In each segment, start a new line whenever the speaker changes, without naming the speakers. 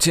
Til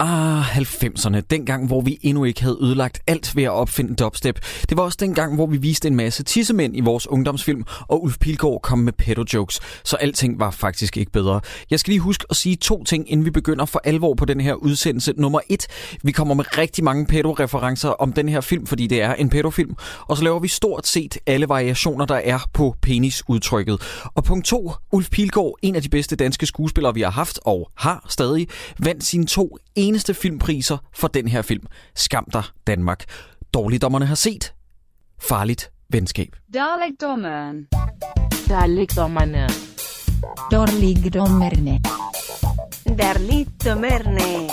Ah, 90'erne. Dengang, hvor vi endnu ikke havde ødelagt alt ved at opfinde dubstep. Det var også dengang, hvor vi viste en masse tissemænd i vores ungdomsfilm, og Ulf Pilgaard kom med pedo-jokes, så alting var faktisk ikke bedre. Jeg skal lige huske at sige to ting, inden vi begynder for alvor på den her udsendelse. Nummer et, vi kommer med rigtig mange pedo-referencer om den her film, fordi det er en pedo-film, og så laver vi stort set alle variationer, der er på penisudtrykket. Og punkt to, Ulf Pilgaard, en af de bedste danske skuespillere, vi har haft og har stadig, vandt sine to eneste filmpriser for den her film. Skam dig, Danmark. Dårligdommerne har set. Farligt venskab.
Dalekdommeren.
Der ligger man
Dårligdommerne.
Darlittomerne.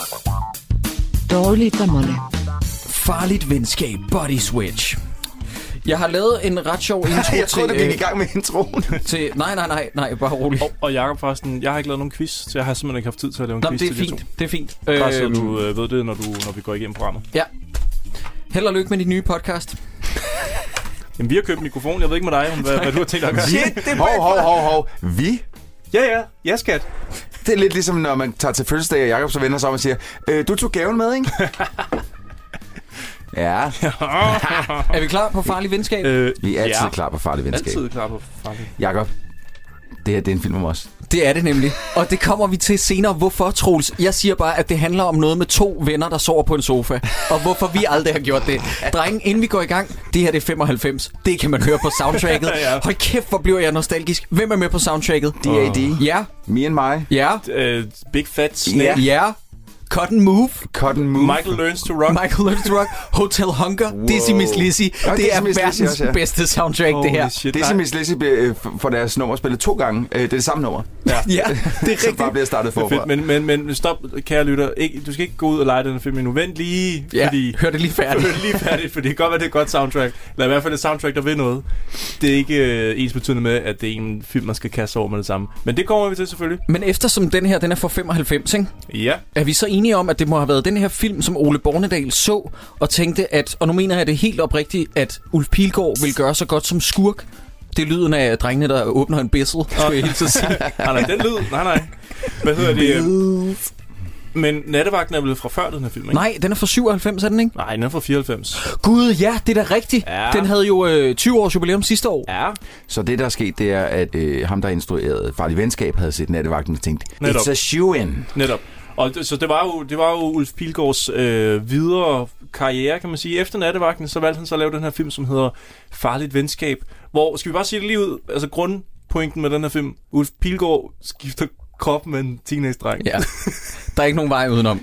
dårligt dommerne.
Farligt venskab, body switch. Jeg har lavet en ret sjov intro
Jeg troede, du
til, øh,
gik i gang med introen.
til... Nej, nej, nej, nej, bare rolig.
Og, og Jacob forresten, jeg har ikke lavet nogen quiz, så jeg har simpelthen ikke haft tid til at lave en
Nå, men
quiz
det er
til de
fint,
to.
det er fint.
Bare så
Øhm,
du øh, ved det, når, du, når vi går igennem programmet.
ja. Held og lykke med dit nye podcast.
Jamen, vi har købt mikrofon. Jeg ved ikke med dig, om hvad, hvad du har tænkt dig at gøre.
Shit, det hov, hov, hov, hov. Vi?
Ja, ja. Ja, skat.
Det er lidt ligesom, når man tager til fødselsdag, og Jacob så vender sig om og siger, øh, du tog gaven med, ikke? ja,
Er vi klar på farlig venskab?
Øh,
vi er altid
ja.
klar på farlig venskab.
Altid klar på farligt.
Jakob, det her det er en film om os.
Det er det nemlig. Og det kommer vi til senere. Hvorfor, Troels? Jeg siger bare, at det handler om noget med to venner, der sover på en sofa. Og hvorfor vi aldrig har gjort det. Drengen, inden vi går i gang, det her det er 95. Det kan man høre på soundtracket.
Ja.
Hold kæft, hvor bliver jeg nostalgisk. Hvem er med på soundtracket?
D.A.D.
Ja,
Me and My.
ja,
Øh, Big Fat Snake.
Ja.
ja. Cotton Move.
Cotton Move.
Michael Learns to Rock.
Michael Learns Rock, Hotel Hunker, wow. Dizzy Miss Lizzy.
Og
Det
Dizzy
er
Miss Lizzy
verdens
også, ja.
bedste soundtrack, det her.
Holy shit,
Det er
nej.
simpelthen Lizzy øh, f- for deres nummer spillet to gange. Øh, det er det samme nummer.
Ja, det er
Så bare
rigtigt.
bliver startet
Det er
forfra.
fedt, men, men, men stop, kære lytter. Ikke, du skal ikke gå ud og lege den her film endnu. Vent lige,
Ja,
fordi...
hør det lige færdigt.
Hør det lige færdigt, for det kan godt være, det er et godt soundtrack. Eller i hvert fald et soundtrack, der vil noget. Det er ikke øh, ens betydende med, at det er en film, man skal kaste sig over med det samme. Men det kommer vi til selvfølgelig.
Men eftersom den her, den er fra 95, ikke?
Ja.
Er vi så enige om, at det må have været den her film, som Ole Bornedal så og tænkte, at, og nu mener jeg det helt oprigtigt, at Ulf Pilgaard vil gøre så godt som skurk? Det er lyden af drengene, der åbner en bissel, skulle jeg helt så sige.
Nej, Ah, nej, den lyd. Nej, nej. Hvad hedder det? øh? Men nattevagten er vel fra før den her film, ikke?
Nej, den er fra 97, er den ikke?
Nej, den er fra 94.
Gud, ja, det er da rigtigt.
Ja.
Den havde jo øh, 20 års jubilæum sidste år.
Ja.
Så det, der er sket, det er, at øh, ham, der instruerede Farlig Venskab, havde set nattevagten og tænkt,
Netop.
it's a shoe-in.
Netop. Og det, så det var, jo, det var jo Ulf Pilgaards øh, videre karriere, kan man sige. Efter nattevagten, så valgte han så at lave den her film, som hedder Farligt Venskab. Hvor, skal vi bare sige det lige ud, altså grundpointen med den her film, Ulf Pilgaard skifter krop med en teenage-dreng.
Ja. Der er ikke nogen vej udenom.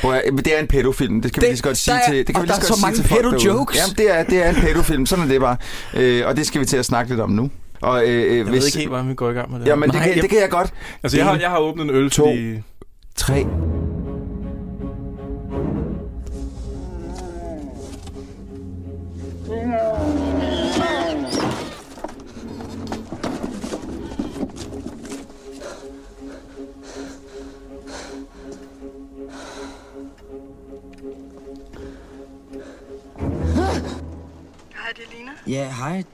Prøv at, øh, det er en pædofilm, det kan det,
Det-
vi lige så godt
der
sige
er-
til. Det kan
og
vi
der er
lige så godt
så
sige
mange
til folk
pedo
derude.
jokes.
Jamen, det er, det er en pædofilm, sådan er det bare. Øh, og det skal vi til at snakke lidt om nu. Og, øh,
Jeg ved ikke helt, hvordan vi går i gang med det. her.
Jamen, det,
Nej,
kan,
jeg-
det kan jeg godt.
altså, jeg har, jeg har åbnet en øl,
To.
fordi...
Tre.
Hej, det er Lina.
Ja, hej.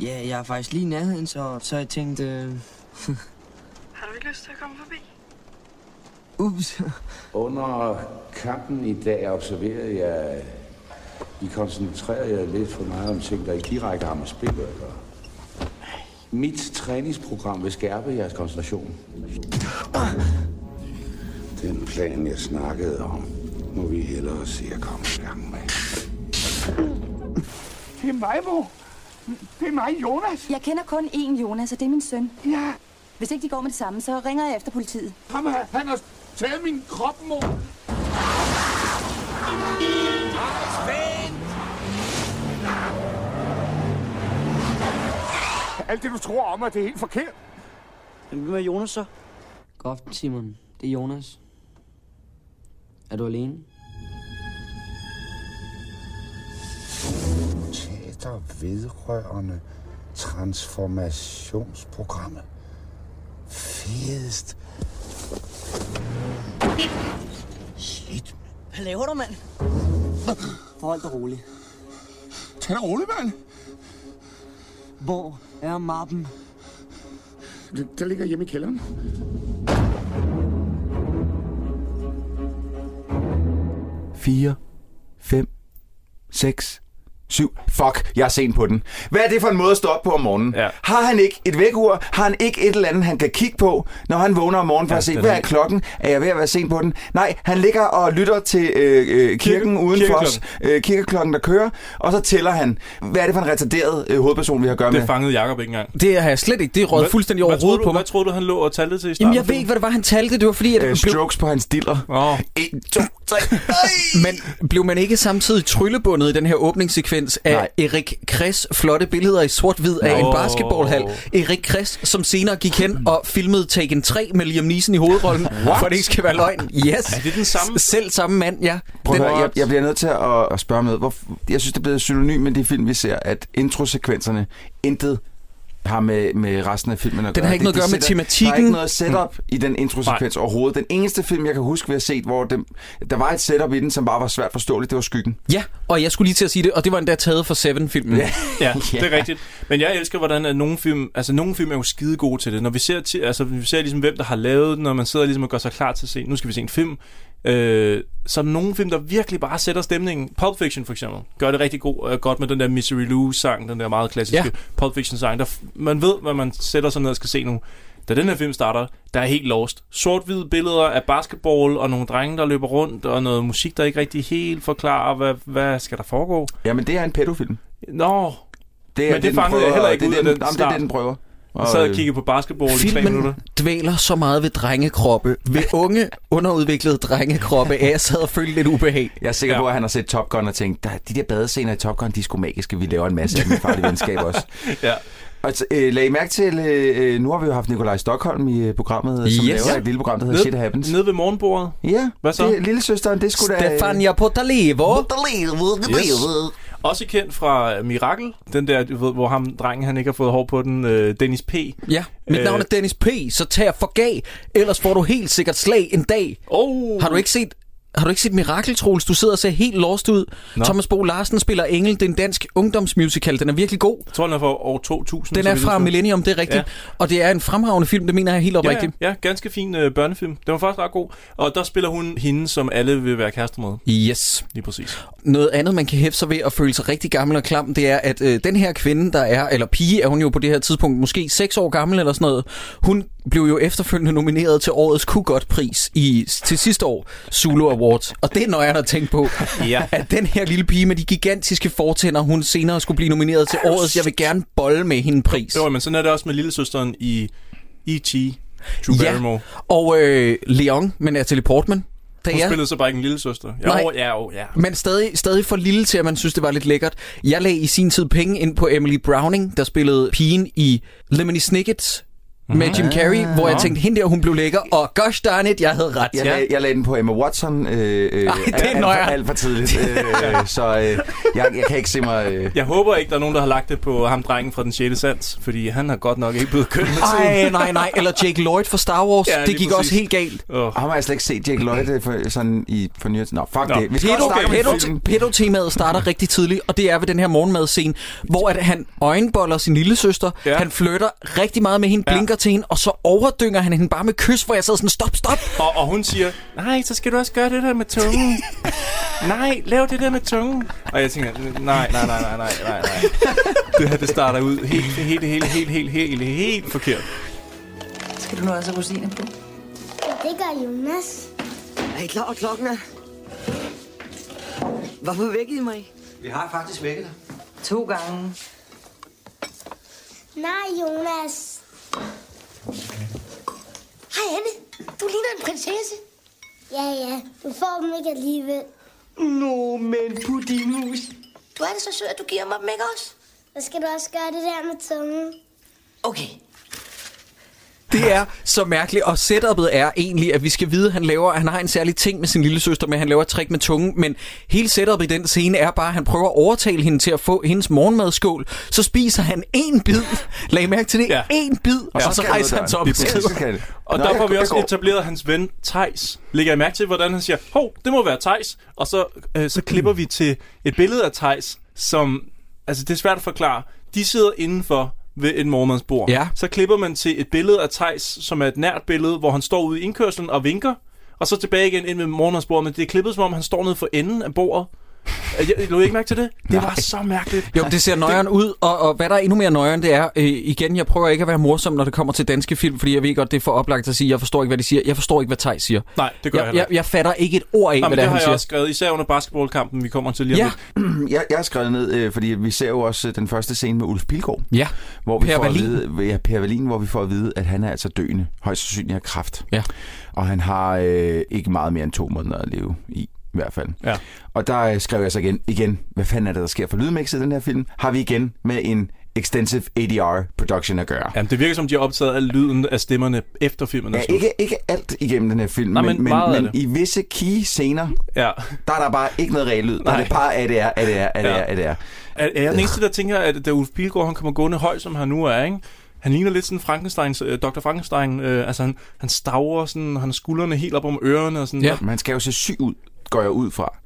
Ja, Øh, jeg er faktisk lige i nærheden, så, så jeg tænkte... Øh,
Har du ikke lyst til at komme forbi?
ups.
Under kampen i dag observerede jeg, at I koncentrerede jer lidt for meget om ting, der ikke direkte har med spil at gøre. Mit træningsprogram vil skærpe jeres koncentration. Den plan, jeg snakkede om, må vi hellere se at komme i gang med.
Det er mig, mor. Det er mig, Jonas.
Jeg kender kun én Jonas, og det er min søn.
Ja,
Hvis ikke de går med det samme, så ringer jeg efter politiet.
ham her. Han har taget min krop, mor. Alt det, du tror om mig, det er helt forkert.
Hvem er Jonas så? Godt, Simon. Det er Jonas. Er du alene?
Teater vedrørende transformationsprogrammet. Fedest. Shit,
Hvad laver du, mand?
Forhold dig roligt.
Tag dig roligt, mand.
Hvor er mappen?
Den, der ligger hjemme i kælderen.
Fire, fem, seks, syv. Fuck, jeg er sen på den. Hvad er det for en måde at stå op på om morgenen?
Ja.
Har han ikke et vækkeur? Har han ikke et eller andet, han kan kigge på, når han vågner om morgenen for
Ja,
at se,
den er
hvad er
helt-
klokken? Er jeg ved at være sen på den? Nej, han ligger og lytter til øh, øh, kirken
Kirke-
uden for os. Øh, kirkeklokken, der kører. Og så tæller han, hvad er det for en retarderet øh, hovedperson, vi har at gøre
Det
med?
fangede Jacob ikke engang.
Det har jeg slet ikke. Det rød
Hvad-
fuldstændig
hvad troede
overhovedet
du-
på mig.
Hvad troede du, han lå og talte til i starten?
Jamen, jeg ved ikke, hvad det var, han talte. Det var fordi, at
Øh,
blev,
strokes på hans diller.
Åh,
En, to, tre. Ej!
men blev man ikke samtidig tryllebundet i den her åbningssekvens af
Nej.
Erik Kress flotte billeder i sort-hvid af en
Nå.
basketballhal? Erik Kress, som senere gik hen og filmede Taken 3 med Liam Neeson i hovedrollen, for det ikke skal være løgn. Yes.
Er det den samme?
S- Selv samme mand, ja.
Prøv at
Den-
høre, jeg, jeg bliver nødt til at, at spørge med, hvor, jeg synes, det er blevet synonym med de film, vi ser, at introsekvenserne intet har med, med resten af filmen at
Den
gøre.
har ikke
Det-
noget at
det
gøre med
sætter- Der er
tematikken.
ikke noget
Mm.
setup i den introsekvens overhovedet. Den eneste film, jeg kan huske, vi har set, hvor den, der var et setup i den, som bare var svært forståeligt, det var Skyggen.
Ja, og jeg skulle lige til at sige det, og det var endda taget fra Seven-filmen.
Ja.
Ja, det er rigtigt. Men jeg elsker, hvordan at nogle film, altså nogle film er jo skide gode til det. Når vi ser, til, altså, vi ser ligesom, hvem der har lavet den, når man sidder ligesom og gør sig klar til at se, nu skal vi se en film. Øh, så er der nogle film, der virkelig bare sætter stemningen. Pulp Fiction for eksempel, gør det rigtig god, øh, godt med den der Misery Lou-sang, den der meget klassiske
Ja.
ja. Pulp Fiction-sang. Der, f- man ved, hvad man sætter sig ned og skal se nu. Da den her film starter, der er helt lost. Sort-hvide billeder af basketball og nogle drenge, der løber rundt, og noget musik, der ikke rigtig helt forklarer, hvad, hvad skal der foregå.
Jamen, det er en pædofilm.
Nå,
Det
Men det
den
fangede jeg
prøver-
heller ikke
det,
ud af
det,
den
jamen, det er det,
start.
den prøver. øh,
Jeg sad og
øh,
kiggede på basketball i tre minutter.
Filmen dvæler så meget ved drengekroppe, ved unge, underudviklede drengekroppe, at jeg sad og følte lidt ubehag.
Jeg er sikker ja.
Ja.
på, at han har set Top Gun og tænkt, "Der- de der badescener i Top Gun, de er sgu magiske. Vi laver en masse af min farlige venskab også.
Ja.
Og så, øh, lag I mærke til, øh, øh, nu har vi jo haft Nikolaj Stockholm i øh, programmet, som
Yes.
laver et lille program, der hedder Shit Happens.
Nede ved morgenbordet.
Ja,
Hvad så?
Det, lille søsteren, det skulle da... øh,
Stefania Potalevo.
Også kendt fra Mirakel. Den der, du ved, hvor ham drengen, han ikke har fået hår på den. Øh, Dennis P.
Ja, mit
Øh.
navn er Dennis P., så tag og forgav, ellers får du helt sikkert slag en dag.
Oh.
Har du ikke set har du ikke set Mirakel, Troels? Du sidder og ser helt lost ud. Nå.
Nå.
Thomas Bo Larsen spiller Engel. Det er en dansk ungdomsmusical. Den er virkelig god.
Jeg tror, den er fra år 2000.
Den
så
er
vidt
fra
jeg husker.
Millennium, det er rigtigt. Ja. Og det er en fremragende film, det mener jeg helt oprigtigt.
Ja, ja, ja, ganske fin øh, børnefilm. Den var faktisk ret god. Og der spiller hun hende, som alle vil være kærester med.
Yes.
Lige præcis.
Noget andet, man kan hæfte sig ved at føle sig rigtig gammel og klam, det er, at øh, den her kvinde, der er, eller pige er hun jo på det her tidspunkt, måske 6 år gammel eller sådan noget, hun blev jo efterfølgende nomineret til årets Kugot-pris i, til sidste år, Zulu Awards. Og det er nøjeren at tænke på,
Ja.
at den her lille pige med de gigantiske fortænder, hun senere skulle blive nomineret til årets Jeg vil gerne bolle med hende pris.
Jo, men sådan er det også med lillesøsteren i E.T. Drew
Ja.
Barrymore.
Og øh, Leon med Natalie Portman. Da
Hun
jeg-
spillede så bare ikke en lillesøster. Ja,
Nej.
oh, ja, oh, ja.
Men stadig, stadig for lille til, at man synes, det var lidt lækkert. Jeg lagde i sin tid penge ind på Emily Browning, der spillede pigen i Lemony Snicket med Jim Carrey, hvor jeg tænkte, hende der, hun blev lækker, og gosh darn it, jeg havde ret.
Jeg, lag, jeg lagde den på Emma Watson øh, øh,
Ej, det er
alt,
nøjeren.
alt, alt for tidligt, øh, så øh, jeg, jeg kan ikke se mig... Øh.
Jeg håber ikke, der er nogen, der har lagt det på ham drengen fra den 6. sans, fordi han har godt nok ikke blevet køn med tiden.
Ej, nej, nej. Eller Jake Lloyd fra Star Wars.
Ja,
Ja, det
lige
gik
præcis.
også helt galt.
Åh.
Ham har jeg slet ikke set Jake Lloyd øh, for, sådan i for nyere tid. Nå, fuck
Nå,
det. Vi skal også
Pedo,
snakke om
pedo,
en film.
pedo-temaet starter rigtig tidligt, og det er ved den her morgenmadscene, hvor at han øjenboller sin lille søster, ja.
Ja.
han flytter rigtig meget med hende,
Ja.
blinker til hende, og så overdynger han hende bare med kys, hvor jeg sad sådan, stop, stop,
Og, og hun siger, nej, så skal du også gøre det der med tungen. nej, lav det der med tungen. Og jeg tænker, nej, nej, nej, nej, nej, nej, nej. Det her, det starter ud helt, helt, helt, helt, helt, helt, helt forkert.
Skal du nu også have rosiner på?
Det gør Jonas.
Er I klar, over klokken er? Hvorfor vækkede I mig? ikke?
Vi har faktisk vækket dig.
To gange.
Nej, Jonas. Hej, Anne. Du ligner en prinsesse. Ja, ja. Du får dem ikke alligevel.
Nå, men puddingmus.
Du er det så sød, at du giver mig dem, ikke også? Så skal du også gøre det der med tungen.
Okay.
Det er så mærkeligt, og setupet er egentlig, at vi skal vide, at han, laver, han har en særlig ting med sin lille søster, men han laver et trick med tungen, men hele setupet i den scene er bare, at han prøver at overtale hende til at få hendes morgenmadskål, så spiser han en bid, lag mærke til det, ja. en bid, og så, og så rejser han sig op.
Det er præcis. Og der får vi også etableret hans ven Tejs. Lægger I mærke til, hvordan han siger, hov, det må være Tejs. Og så, øh, så klipper vi til et billede af Tejs, som, altså det er svært at forklare. De sidder indenfor ved et morgenmadsbord.
Ja.
Så klipper man til et billede af Tejs, som er et nært billede, hvor han står ude i indkørslen og vinker. Og så tilbage igen ind ved morgenmadsbordet, men det er klippet, som om han står nede for enden af bordet. Jeg, jeg lå I ikke mærke til det? Det
Nej.
var så mærkeligt.
Jo, det ser nøjeren ud, og, og hvad der er endnu mere nøjeren, det er, øh, igen, jeg prøver ikke at være morsom, når det kommer til danske film, fordi jeg ved godt, det er for oplagt at sige, jeg forstår ikke, hvad de siger, jeg forstår ikke, hvad Tej siger.
Nej, det gør jeg
jeg,
heller
jeg,
ikke.
jeg fatter ikke et ord af,
Jamen,
hvad
det,
det er,
har
han
jeg
siger.
også skrevet, især under basketballkampen, vi kommer til lige om
Ja.
lidt.
jeg, jeg har skrevet ned, øh, fordi vi ser jo også øh, den første scene med Ulf Pilgaard.
Ja.
Hvor vi
Per
får at
Wallin.
vide, ja, per Wallin, hvor vi får at vide, at han er altså døende. Højst sandsynligt af kræft.
Ja.
Og han har øh, ikke meget mere end to måneder at leve i, i hvert fald.
Ja.
Og der øh, skrev jeg så igen, igen, hvad fanden er det, der sker for lydmixet i den her film? Har vi igen med en extensive ADR production at gøre.
Jamen, det virker som, de er optaget af lyden af stemmerne efter filmen. er
Ja,
slut.
ikke, ikke alt igennem den her film,
Nej, men
men, men,
meget af
men
det.
i visse key scener,
ja.
der er der bare ikke noget reelt lyd. Der er
Nej.
det bare ADR, ADR, ADR,
Ja.
ADR.
Er, er jeg den eneste, der tænker, at da Ulf Pilgaard han kommer gående høj, som han nu er, ikke? Han ligner lidt sådan Frankensteins, øh, Dr. Frankenstein. Øh, altså, han, han staver sådan, han har skuldrene helt op om ørerne og sådan.
Ja.
Man skal jo se syg ud, går jeg ud fra.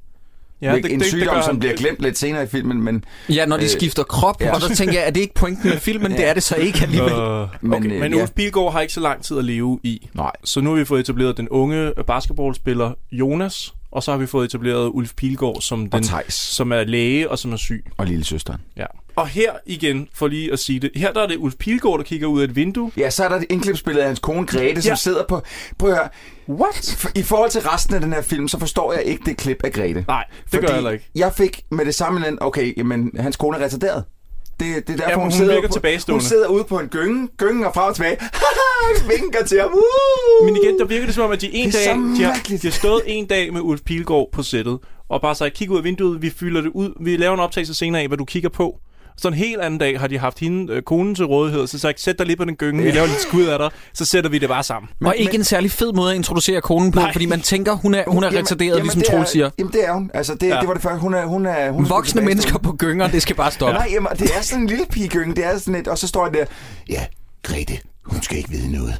Ja,
Ja,
det-
det, en
det- det
sygdom,
gør
som
han.
bliver glemt lidt senere i filmen, men...
Ja, når de
øh,
skifter krop,
ja.
og så tænker jeg, er det ikke pointen med filmen? Det er det så ikke alligevel.
Øh,
Men,
okay,
øh,
men
ja.
Ulf Pilgaard har ikke så lang tid at leve i.
Nej.
Så nu har vi fået etableret den unge basketballspiller Jonas, og så har vi fået etableret Ulf Pilgaard, som, den,
Theis.
som er læge og som er syg.
Og lille søsteren.
Ja. Og her igen, for lige at sige det, her der er det Ulf Pilgaard, der kigger ud af et vindue.
Ja, så er der et indklipsbillede af hans kone Grete, som
Ja.
sidder på... Prøv at høre.
What?
f- I forhold til resten af den her film, så forstår jeg ikke det klip af Grete.
Nej, det gør jeg heller ikke.
jeg fik med det samme land, okay, jamen, hans kone er retarderet. Det, det er derfor,
Ja,
hun,
hun
sidder
virker
på,
tilbagestående.
Hun sidder ude på en gynge, gyngen og frem og tilbage. Haha, vinker til ham. Uh!
Men igen, der virker det som om, at de, en
Det er
dag,
så
de, har,
mærkeligt.
de har stået en dag med Ulf Pilgaard på sættet, og bare sagt, kig ud af vinduet, vi fylder det ud, vi laver en optagelse senere af, hvad du kigger på. Så en helt anden dag har de haft hende, øh, konen til rådighed, så sagt, sæt dig lige på den gynge, vi laver lidt skud af dig, så sætter vi det bare sammen.
og ikke en særlig fed måde at introducere konen på,
Nej.
fordi man tænker, hun er, hun er retarderet, ligesom
det er-
Troels siger.
Jamen, det er hun. Altså, det, ja. det var det første. Hun er... Hun er hun
Voksne
er tilbagestående.
mennesker på gynger, det skal bare stoppe.
Nej, jamen, det er sådan en lille pigegynge. Det er sådan et, og så står han der, ja, Grete, hun skal ikke vide noget.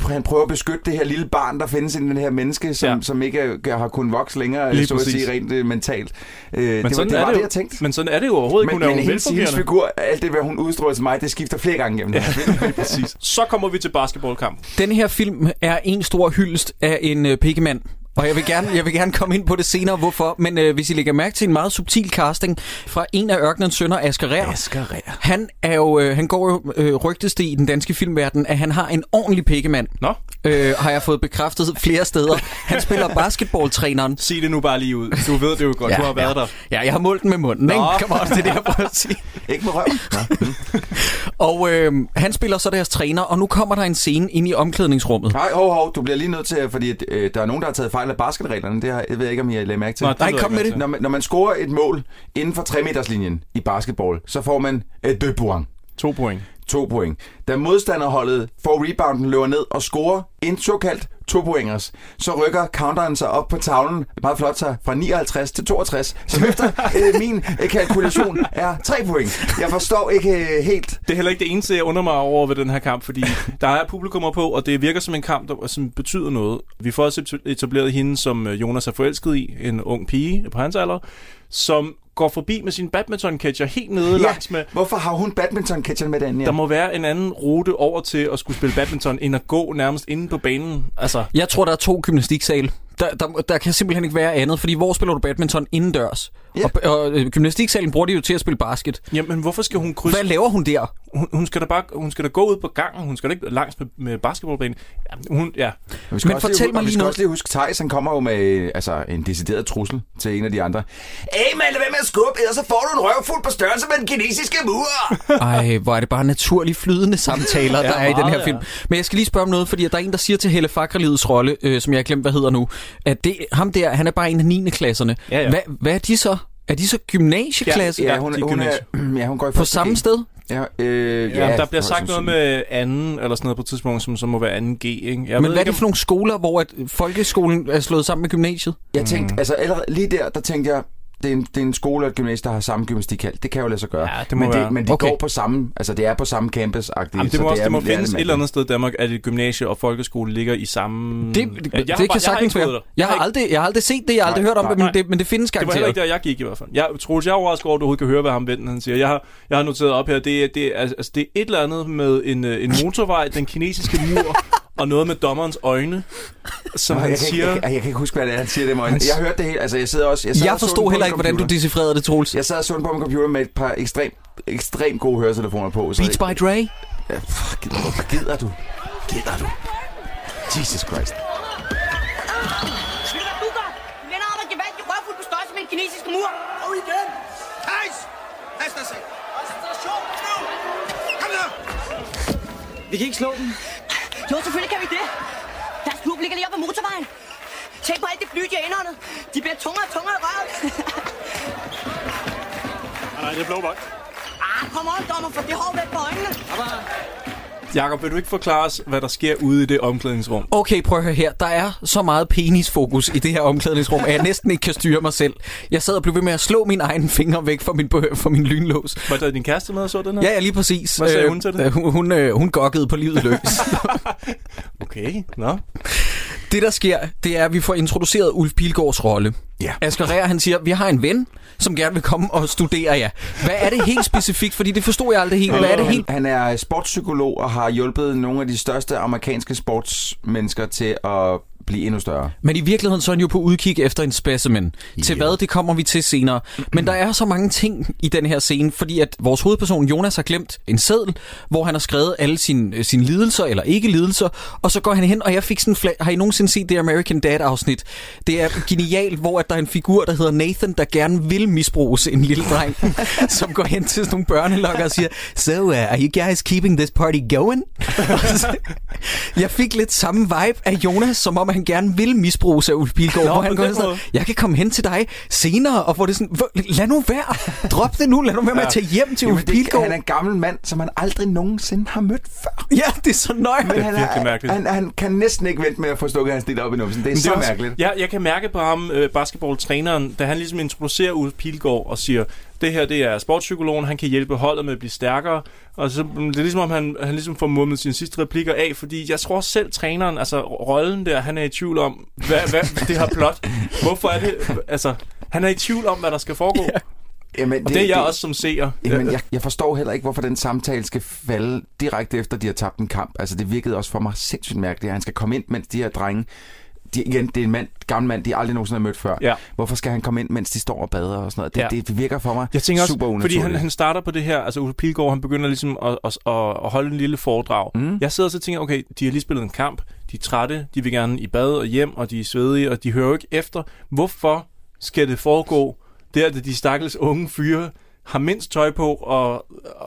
Prøv- Han prøver at beskytte det her lille barn, der findes i den her menneske, som,
Ja.
ja. som ikke er, har kunnet vokse længere,
Lige
så at
præcis.
sige, rent øh, mentalt. Øh, det var,
sådan
det,
er
var det,
jo-
jeg tænkte.
Men sådan er det jo overhovedet ikke,
Men,
hun er jo
men hendes, hendes
velfungerende.
figur, alt det, hvad hun udstråler til mig, det skifter flere gange gennem ja.
Præcis. Så kommer vi til basketballkampen.
Den her film er en stor hyldest af en øh, piggemand. Og jeg vil, gerne, jeg vil gerne komme ind på det senere, hvorfor. Men øh, hvis I lægger mærke til en meget subtil casting fra en af ørkenens sønner, Asger Rær.
Asger Rær.
Han, er jo, øh, han går jo øh, rygtes det i den danske filmverden, at han har en ordentlig piggemand.
Nå,
Øh, har jeg fået bekræftet flere steder. Han spiller basketballtræneren.
sig det nu bare lige ud. Du ved det jo godt,
Ja,
du har været der.
Ja, jeg har målt den med munden, ikke?
Nå.
Kom on, det er det, jeg prøver at sige.
Ikke med Mm. røven.
Og øh, han spiller så deres træner, og nu kommer der en scene ind i omklædningsrummet.
Nej, hov, hov, du bliver lige nødt til, at- fordi at, øh, der er nogen, der har taget fejl af basketreglerne. Det har, jeg ved jeg ikke, om I har lagt mærke til.
Nej, det
Nej,
ved jeg
kom
ikke, altså.
med
hvad
det.
Når man, når man scorer et mål inden for 3 meters linjen i basketball, så får man øh, et deux point.
jeg- To point.
to point. Da modstanderholdet får rebounden, løber ned og scorer en såkaldt to pointers, så rykker counteren sig op på tavlen, meget flot sig, fra 59 til 62, som efter øh, min øh, kalkulation er tre point. Jeg forstår ikke øh, helt.
Det er heller ikke det eneste, jeg undrer mig over ved den her kamp, fordi der er publikummer på, og det virker som en kamp, der som betyder noget. Vi får også etableret hende, som øh, Jonas er forelsket i, en ung pige på hans alder, som går forbi med sin badminton-catcher helt nede ja. langs med...
hvorfor har hun badminton-catcheren med den
Der
her?
må være en anden rute over til at skulle spille badminton, end at gå nærmest inde på banen. Altså,
Jeg tror, der er to gymnastiksale. Der, der, der kan simpelthen ikke være andet, fordi hvor spiller du badminton indendørs?
Ja.
Og, og øh, gymnastiksalen bruger de jo til at spille basket.
jamen, hvorfor skal hun krydse...
Hvad laver hun der?
Hun, hun, skal da bare, hun skal da gå ud på gangen, hun skal da ikke langs med, med basketballbanen. Ja, hun, ja.
Vi skal
Men
også
fortæl
lige,
mig
og vi
lige
skal
noget.
også lige huske, Thijs, han kommer jo med øh, altså, en decideret trussel til en af de andre. Hey mand, lad være med at skubbe, ellers så får du en røvfuld på størrelse med den kinesiske mur.
Ej, hvor er det bare naturligt flydende samtaler, ja, der er i den
meget,
her film. Men jeg skal lige spørge om noget, fordi der er en, der siger til Helle Fakrelidets rolle, øh, som jeg har glemt, hvad hedder nu, at det, ham der, han er bare en af 9. klasserne.
Ja, ja.
Hvad, hvad er de så? Er de så gymnasieklasse?
Ja,
de
hun,
er
hun, er, ja, hun går i
På
første
samme
G.
sted?
Ja, øh,
Ja,
ja,
der bliver
højst
sagt noget med anden, eller sådan noget på et tidspunkt, som så må være anden G, ikke? Jeg
Men hvad er
ikke,
det for nogle skoler, hvor at folkeskolen er slået sammen med gymnasiet?
Hmm.
Jeg
Mm.
tænkte, altså allerede, lige der, der tænkte jeg, det er, en, det er en skole og et gymnasie, der har samme gymnastikhal. Det kan jo lade sig gøre.
Ja, det må
men
være.
det, men det
Okay.
går på samme, altså det er på samme campus -agtigt,
Jamen, det må, også, det må findes et eller andet sted i Danmark, at et gymnasie og folkeskole ligger i samme...
Det,
Ja,
det,
jeg har
det
bare-
kan sagtens
jeg har ikke
være.
prøvet det.
Jeg har, aldrig, jeg har aldrig set det, jeg har aldrig hørt om det, men
nej.
det, men det findes
Det var heller
garanteret.
ikke der, jeg gik i hvert fald. Jeg, Troels, jeg er overrasket over, at du overhovedet kan høre, hvad ham vennen han siger. Jeg har, jeg har noteret op her, det, er- det, er- altså, det er et eller andet med en, øh, en motorvej, den kinesiske mur, og noget med dommerens øjne, som
Nå,
han
jeg, kan ikke,
siger...
jeg, jeg, jeg kan ikke huske, hvad det er, han siger det morgen. Jeg hørte det hele. Altså, jeg sidder også... Jeg, sad
Jeg
og så den
forstod
på
heller
min
ikke, hvordan du
computer.
decifrerede det, Troels.
Jeg sad og så den på min computer med et par ekstremt ekstrem gode høretelefoner på. Så
Beats by Dre?
Ja, fuck, gider, gider du? Gider du? Jesus Christ.
Svinger du godt? Du vender op og gevaldt i røvfuld på størrelse med en kinesisk mur. Og igen. Hejs! Rest dig selv. Koncentration nu. Kom her.
Vi kan ikke slå dem.
Jo, selvfølgelig kan vi det. Deres klub ligger lige op ad motorvejen. Tænk på alt det fly, de har indåndet. De bliver tungere og tungere i røven.
Nej, nej, det er blå vagt.
ah, kom on, dommer, for det hår væk på øjnene.
Jakob, vil du ikke forklare os, hvad der sker ude i det omklædningsrum?
Okay, prøv at høre her. Der er så meget penisfokus i det her omklædningsrum, at jeg næsten ikke kan styre mig selv. Jeg sad og blev ved med at slå mine egne fingre væk fra min, bø- fra min lynlås.
Var der din kæreste med og så den her?
Ja, ja, lige præcis.
Hvad sagde
Øh,
hun til
øh,
det?
Hun, hun, øh, hun gokkede på livet løs.
Okay, nå.
Det, der sker, det er, at vi får introduceret Ulf Pilgaards rolle.
Ja.
Asger Ræer, han siger, vi har en ven, som gerne vil komme og studere jer. Hvad er det helt specifikt? Fordi det forstod jeg aldrig helt. Hvad er det helt?
Han, han er sportspsykolog og har hjulpet nogle af de største amerikanske sportsmennesker til at blive endnu større.
Men i virkeligheden så er han jo på udkig efter en specimen. Yeah. Til hvad, det kommer vi til senere. Men der er så mange ting i den her scene, fordi at vores hovedperson Jonas har glemt en seddel, hvor han har skrevet alle sine, øh, sine lidelser eller ikke lidelser, og så går han hen, og jeg fik sådan en flag. Har I nogensinde set det American Dad afsnit? Det er genialt, hvor at der er en figur, der hedder Nathan, der gerne vil misbruges en lille dreng, som går hen til sådan nogle børnelokker og siger, So, uh, are you guys keeping this party going? Og så- jeg fik lidt samme vibe af Jonas, som om han gerne vil misbruge sig af Ulf Pilgaard,
Nå,
hvor
på
han går
den
hen sådan,
måde.
jeg kan komme hen til dig senere, og hvor det er sådan, "Hvor- lad nu være, drop det nu, lad nu være med at tage hjem til Ulf
Jamen, det,
Pilgaard.
han er en gammel mand, som han aldrig nogensinde har mødt før.
Ja, det er så nøje.
Men han,
virkelig mærkeligt.
Han, han kan næsten ikke vente med at få stukket hans del op i numsen. Det er
Men
så
er også-
mærkeligt.
Jeg, jeg kan mærke på ham, øh, basketballtræneren, da han ligesom introducerer Ulf Pilgaard og siger, det her det er sportspsykologen, han kan hjælpe holdet med at blive stærkere. Og så, mm, det er ligesom om, han, han ligesom får mummet sine sidste replikker af, fordi jeg tror også selv træneren, altså rollen der, han er i tvivl om, hvad, hvad det her plot, hvorfor er det, altså, han er i tvivl om, hvad der skal foregå. Ja.
Jamen,
Og det, det er jeg også som seer.
Jamen, jeg, jeg forstår heller ikke, hvorfor den samtale skal falde direkte efter, de har tabt en kamp. Altså, det virkede også for mig sindssygt mærkeligt, at han skal komme ind, mens de her drenge... De, igen, det er en mand, gammel mand, de aldrig nogensinde har mødt før.
Ja.
Hvorfor skal han komme ind, mens de står og bader og sådan noget? Det,
Ja.
ja. det, det virker for mig
Jeg tænker også,
super
fordi
unaturligt.
han, han starter på det her, altså Uffe Pilgaard, han begynder ligesom at, at, at, at holde en lille foredrag. Mm. Jeg sidder og så tænker, okay, de har lige spillet en kamp, de er trætte, de vil gerne i bad og hjem, og de er svedige, og de hører jo ikke efter. Hvorfor skal det foregå der, da de stakkels unge fyre har mindst tøj på og, og,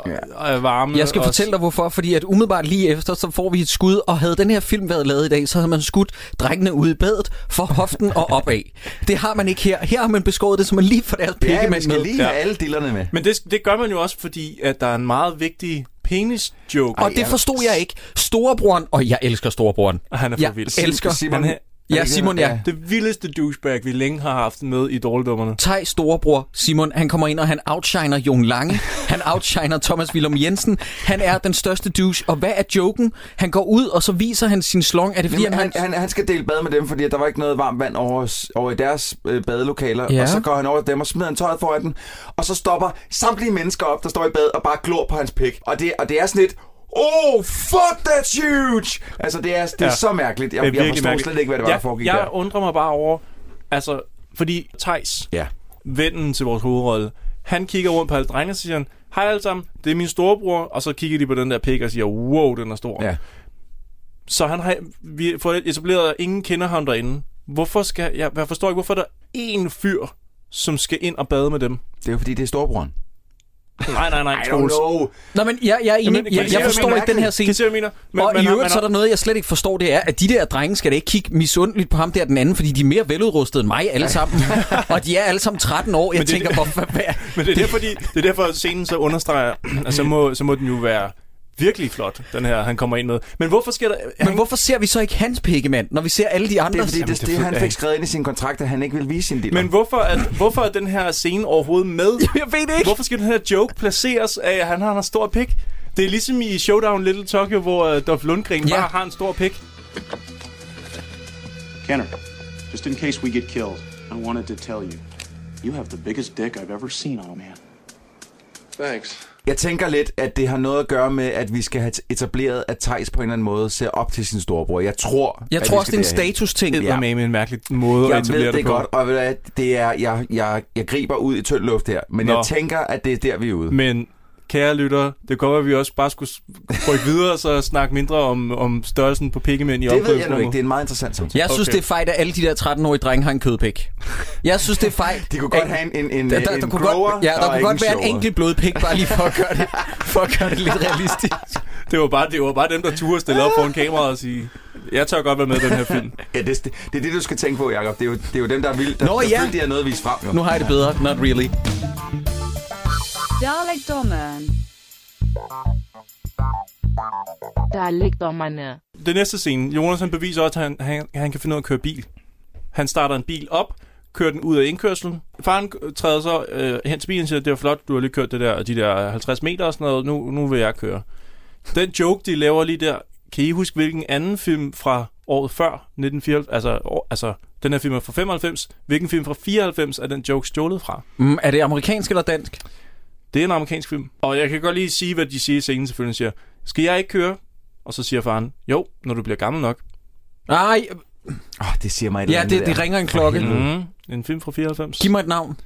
Ja.
og er varme?
Jeg skal
og,
fortælle dig hvorfor, fordi at umiddelbart lige efter, så får vi et skud, og havde den her film været lavet i dag, så havde man skudt drengene ude i badet fra hoften og opad. Det har man ikke her. Her har man beskåret det, så man lige får deres pikke
Ja,
med.
man skal lige
Ja.
have alle dillerne med.
Men det, det gør man jo også, fordi at der er en meget vigtig penis-joke.
Og det forstod jeg ikke. Storebroren, og jeg elsker storebroren.
Og han er for
Jeg
vild.
elsker.
Simon,
Han er-
Altså,
Ja, Simon, ja.
Det vildeste douchebag, vi længe har haft med i Dårligdommerne.
Tej storebror Simon, han kommer ind, og han outshiner Jon Lange. Han outshiner Thomas Willum Jensen. Han er den største douche. Og hvad er joken? Han går ud, og så viser han sin slong. Er det fordi,
Jamen, han,
han...
han, han skal dele bad med dem, fordi at der var ikke noget varmt vand over, over i deres øh, badelokaler.
Ja.
Ja. Og så går han over til dem og smider en tøjet foran dem. Og så stopper samtlige mennesker op, der står i bad og bare glor på hans pik. Og det, og det er sådan et... Oh, fuck, that's huge! Altså, det er, det er
Ja.
ja. så mærkeligt. Jeg,
Det er
jeg
virkelig
forstår
mærkeligt.
slet ikke, hvad det var,
jeg,
der foregik
jeg
der.
undrer mig bare over, altså, fordi Tejs,
Ja.
vennen til vores hovedrolle, han kigger rundt på alle drengene og siger, han, hej alle sammen, det er min storebror, og så kigger de på den der pik og siger, wow, den er stor.
Ja.
Så han har, vi får etableret, at ingen kender ham derinde. Hvorfor skal, jeg, jeg forstår ikke, hvorfor er der er én fyr, som skal ind og bade med dem.
Det er jo fordi, det er storebroren.
Nej, nej, nej,
I don't
Troels.
know.
Nå, men jeg, jeg er enig.
Jamen,
Jeg, jeg,
kan I se, hvad
forstår
jeg
ikke den
mener?
her scene.
Kan I se, hvad jeg mener? Men-
og
men
i
han-
øvrigt,
han
så er der
har-
noget, jeg slet ikke forstår, det er, at de der drenge skal da ikke kigge misundeligt på ham der den anden, fordi de er mere veludrustede end mig alle sammen. og de er alle sammen 13 år. Jeg
Men det-
tænker, hvor, hvad, hvad,
Men det er, derfor, de, det er derfor, at scenen så understreger, at så må, så må den jo være virkelig flot, den her, han kommer ind med. Men hvorfor sker der...
Men hvorfor ser vi så ikke hans pikkemand, når vi ser alle de andre?
Det er fordi, det, det, det, han fik skrevet ind i sin kontrakt, at han ikke ville vise sin del.
Men hvorfor er, hvorfor er den her scene overhovedet med?
Jeg ved det ikke.
Hvorfor skal den her joke placeres af, at han har en stor pik? Det er ligesom i Showdown Little Tokyo, hvor uh, Dolph Lundgren
Ja.
bare har en stor pik.
Kenner, just in case we get killed, I wanted to tell you, you have the biggest dick I've ever seen on a man. Thanks.
Jeg tænker lidt, at det har noget at gøre med, at vi skal have etableret, at Tejs på en eller anden måde ser op til sin storebror. Jeg tror,
Jeg
at
tror
vi
også, det er en
skal derhen.
status-ting.
Ja.
med en mærkelig måde at
Jeg
etablere
ved det,
det på.
godt, og ved du hvad, det er, jeg, jeg, jeg griber ud i tynd luft her, men Nå.
Nå.
jeg tænker, at det er der, vi er ude.
Men kære lytter, det går, at vi også bare skulle s- rykke videre og så snakke mindre om, om størrelsen på pikkemænd i
Det ved jeg nu
omklædningsrummet.
ikke. Det er en meget interessant samtale.
Jeg synes, det er fejt, at alle de der 13-årige drenge har en kødpik. Jeg synes, det er fejt.
De kunne godt have en- en- en-
der,
en
kunne
grower
godt, ja, der
og
kunne
ikke
godt
en
være en
shower.
enkelt blodpik, bare lige for at gøre det, for at gøre det lidt realistisk.
Det var bare, det var bare dem, der turde stille op foran kameraet og sige, jeg tør godt være med i den her film.
ja, det, det, det er det, du skal tænke på, Jacob. Det er jo, det er jo dem, der er vilde. Der,
Nå,
der
ja.
føler, de har noget at vise frem. Jo.
Nu har jeg det bedre. Not really.
Dårligdommeren.
Dårligdommerne.
Det næste scene, Jonas han beviser også, at han, han, han kan finde ud af at køre bil. Han starter en bil op, kører den ud af indkørslen. Faren øh, træder så øh, hen til bilen og siger, det var flot, du har lige kørt det der, de der 50 meter og sådan noget, nu, nu vil jeg køre. Den joke, de laver lige der, kan I huske, hvilken anden film fra året før, 1994, altså, år, altså den her film er fra 95, hvilken film fra 94 er den joke stjålet fra?
Mm, er det amerikansk eller dansk?
Det er en amerikansk film. Og jeg kan godt lige sige, hvad de siger i scenen selvfølgelig. siger, skal jeg ikke køre? Og så siger faren, jo, når du bliver gammel nok.
Nej.
Oh, det siger mig et
Ja, det- det ringer en klokke.
Mm. En film fra 94.
Giv mig et navn.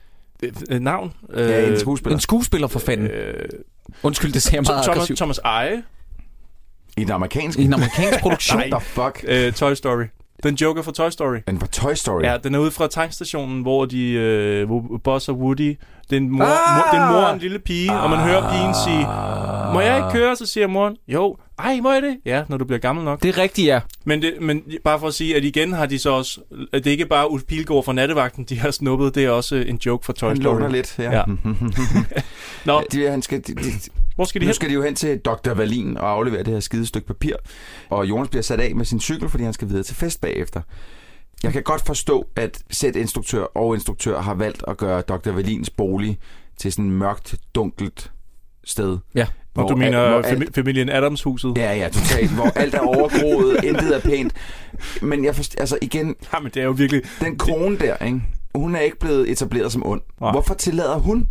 Et øh, navn?
Ja, en
Øh,
skuespiller. En skuespiller for fanden.
Øh,
Undskyld, det ser meget
Thomas,
aggressivt.
Thomas Eje.
I den amerikanske?
I en amerikansk produktion?
Nej.
fuck?
Øh, Toy Story. Den Joker fra Toy Story.
Den fra Toy Story?
Ja, den er ude fra tankstationen, hvor de øh, hvor Buzz og Woody, den mor, ah! mor, den mor og en lille pige, ah! og man hører pigen sige, må jeg
Ah.
ikke køre? Så siger moren, jo, ej, må jeg det? Ja, når du bliver gammel nok.
Det er rigtigt, ja.
Men, det, men bare for at sige, at igen har de så også, at det ikke bare er Ulf Pilgaard fra nattevagten, de har snuppet, det er også øh, en joke fra Toy
Han
Story.
låner lidt, ja.
ja. Nå.
De, han skal, de, de,
Hvor skal de
nu
hen?
skal de jo hen til Dr. Valin og aflevere det her skide stykke papir. Og Jonas bliver sat af med sin cykel, fordi han skal videre til fest bagefter. Jeg kan godt forstå, at sætinstruktør og instruktør har valgt at gøre Dr. Valins bolig til sådan en mørkt, dunkelt sted.
Ja.
Og
Hvor
du mener
alt- hvor
fami-
alt-
familien Adams-huset?
Ja, ja, totalt. Hvor alt er overgroet, intet er pænt. Men jeg forst- altså igen...
Jamen, det er jo virkelig...
Den kone der, ikke? Hun er ikke blevet etableret som ond. Nej. Hvorfor tillader hun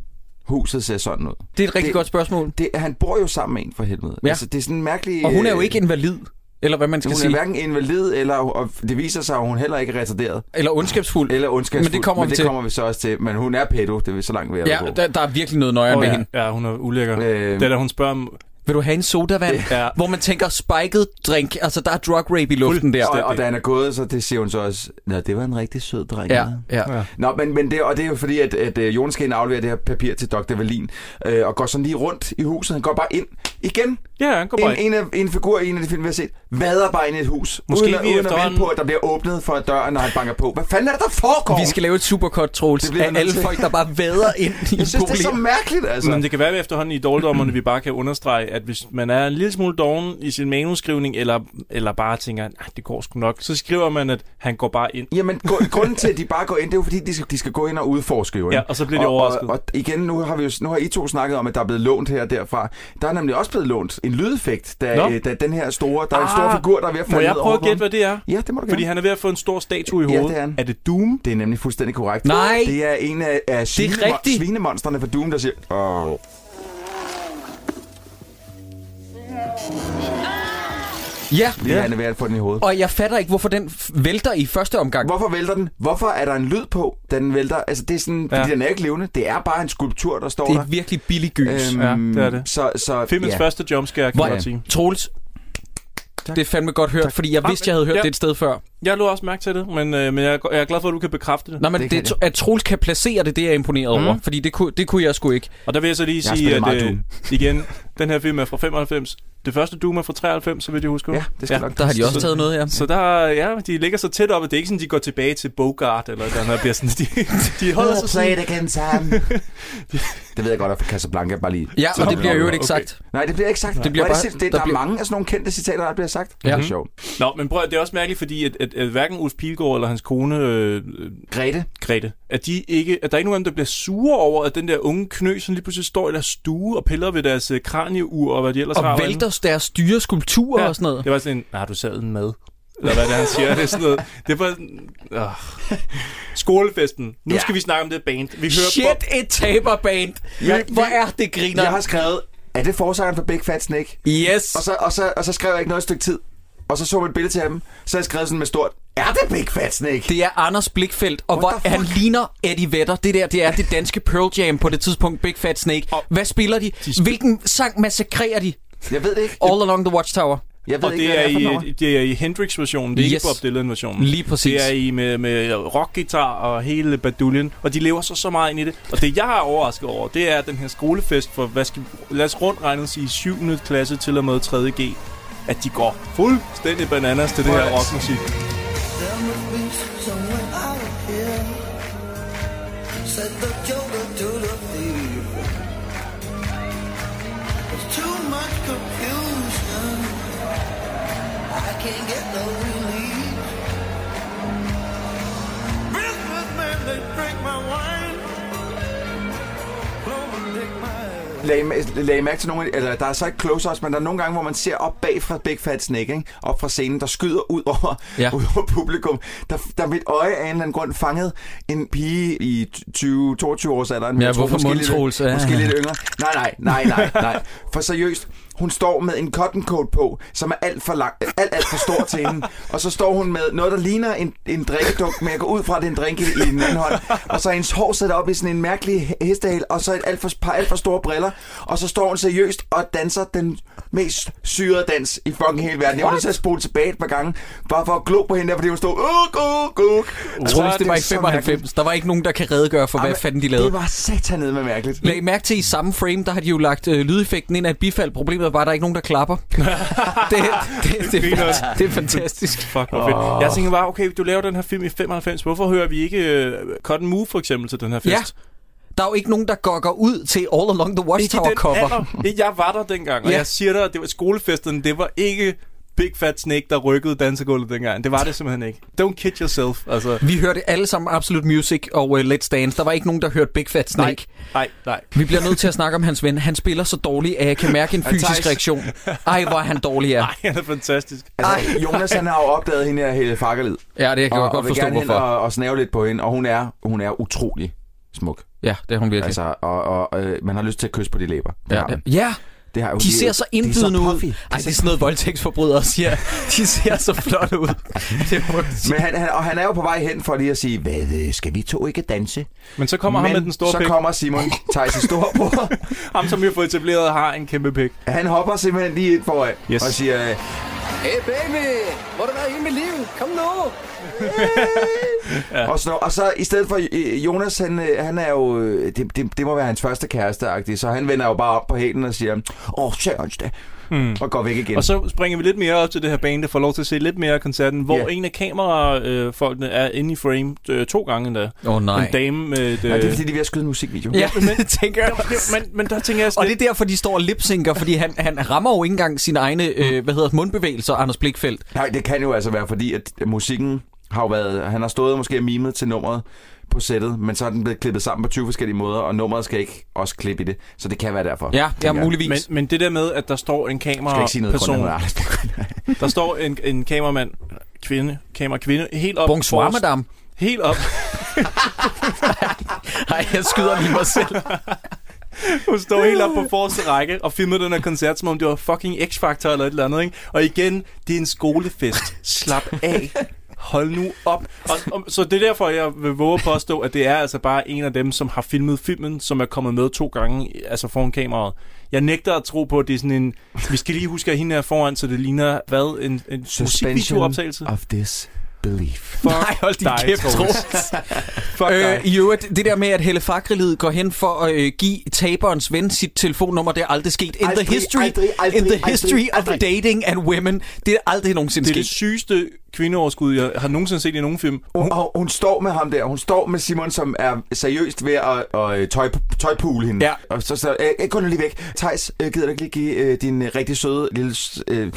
huset ser sådan ud?
Det er et rigtig godt spørgsmål.
Det, han bor jo sammen med en for helvede.
Ja.
Altså, det er sådan en mærkelig...
Og hun er jo
øh,
ikke invalid, eller hvad man skal
hun
sige.
er hverken invalid, eller, og det viser sig, at hun heller ikke er retarderet.
Eller ondskabsfuld.
Eller ondskabsfuld.
Men det kommer
men
vi
det
til.
kommer vi så også til. Men hun er pedo, det er så langt ved at
Ja,
gå.
der, der er virkelig noget nøjere
Åh,
oh, med
ja.
hende.
Ja, hun er ulækker.
Øhm.
Øh... Det er da, hun spørger om...
Vil du have en sodavand?
Ja.
Hvor man tænker spiket drink. Altså, der er drug rape i luften der.
Og, og da han er gået, så det siger hun så også, Nå, det var en rigtig sød dreng.
Ja, ja.
Nå, men, men det, og det er jo fordi, at, at øh, Jonas skal ind og aflevere det her papir til Dr. Valin, øh, og går sådan lige rundt i huset. Han går bare ind igen.
Ja, han går bare
en, en, af, en figur i en af de film, vi har set, vader bare ind i et hus.
Måske
uden, at-
vi
uden at
efterhånden-
vente på, at der bliver åbnet for døren, når han banker på. Hvad fanden er det, der foregår?
Vi skal lave et supercut, Troels,
Det bliver vi
af
nødt
alle
til.
folk, der bare vader ind i
Jeg synes, det er så
boligen.
mærkeligt, altså.
Men det kan være, at vi efterhånden i dårligdommerne, vi bare kan understrege, at hvis man er en lille smule doven i sin manuskrivning, eller, eller bare tænker, at det går sgu nok, så skriver man, at han går bare ind.
Jamen, gru- grunden til, at de bare går ind, det er jo fordi, de skal, de skal gå ind og udforske jo. ikke?
Ja, og så bliver de
og,
overrasket.
Og, og igen, nu har, vi jo, nu har I to snakket om, at der er blevet lånt her og derfra. Der er nemlig også blevet lånt en lydeffekt, da,
Nå. Ah,
øh, da den her store, der er en stor figur, der er ved at falde
Må jeg
ned
prøve
over
at gætte, hvad det er?
Ja, det må du
Fordi
gerne.
han er ved at få en stor statue i
Ja,
hovedet.
det er han.
Er det Doom?
Det er nemlig fuldstændig korrekt.
Nej!
Det er en af, af svine,
rigtigt.
svinemonsterne fra Doom, der siger... Åh.
Ja.
Fordi
Ja.
han er ved at få den i hovedet.
Og jeg fatter ikke, hvorfor den f- vælter i første omgang.
Hvorfor vælter den? Hvorfor er der en lyd på, da den vælter? Altså, det er sådan, ja.
Ja.
fordi den er ikke levende. Det er bare en skulptur, der står
Det
der.
er virkelig billig gys.
Øhm, Ja, det er det. Øhm, så- så-
Filmens
ja.
første jumpscare, kan
Hvor-
man godt sige.
Troels, Det er fandme godt hørt, tak. fordi jeg vidste, jeg havde hørt ja. det et sted før.
Jeg lå også mærke til det, men, øh, men jeg, jeg er glad for, at du kan bekræfte det.
Nej, men det det, at Troels kan placere det, det er jeg imponeret mm. over, fordi det kunne, det kunne jeg sgu ikke.
Og der vil jeg så lige
Jeg har
sige,
spillet
at
meget
øh, igen, den her film er fra 95. Det første Doom er fra 93, så vil jeg huske.
Ja, det skal nok- Der har de også taget noget, ja.
Så der, ja, de ligger så tæt op, at det er ikke sådan, de går tilbage til Bogart, eller der, der bliver sådan, de, de holder sig sådan.
again, Sam. det ved jeg godt, at Casablanca bare lige...
Ja, og
Så-
det bliver jo ikke
Okay.
sagt.
Nej, det bliver ikke sagt.
Det bliver
Hvor er
bare-
det, sind- det,
der
der, der
bliver-
er mange af sådan nogle kendte citater, der bliver sagt. Det er
Mhm.
sjovt.
Nå, men prøv, at- det er også mærkeligt, fordi at, at, at hverken Ulf Pilgaard eller hans kone... Øh, øh,
Grete.
Grete. At, de ikke, at der er ikke nogen af dem, der bliver sure over, at den der unge knø, som lige pludselig står i deres stue og piller ved deres øh, kranieur og hvad de ellers har.
Og
derinde.
vælter deres styre skulpturer ja. og sådan noget.
Det var sådan en, nej, du sad den med. Eller hvad det er, han siger. Det er sådan noget. Det var... Øh. Skolefesten. Nu
Ja.
ja. skal vi snakke om det band. Vi hører
Shit, et taberband. Ja, Hvor er det griner?
Jeg har skrevet, er det forsangeren for Big Fat Snake?
Yes.
Og så, og, så, og så skrev jeg ikke noget et stykke tid. Og så så man et billede til ham, så har jeg skrevet sådan med stort, er det Big Fat Snake?
Det er Anders Blikfeldt, og hvor han ligner Eddie Vedder. Det der, det er det danske Pearl Jam på det tidspunkt, Big Fat Snake. Hvad spiller de? Hvilken sang massakrerer de?
Jeg ved det ikke.
All Along the Watchtower.
Jeg
og det, er i, det er i Hendrix-versionen, det
Yes.
er ikke Bob Dylan-versionen.
Lige præcis.
Det er i med, med rockgitar og hele baduljen, og de lever så så meget ind i det. Og det, jeg er overrasket over, det er at den her skolefest for, hvad skal, lad os rundt regne sige, 7. klasse til og med 3.G, at de går fuldstændig bananas til det her rockmusik.
There must be someone out here. Said the joker to the thief. There's too much confusion. I can't get no relief. Businessmen, they drink my wine. Blow my dick, my
Lag, lag mærke til nogle, af- eller der er så ikke close-ups, men der er nogle gange, hvor man ser op bag fra Big Fat Snake, ikke? op fra scenen, der skyder ud over,
Ja.
ja. ud over publikum. Der, der mit øje af en eller anden grund fanget en pige i 20-22 års alderen.
Ja,
Jeg tror
hvorfor
måske
mundtråls?
Lidt,
Ja.
måske lidt yngre. Nej, nej, nej, nej, nej. For seriøst, hun står med en cotton coat på, som er alt for, lang, alt, alt for stor til hende. Og så står hun med noget, der ligner en, en drikkedunk, men jeg går ud fra, at det er en drink i, i den anden hånd. Og så er hendes hår sat op i sådan en mærkelig he- hestehal, og så et alt for, par alt for store briller. Og så står hun seriøst og danser den mest syrede dans i fucking hele verden. Jeg var nødt til at spole tilbage et par gange, bare for at glo på hende der, fordi hun stod... Uk, uk, uk.
Jeg tror, det var i
så mærkeligt.
95. Der var ikke nogen, der kan redegøre for, hvad
Jamen,
fanden de lavede.
Det var satanede med mærkeligt.
Lag mærke til, i samme frame, der har de jo lagt øh, lydeffekten ind af et bifald. Problemet var, at der ikke er nogen, der klapper. det, det, det, det, det er fantastisk.
Fuck, hvor fedt. Jeg tænker bare, okay, du laver den her film i 95, hvorfor hører vi ikke uh, Cotton Move for eksempel til den her fest?
Ja. Der er jo ikke nogen, der gokker ud til All Along the Watchtower cover.
alder. Jeg var der dengang, og
Ja.
ja. jeg siger dig, at det var skolefesten, det var ikke Big Fat Snake, der rykkede dansegulvet dengang. Det var det simpelthen ikke. Don't kid yourself. Altså,
Vi hørte alle sammen Absolute Music og uh, Let's Dance. Der var ikke nogen, der hørte Big Fat Snake.
nej, nej.
Vi bliver nødt til at snakke om hans ven. Han spiller så dårligt, at jeg kan mærke en
Ja, Theis.
fysisk reaktion. Ej, hvor er han dårlig er.
Nej, han er fantastisk.
Altså, Jonas han har jo opdaget hende her Helle Fakkerlid.
Ja, det kan jeg
og,
godt
og vil
forstå,
gerne hen
hvorfor.
Og, og snave lidt på hende, og hun er, hun er utrolig smuk.
Ja, det er hun virkelig.
Altså, og, og øh, man har lyst til at kysse på de læber. Det
Ja,
har man.
ja.
Det har hun
de ser så indbydende ud. Altså,
puffy.
Ej, det er sådan noget, voldtægtsforbrydere siger. De ser så flotte ud. Det må jeg sige.
Men han, han, og han er jo på vej hen for lige at sige, hvad, øh, skal vi to ikke danse?
Men så kommer Men ham med den store
så
pik.
kommer Simon Theis' storebror.
Ham, som vi har fået etableret, har en kæmpe pik.
Han hopper simpelthen lige ind foran
Yes.
og siger, øh,
Hey baby, hvor har du været hele mit liv? Kom nu!
Ja. Og, sådan, noget. og så i stedet for øh, Jonas, han, øh, han er jo, øh, det, det, det må være hans første kæreste så han vender jo bare op på hælen og siger, åh, Sørens da, mm. og går væk igen.
Og så springer vi lidt mere op til det her band, der får lov til at se lidt mere af koncerten, hvor
Ja.
en af kamerafolkene er inde i frame øh, to gange endda.
Åh, nej.
En dame med et...
Nej, det er
øh,
fordi, de er ved at skyde en musikvideo.
Ja, det tænker jeg.
Men, men der tænker jeg
Og
sådan
det er derfor, de står og lipsynker, fordi han, han rammer jo ikke engang sine egne øh, hvad hedder, det, mundbevægelser, Anders Blikfeldt.
Nej, det kan jo altså være, fordi at musikken har jo været, han har stået og måske mimet til nummeret på sættet, men så er den blevet klippet sammen på 20 forskellige måder, og nummeret skal ikke også klippe i det, så det kan være derfor.
Ja, det er
tænker jeg.
muligvis.
Men, men det der med, at der står en
Jeg skal ikke sige noget
kameraperson, der står en, en kameramand, kvinde, kamera kvinde, helt op.
Bonsoir,
forrest.
madame.
Helt op.
Nej, jeg skyder lige mig selv.
Hun står helt op på forreste række og filmer den her koncert, som om det var fucking X-Factor eller et eller andet, ikke? Og igen, det er en skolefest. Slap af. Hold nu op. Og, og, så det er derfor, jeg vil våge at påstå, at det er altså bare en af dem, som har filmet filmen, som er kommet med to gange altså foran kameraet. Jeg nægter at tro på, at det er sådan en... Vi skal lige huske, at hende er foran, så det ligner hvad? En, en musikvideooptagelse?
of this belief.
Fuck
Nej, hold din
dig,
kæft,
Troels.
Troels.
Fuck dig.
øh, I øvrigt, det der med, at Helle Fakrelid går hen for at øh, give taberens ven sit telefonnummer, det er aldrig sket. In
Aldrig,
the history,
aldrig, aldrig,
in the
aldrig,
history
aldrig.
of dating and women, det er aldrig nogensinde
Det er det
sket.
sygeste kvindeoverskud, jeg har nogensinde set i nogen film.
Hun, og hun står med ham der. Hun står med Simon, som er seriøst ved at, at øh, tøj, tøjpule hende. Ja. Og så så øh, gå nu lige væk. Thijs, øh, gider du ikke lige give øh, din øh, rigtig søde lille øh,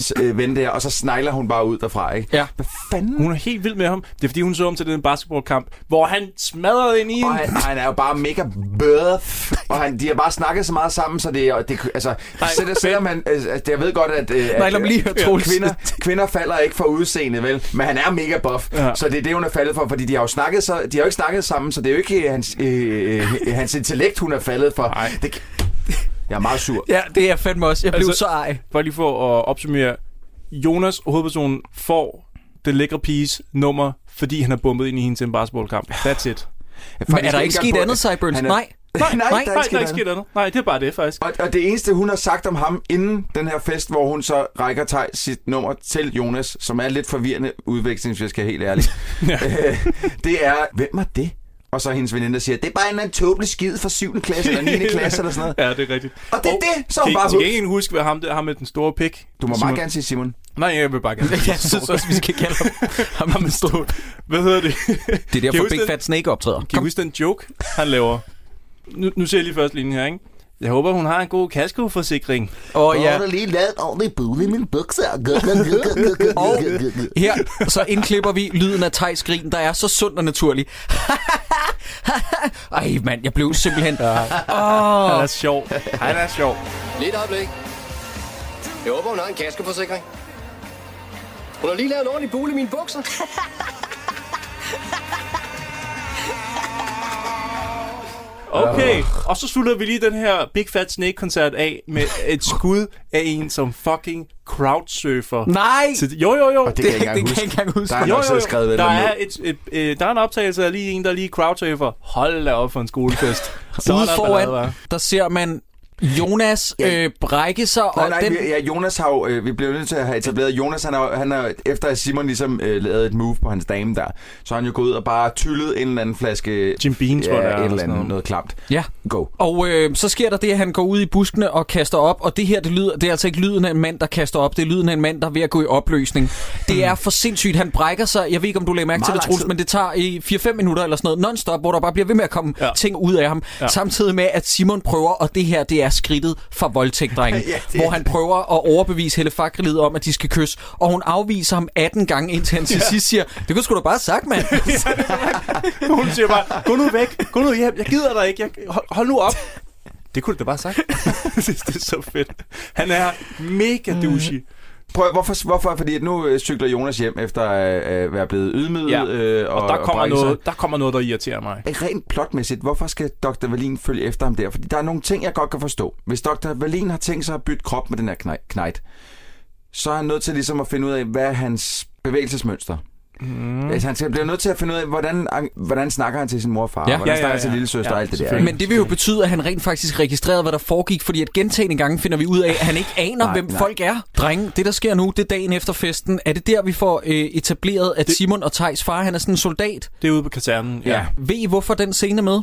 s- øh, ven der? Og så snegler hun bare ud derfra, ikke?
Ja.
Hvad fanden?
Hun er helt vild med ham. Det er fordi, hun så ham til den basketballkamp, hvor han smadrede ind i
Og
hende.
han, han er jo bare mega bøf, og han, de har bare snakket så meget sammen, så det er... Det, altså,
Nej,
selv, selvom han... Altså, jeg ved godt, at, øh,
Nej,
at
lad mig lige høre,
øh,
Troels.
kvinder, kvinder falder ikke for udseendet, vel? Men han er mega buff,
Ja.
ja. så det er det, hun er faldet for, fordi de har jo, snakket så, de har jo ikke snakket sammen, så det er jo ikke hans, øh, øh, hans intellekt, hun er faldet for.
Nej.
Det, jeg er meget sur.
Ja, det er fandme også. Jeg blev
Altså-
så ej.
Bare lige for at opsummere. Jonas, hovedpersonen, får det lækre piges nummer, fordi han har bumpet ind i hende til en basketballkamp. That's it.
Jeg
Men
faktisk
er der ikke
engang
sket
på-
andet, Cyburns?
Han er-
Nej.
Nej, nej, nej,
nej,
nej, nej, ikke sket andet. Nej, det er bare det, faktisk.
Og, og det eneste, hun har sagt om ham inden den her fest, hvor hun så rækker Tej sit nummer til Jonas, som er en lidt forvirrende udveksling, hvis jeg skal være helt ærlig,
Ja.
øh, det er, hvem er det? Og så hendes veninde, der siger, det er bare en eller anden tåbelig skid fra 7. klasse eller 9. klasse eller sådan noget.
Ja, det er rigtigt.
Og det er det, så er hun
kan,
bare
Kan
hooked.
ingen huske, hvad ham der har med den store pik?
Du må
Simon.
meget gerne sige Simon.
Nej, jeg vil bare gerne.
Jeg synes også, vi skal kalde ham, ham den store.
Hvad hedder det?
Det er
Kan I
derfor
huske
Big
den?
Fat Snake optræder.
Kan I
Kom.
huske den joke, han laver? Nu, nu ser jeg lige først linjen her, ikke? Jeg håber, hun har en god kaskoforsikring.
Åh oh, ja,
lige lavet ordentligt bud i min bukser.
Og her, så indklipper vi lyden af Thijs grin, der er så sund og naturlig. Ej, mand, jeg blev simpelthen... Åh,
Han er sjov. Han er sjov.
Lidt øjeblik. Jeg håber, hun har en kaskeforsikring. Hun har lige lavet en ordentlig bule i mine bukser.
Okay, og så slutter vi lige den her Big Fat Snake-koncert af med et skud af en, som fucking crowdsurfer.
nej!
Til, jo, jo, jo.
Og det
Det,
kan jeg ikke engang
det kan
huske.
jeg ikke engang huske.
Der er nok selv skrevet ved
der,
dem
er
ned.
et, et, øh, der er en optagelse af lige en, der lige crowdsurfer. Hold da op for en skolefest. så
Ude foran, der ser man Jonas øh, brække sig,
Nej,
og
nej,
den...
vi, ja, Jonas har jo, øh, vi blev nødt til at have etableret, Jonas han har, han har efter at Simon ligesom øh, lavede et move på hans dame der, så har han jo gået ud og bare tyllet en eller anden flaske...
Jim Beam, tror jeg, det er,
ja,
eller
et eller
sådan noget.
andet, noget klamt.
Ja.
Go.
Og øh, så sker der det, at han går ud i buskene og kaster op, og det her, det, lyder, det er altså ikke lyden af en mand, der kaster op, det er lyden af en mand, der er ved at gå i opløsning.
Mm.
Det er for sindssygt, han brækker sig, jeg ved ikke, om du lagde mærke
Meget
til det,
lang
Troels,
tid.
men det tager i 4-5 minutter eller sådan noget, non-stop, hvor der bare bliver ved med at komme
Ja.
ja. ting ud af ham,
Ja.
ja. samtidig med, at Simon prøver, og det her, det er skridtet fra voldtægt, ja,
Ja, det er
hvor han prøver at overbevise Helle Fakrelid om, at de skal kysse, og hun afviser ham 18 gange, indtil han til sidst siger, det kunne sgu da bare have sagt, mand.
Hun siger bare, gå nu væk, gå nu hjem, jeg gider dig ikke, jeg, hold, hold nu op. Det kunne du da bare have sagt. Jeg synes, det er så fedt. Han er mega
Mm.
douchey.
Prøv, at- hvorfor, hvorfor? Fordi at nu øh, cykler Jonas hjem efter at øh, være blevet ydmyget.
Ja,
Øh,
Og, der, kommer
brække
noget, der kommer noget, der irriterer mig.
sig. Øh, Rent plotmæssigt, hvorfor skal Dr. Valin følge efter ham der? Fordi der er nogle ting, jeg godt kan forstå. Hvis Dr. Valin har tænkt sig at bytte krop med den her knaj- knejt, så er han nødt til ligesom at finde ud af, hvad er hans bevægelsesmønster. Mm. Altså, han skal- bliver nødt til at finde ud af, hvordan, hvordan snakker han til sin mor og far,
Ja.
hvordan
Ja, ja,
snakker han
ja.
til lille søster
Ja,
og alt det der.
selvfølgelig.
ikke?
Men det vil jo betyde, at han rent faktisk registrerede, hvad der foregik, fordi at gentagende gange finder vi ud af, at han ikke aner,
Nej,
nej, hvem
nej.
nej. folk er. Drenge, det der sker nu, det er dagen efter festen. Er det der, vi får øh, etableret, at
Det-
det... Simon og Tejs far, han er sådan en soldat?
Det er ude på kasernen.
Ja.
Ved I, hvorfor den scene er med?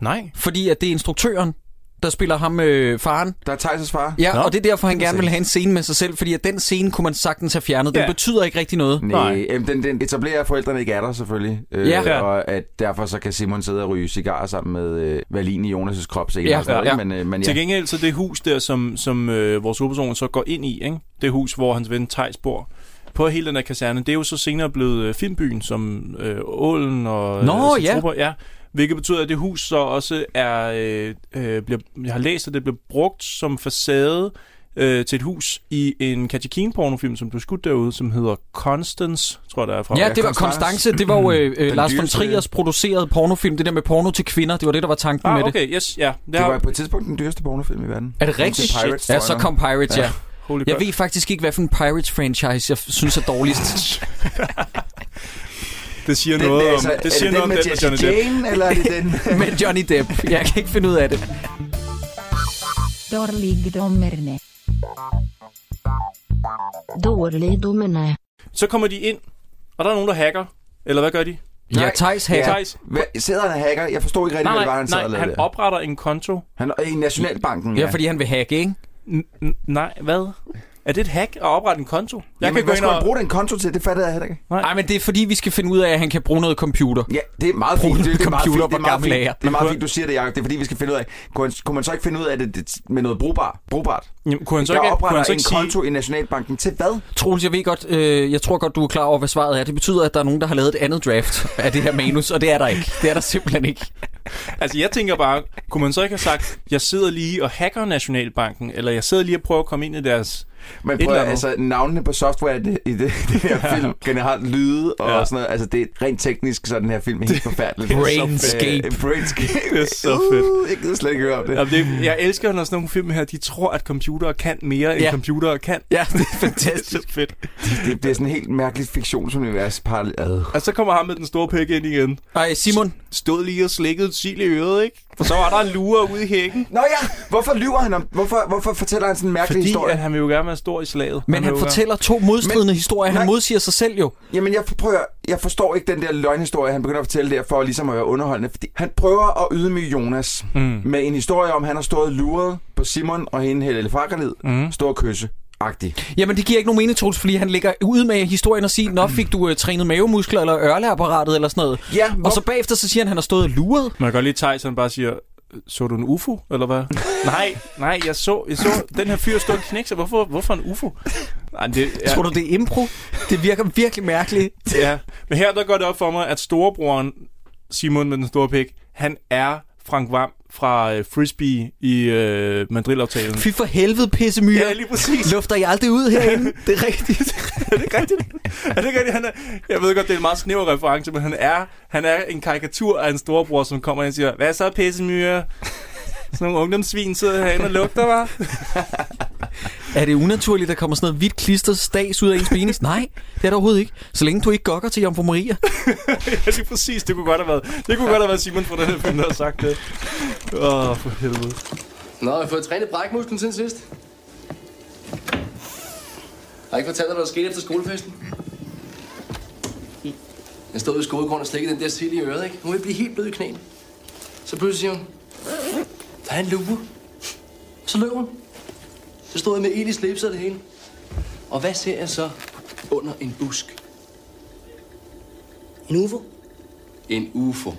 Nej.
Fordi at det er instruktøren, der spiller ham øh, faren.
Der er Thijs' far.
Ja,
Nå,
Nå, og det er derfor, han
det er
gerne vil
sandt.
have en scene med sig selv, fordi at den scene kunne man sagtens have fjernet. Den
Ja.
betyder ikke rigtig noget.
Nej,
Nej.
øhm, den, den etablerer, at forældrene ikke er der selvfølgelig. Øh,
Ja.
Ja.
Og at derfor så kan Simon sidde og ryge cigarer sammen med øh, Valin i Jonas' krop senere.
Ja,
og sådan noget,
ja.
ikke? Men, øh, men
Til
ja.
gengæld så det hus der, som, som øh, vores hovedperson så går ind i, ikke? det hus, hvor hans ven Thijs bor, på hele den her kaserne, det er jo så senere blevet øh, filmbyen, som øh, Ålen og...
Nå,
øh,
ja.
Trupper- ja. Hvilket betyder, at det hus så også er... Øh, øh, bliver, jeg har læst, at det blev brugt som facade øh, til et hus i en Katjikin pornofilm, som blev skudt derude, som hedder Constance, tror jeg, der er fra.
Ja,
Ja,
det var
Constance.
Konstance. Det var jo øh, øh,
Den
Lars von
dyreste-
Triers producerede pornofilm. Det der med porno til kvinder, det var det, der var tanken med
ah,
det.
okay, yes, ja. Det,
Det
har,
var på et tidspunkt den dyreste pornofilm i verden.
Er det rigtigt?
Indtil Pirates,
ja,
tror
så
jeg.
kom Pirates, ja.
Ja.
holy
Jeg
crap.
ved faktisk ikke, hvad for en Pirates-franchise, jeg f- synes er dårligst.
Det siger den, noget altså, om... Det siger
er det
noget
den med
om den
Jesse
Johnny Depp.
Jane, eller er det den...
med Johnny Depp. Jeg kan ikke finde ud af det.
Dårligdommerne. Dårligdommerne.
Så kommer de ind, og der er nogen, der hacker. Eller hvad gør de?
Ja, Thijs hacker.
Thijs.
Hvad- Sidder han og hacker? Jeg forstår ikke rigtig,
Nej,
hvad det var,
nej,
han sad og
nej,
lavede
han
der.
opretter en konto.
Han er i Nationalbanken, ja.
han vil hacke, ikke?
nej, hvad? Er det et hack at oprette en konto? Jeg
Jamen, hvad skulle han bruge den konto til? Det fattede jeg heller ikke.
Nej, men det er fordi, vi skal finde ud af, at han kan bruge noget computer.
Ja, det er meget fint.
Bruge
Det, det,
noget
er meget fint.
computer
Det
på
er meget
gamle
fint.
lager.
Det er meget fint, du siger det, Jacob. Det er fordi, vi skal finde ud af, kunne, han- kunne man så ikke finde ud af det, det med noget brugbar, brugbart?
Jamen, kunne han så
der
ikke- kunne
opretter
han så
en
ikke sige-
konto i Nationalbanken til hvad?
Troels, jeg ved godt, øh, jeg tror godt, du er klar over, hvad svaret er. Det betyder, at der er nogen, der har lavet et andet draft af det her manus, og det er der ikke. Det er der simpelthen ikke.
Altså, jeg tænker bare, kunne man så ikke have sagt, jeg sidder lige og hacker Nationalbanken, eller jeg sidder lige og prøver at komme ind i deres...
Men prøv, at- altså, navnene på software i det, i det, det her film, generelt lyde og
Ja.
ja. sådan noget, altså det er rent teknisk, så er den her film er helt forfærdelig.
det er så fedt. Brainscape.
Øh, Brainscape.
Det er så fedt.
Uh, jeg gider slet ikke høre om det.
Jamen, det, jeg elsker, når sådan nogle film her, de tror, at computere kan mere, end
Ja.
computere kan.
Ja, det er fantastisk.
det er så fedt.
Det bliver sådan et helt mærkeligt fiktionsunivers parallelt. ad.
Og så kommer ham med den store pæk ind igen.
Nej, Simon.
Stod lige og slikkede et sil i øret, ikke? For så var der en lure ude i hækken.
Nå ja, hvorfor lyver han om, hvorfor, hvorfor fortæller han sådan en mærkelig
Fordi
historie?
at han vil jo gerne være stor i slaget.
Men han
vil jo
fortæller to modstridende men, historier. Han
nej.
modsiger sig selv jo.
Jamen, jeg, prøver, jeg forstår ikke den der løgnhistorie, han begynder at fortælle der, for ligesom at være underholdende. Fordi han prøver at ydmyge Jonas
Mm.
mm. med en historie om, at han har stået luret på Simon og hende Helle Frakerlid. Mm. Stor kysse. Agtig.
Jamen, det giver ikke nogen mening, Troels, fordi han ligger ud med historien og siger, nå, fik du øh, trænet mavemuskler eller ørleapparatet eller sådan noget.
Ja,
Og så bagefter så siger han, han har stået og luret.
Man kan godt lige tage, så han bare siger, så du en UFO, eller hvad? nej, nej, jeg så, jeg så den her fyr stå og knække sig. Hvorfor, hvorfor en UFO? Nej, det,
Ja. Tror du, det er impro? Det virker virkelig mærkeligt.
Ja, men her der går det op for mig, at storebroren Simon med den store pik, han er Frank Vam fra øh, Frisbee i øh, Mandrilaftalen.
Fy for helvede, pissemyre.
Ja, lige præcis.
Lufter I aldrig ud herinde? Det er rigtigt.
er det ikke rigtigt? Er det ikke rigtigt? Han er, jeg ved godt, det er en meget snæver reference, men han er, han er en karikatur af en storebror, som kommer ind og siger, hvad så, pissemyre? Sådan nogle ungdomssvin sidder herinde og lugter, var.
Er det unaturligt, der kommer sådan noget hvidt klistret stags ud af ens penis? Nej, det er det overhovedet ikke. Så længe du ikke gokker til Jomfru Maria.
ja, lige præcis. Det kunne godt have været, det kunne godt have været Simon fra den her film, der har sagt det. Åh, oh, for helvede.
Nå, har I fået trænet brækmusklen siden sidst? Har jeg ikke fortalt dig, hvad der skete efter skolefesten? Jeg stod ude i skolegården og slikkede den der sild i øret, ikke? Nu vil jeg blive helt blød i knæene. Så pludselig siger hun, der er en lue. Så løb hun. Så stod jeg med ild i slipset og det hele. Og hvad ser jeg så under en busk? En ufo? En ufo.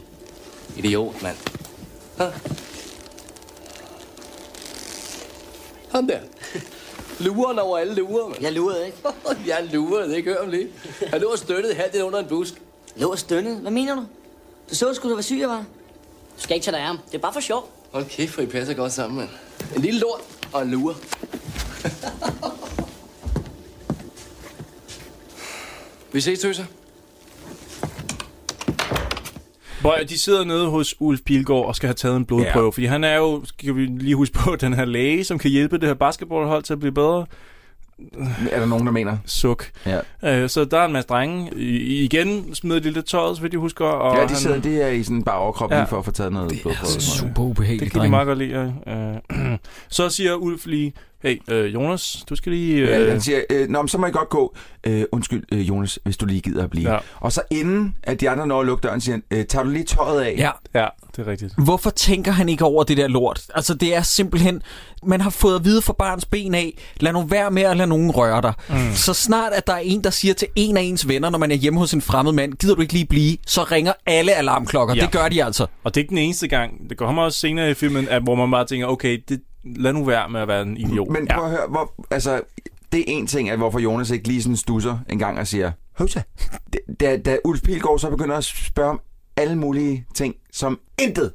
Idiot, mand. Ha? Ham der. Luren over alle lurer, mand.
Jeg lurede ikke.
Jeg lurer, det ikke hør om lige. Jeg lå og støttede halvdelen under en busk.
Lå og stønnede. Hvad mener du? Du så sgu, du var syg, jeg var. Du skal ikke tage dig af ham. Det er bare for sjov.
Hold kæft, for I passer godt sammen, mand. En lille lort og en lure. Vi ses, tøser.
Bøj, de sidder nede hos Ulf Pilgaard og skal have taget en blodprøve, ja. fordi han er jo, skal vi lige huske på, den her læge, som kan hjælpe det her basketballhold til at blive bedre.
Er der nogen, der mener?
Suk.
Ja.
Øh, så der er en masse drenge. I, igen smider de lidt tøjet, så vidt jeg husker. Og
ja,
han-
de sidder det er i sådan bare overkrop
Ja.
ja. lige for at få taget noget det blodprøve.
altså ubehageligt,
Det kan de meget godt lide. ja. Øh, så siger Ulf lige, hey, øh, Jonas, du skal lige... Øh,
Ja, han siger, øh, Nå, men så må I godt gå. Øh, undskyld, øh, Jonas, hvis du lige gider at blive.
Ja.
Ja. Og så inden, at de andre når at lukke døren, siger han, øh, tager du lige tøjet af?
Ja.
ja, det er rigtigt.
Hvorfor tænker han ikke over det der lort? Altså, det er simpelthen... Man har fået at vide fra barns ben af, lad nu være med at lade nogen røre dig. Mm. Så snart, at der er en, der siger til en af ens venner, når man er hjemme hos en fremmed mand, gider du ikke lige blive, så ringer alle alarmklokker.
Ja.
Ja. Det gør de altså.
Og det er ikke den eneste gang. Det kommer også senere i filmen, at, hvor man bare tænker, okay, det, lad nu være med at være en idiot.
Men prøv at høre, hvor, altså, det er en ting, at hvorfor Jonas ikke lige sådan stusser en gang og siger, Hosa. Da, da Ulf Pilgaard så begynder at spørge om alle mulige ting, som intet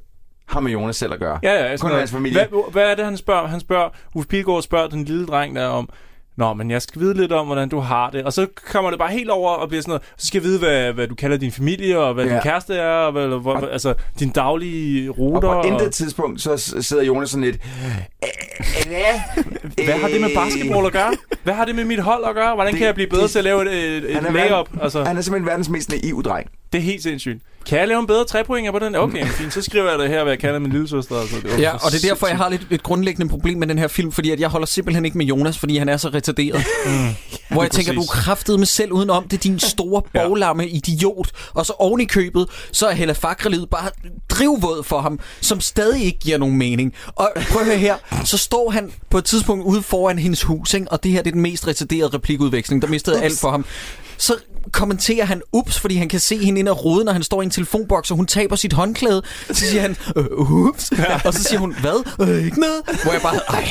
har med Jonas selv at gøre.
Ja, ja.
Kun
sådan
hans
noget.
familie.
Hvad, hvad er det, han spørger? Han spørger, Uffe Pilgaard spørger den lille dreng der om, Nå, men jeg skal vide lidt om, hvordan du har det. Og så kommer det bare helt over og bliver sådan noget. Så skal jeg vide, hvad, hvad du kalder din familie, og hvad ja.
Ja.
din kæreste er, og hvad, eller, hvor, altså din daglige ruter.
Og på intet tidspunkt, så s- sidder Jonas sådan lidt,
Hvad har det med basketball at gøre? Hvad har det med mit hold at gøre? Hvordan det, kan jeg blive bedre det, til at lave et, et, et
han er
layup?
verden-
Altså,
han er simpelthen verdens mest naive dreng.
det er helt sindssygt. Kan jeg lave en bedre trepoinger på den? Okay, fint. Så skriver jeg det her, hvad jeg kan af min lille søster. Altså, det var
Ja,
for
og det er derfor, jeg
sindssygt.
har lidt et grundlæggende problem med den her film, fordi at jeg holder simpelthen ikke med Jonas, fordi han er så retarderet. Mm. Hvor jeg
præcis.
tænker, du kræftede med selv udenom, det er din store boglamme idiot. Og så oven i købet, så er Hella Fakrelid bare drivvåd for ham, som stadig ikke giver nogen mening. Og prøv at høre her, så står han på et tidspunkt ude foran hendes hus, ikke? og det her det er den mest retarderede replikudveksling, der mistede jeg alt for ham. Så kommenterer han, ups, fordi han kan se hende ind ad ruden, når han står i en telefonboks, og hun taber sit håndklæde. Så siger han, øh, ups, og så siger hun, hvad? Øh, ikke noget? Hvor jeg bare, ej,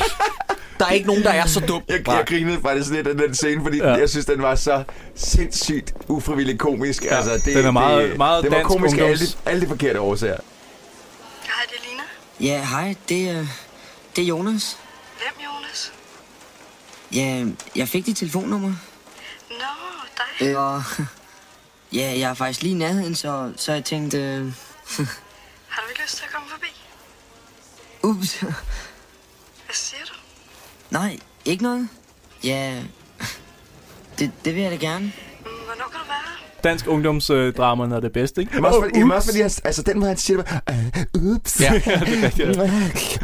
der er ikke nogen, der er så dum.
Jeg, jeg grinede faktisk lidt af den scene, fordi ja.
Ja.
jeg synes, den var så sindssygt ufrivilligt komisk. Ja, altså, det,
den er meget-
det,
meget
det var
dansk
komisk af alle, de-
ungdoms-
alle de forkerte årsager.
Hej, det er Lina.
Ja, hej. Det, øh, det er Jonas.
Hvem, Jonas?
Ja, jeg fik dit telefonnummer.
Nå, dig.
Mm.
Øh, og, ja, jeg er faktisk lige i nærheden, så, så jeg tænkte... Øh,
Har du ikke lyst til at komme forbi?
ups.
Hvad siger du?
Nej, ikke noget. Ja, det, det vil jeg da gerne.
Mm, Hvornår kan du være her?
Dansk ungdomsdrama er det bedste, ikke?
Men også, fordi,
Åh,
men
ups.
også fordi, han- altså den måde, han siger det, bare, øh, ups. Øh,
Ja,
Ja, det er rigtigt.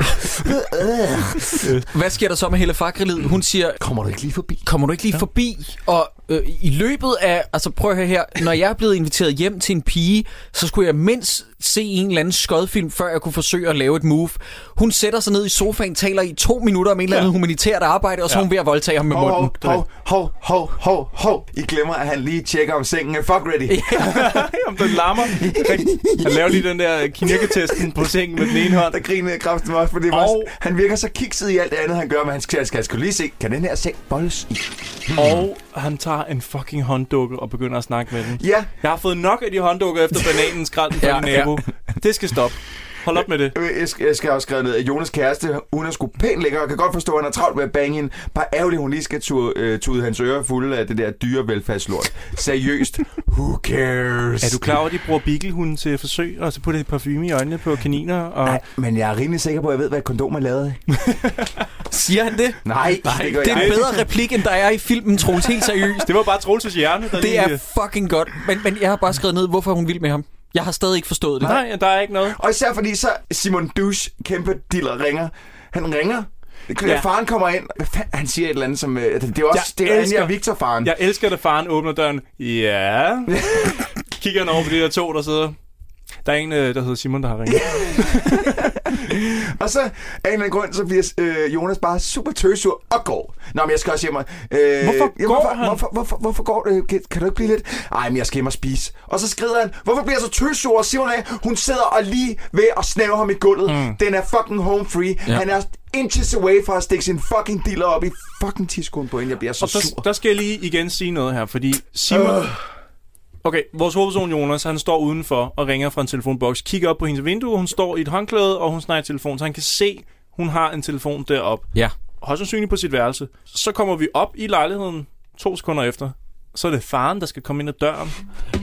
Hvad sker der så med Helle Fakrelid? Hun siger...
Kommer du ikke lige forbi?
Kommer du ikke lige ja. forbi? Og øh, i løbet af... Altså prøv at høre her. Når jeg er blevet inviteret hjem til en pige, så skulle jeg mindst se en eller anden skodfilm, før jeg kunne forsøge at lave et move. Hun sætter sig ned i sofaen, taler i to minutter om en eller anden ja. humanitært arbejde, og så er hun ved at voldtage ham med
Hov,
munden.
hov, hov, hov, hov, hov, hov. I glemmer, at han lige tjekker om sengen er fuck ready.
Om den larmer. Han laver lige den der knirketesten på sengen med den ene hånd.
Der grinede kraften mig også, fordi det var
Og-
sådan- han virker så kikset i alt det andet, han gør, men han skal, skal, skal lige se, kan den her seng bolles i?
Og han tager en fucking hånddukke og begynder at snakke med den.
Ja,
Jeg har fået nok af de hånddukker efter bananens skrald fra
Ja,
ja, din nabo. Det skal stoppe. Hold op med det.
Øh, Jeg skal, jeg skal også skrive ned, at Jonas kæreste, hun er sgu pænt lækker, og kan godt forstå, at han har travlt med at bange hende. Bare ærgerligt, hun lige skal tude, øh, tude hans ører fulde af det der dyre velfærdslort. Seriøst, who cares?
Er du klar over, at de bruger beaglehunden til forsøg, og så putter de parfume i øjnene på kaniner? Og...
Nej, men jeg er rimelig sikker på, at jeg ved, hvad et kondom er lavet af.
Siger han det?
Nej,
Nej,
det gør
Det er
jeg
en
ikke.
bedre replik, end der er i filmen, Troels. Helt seriøst.
Det var bare Troelses hjerne, der
Det
lige...
er fucking godt. Men, men jeg har bare skrevet ned, hvorfor er hun vild med ham. Jeg har stadig ikke forstået det.
Nej, der er ikke noget.
Og især fordi så Simon Dusch, kæmpe diller, ringer. Han ringer. Ja.
Ja.
Faren kommer ind. Hvad fanden? Han siger et eller andet, som... øh, Det er også jeg det er
elsker-
Anja og Victor-faren.
Jeg elsker, da faren åbner døren. Ja. Kigger han over på de der to, der sidder. Der er en, øh, der hedder Simon, der har ringet.
Og så af en eller anden grund, så bliver øh, Jonas bare super tøsur og går. Nå, men jeg skal også hjem og... Øh,
Hvorfor går
hvorfor,
han?
Hvorfor, hvorfor, hvorfor går det? Kan, kan du ikke blive lidt... Ej, men jeg skal hjem og spise. Og så skrider han, hvorfor bliver jeg så tøsur? Og Simon af, hun sidder og lige ved at snæve ham i gulvet. Mm. Den er fucking home free. Ja. Han er inches away fra at stikke sin fucking dealer op i fucking tidskoden på hende. Jeg bliver så
Og
sur.
der, der skal jeg lige igen sige noget her, fordi Simon...
Øh.
Okay, vores hovedperson Jonas, han står udenfor og ringer fra en telefonboks, kigger op på hendes vindue, hun står i et håndklæde, og hun snakker i telefon, så han kan se, hun har en telefon derop.
Ja.
Højst sandsynligt på sit værelse. Så kommer vi op i lejligheden to sekunder efter. Så er det faren, der skal komme ind ad døren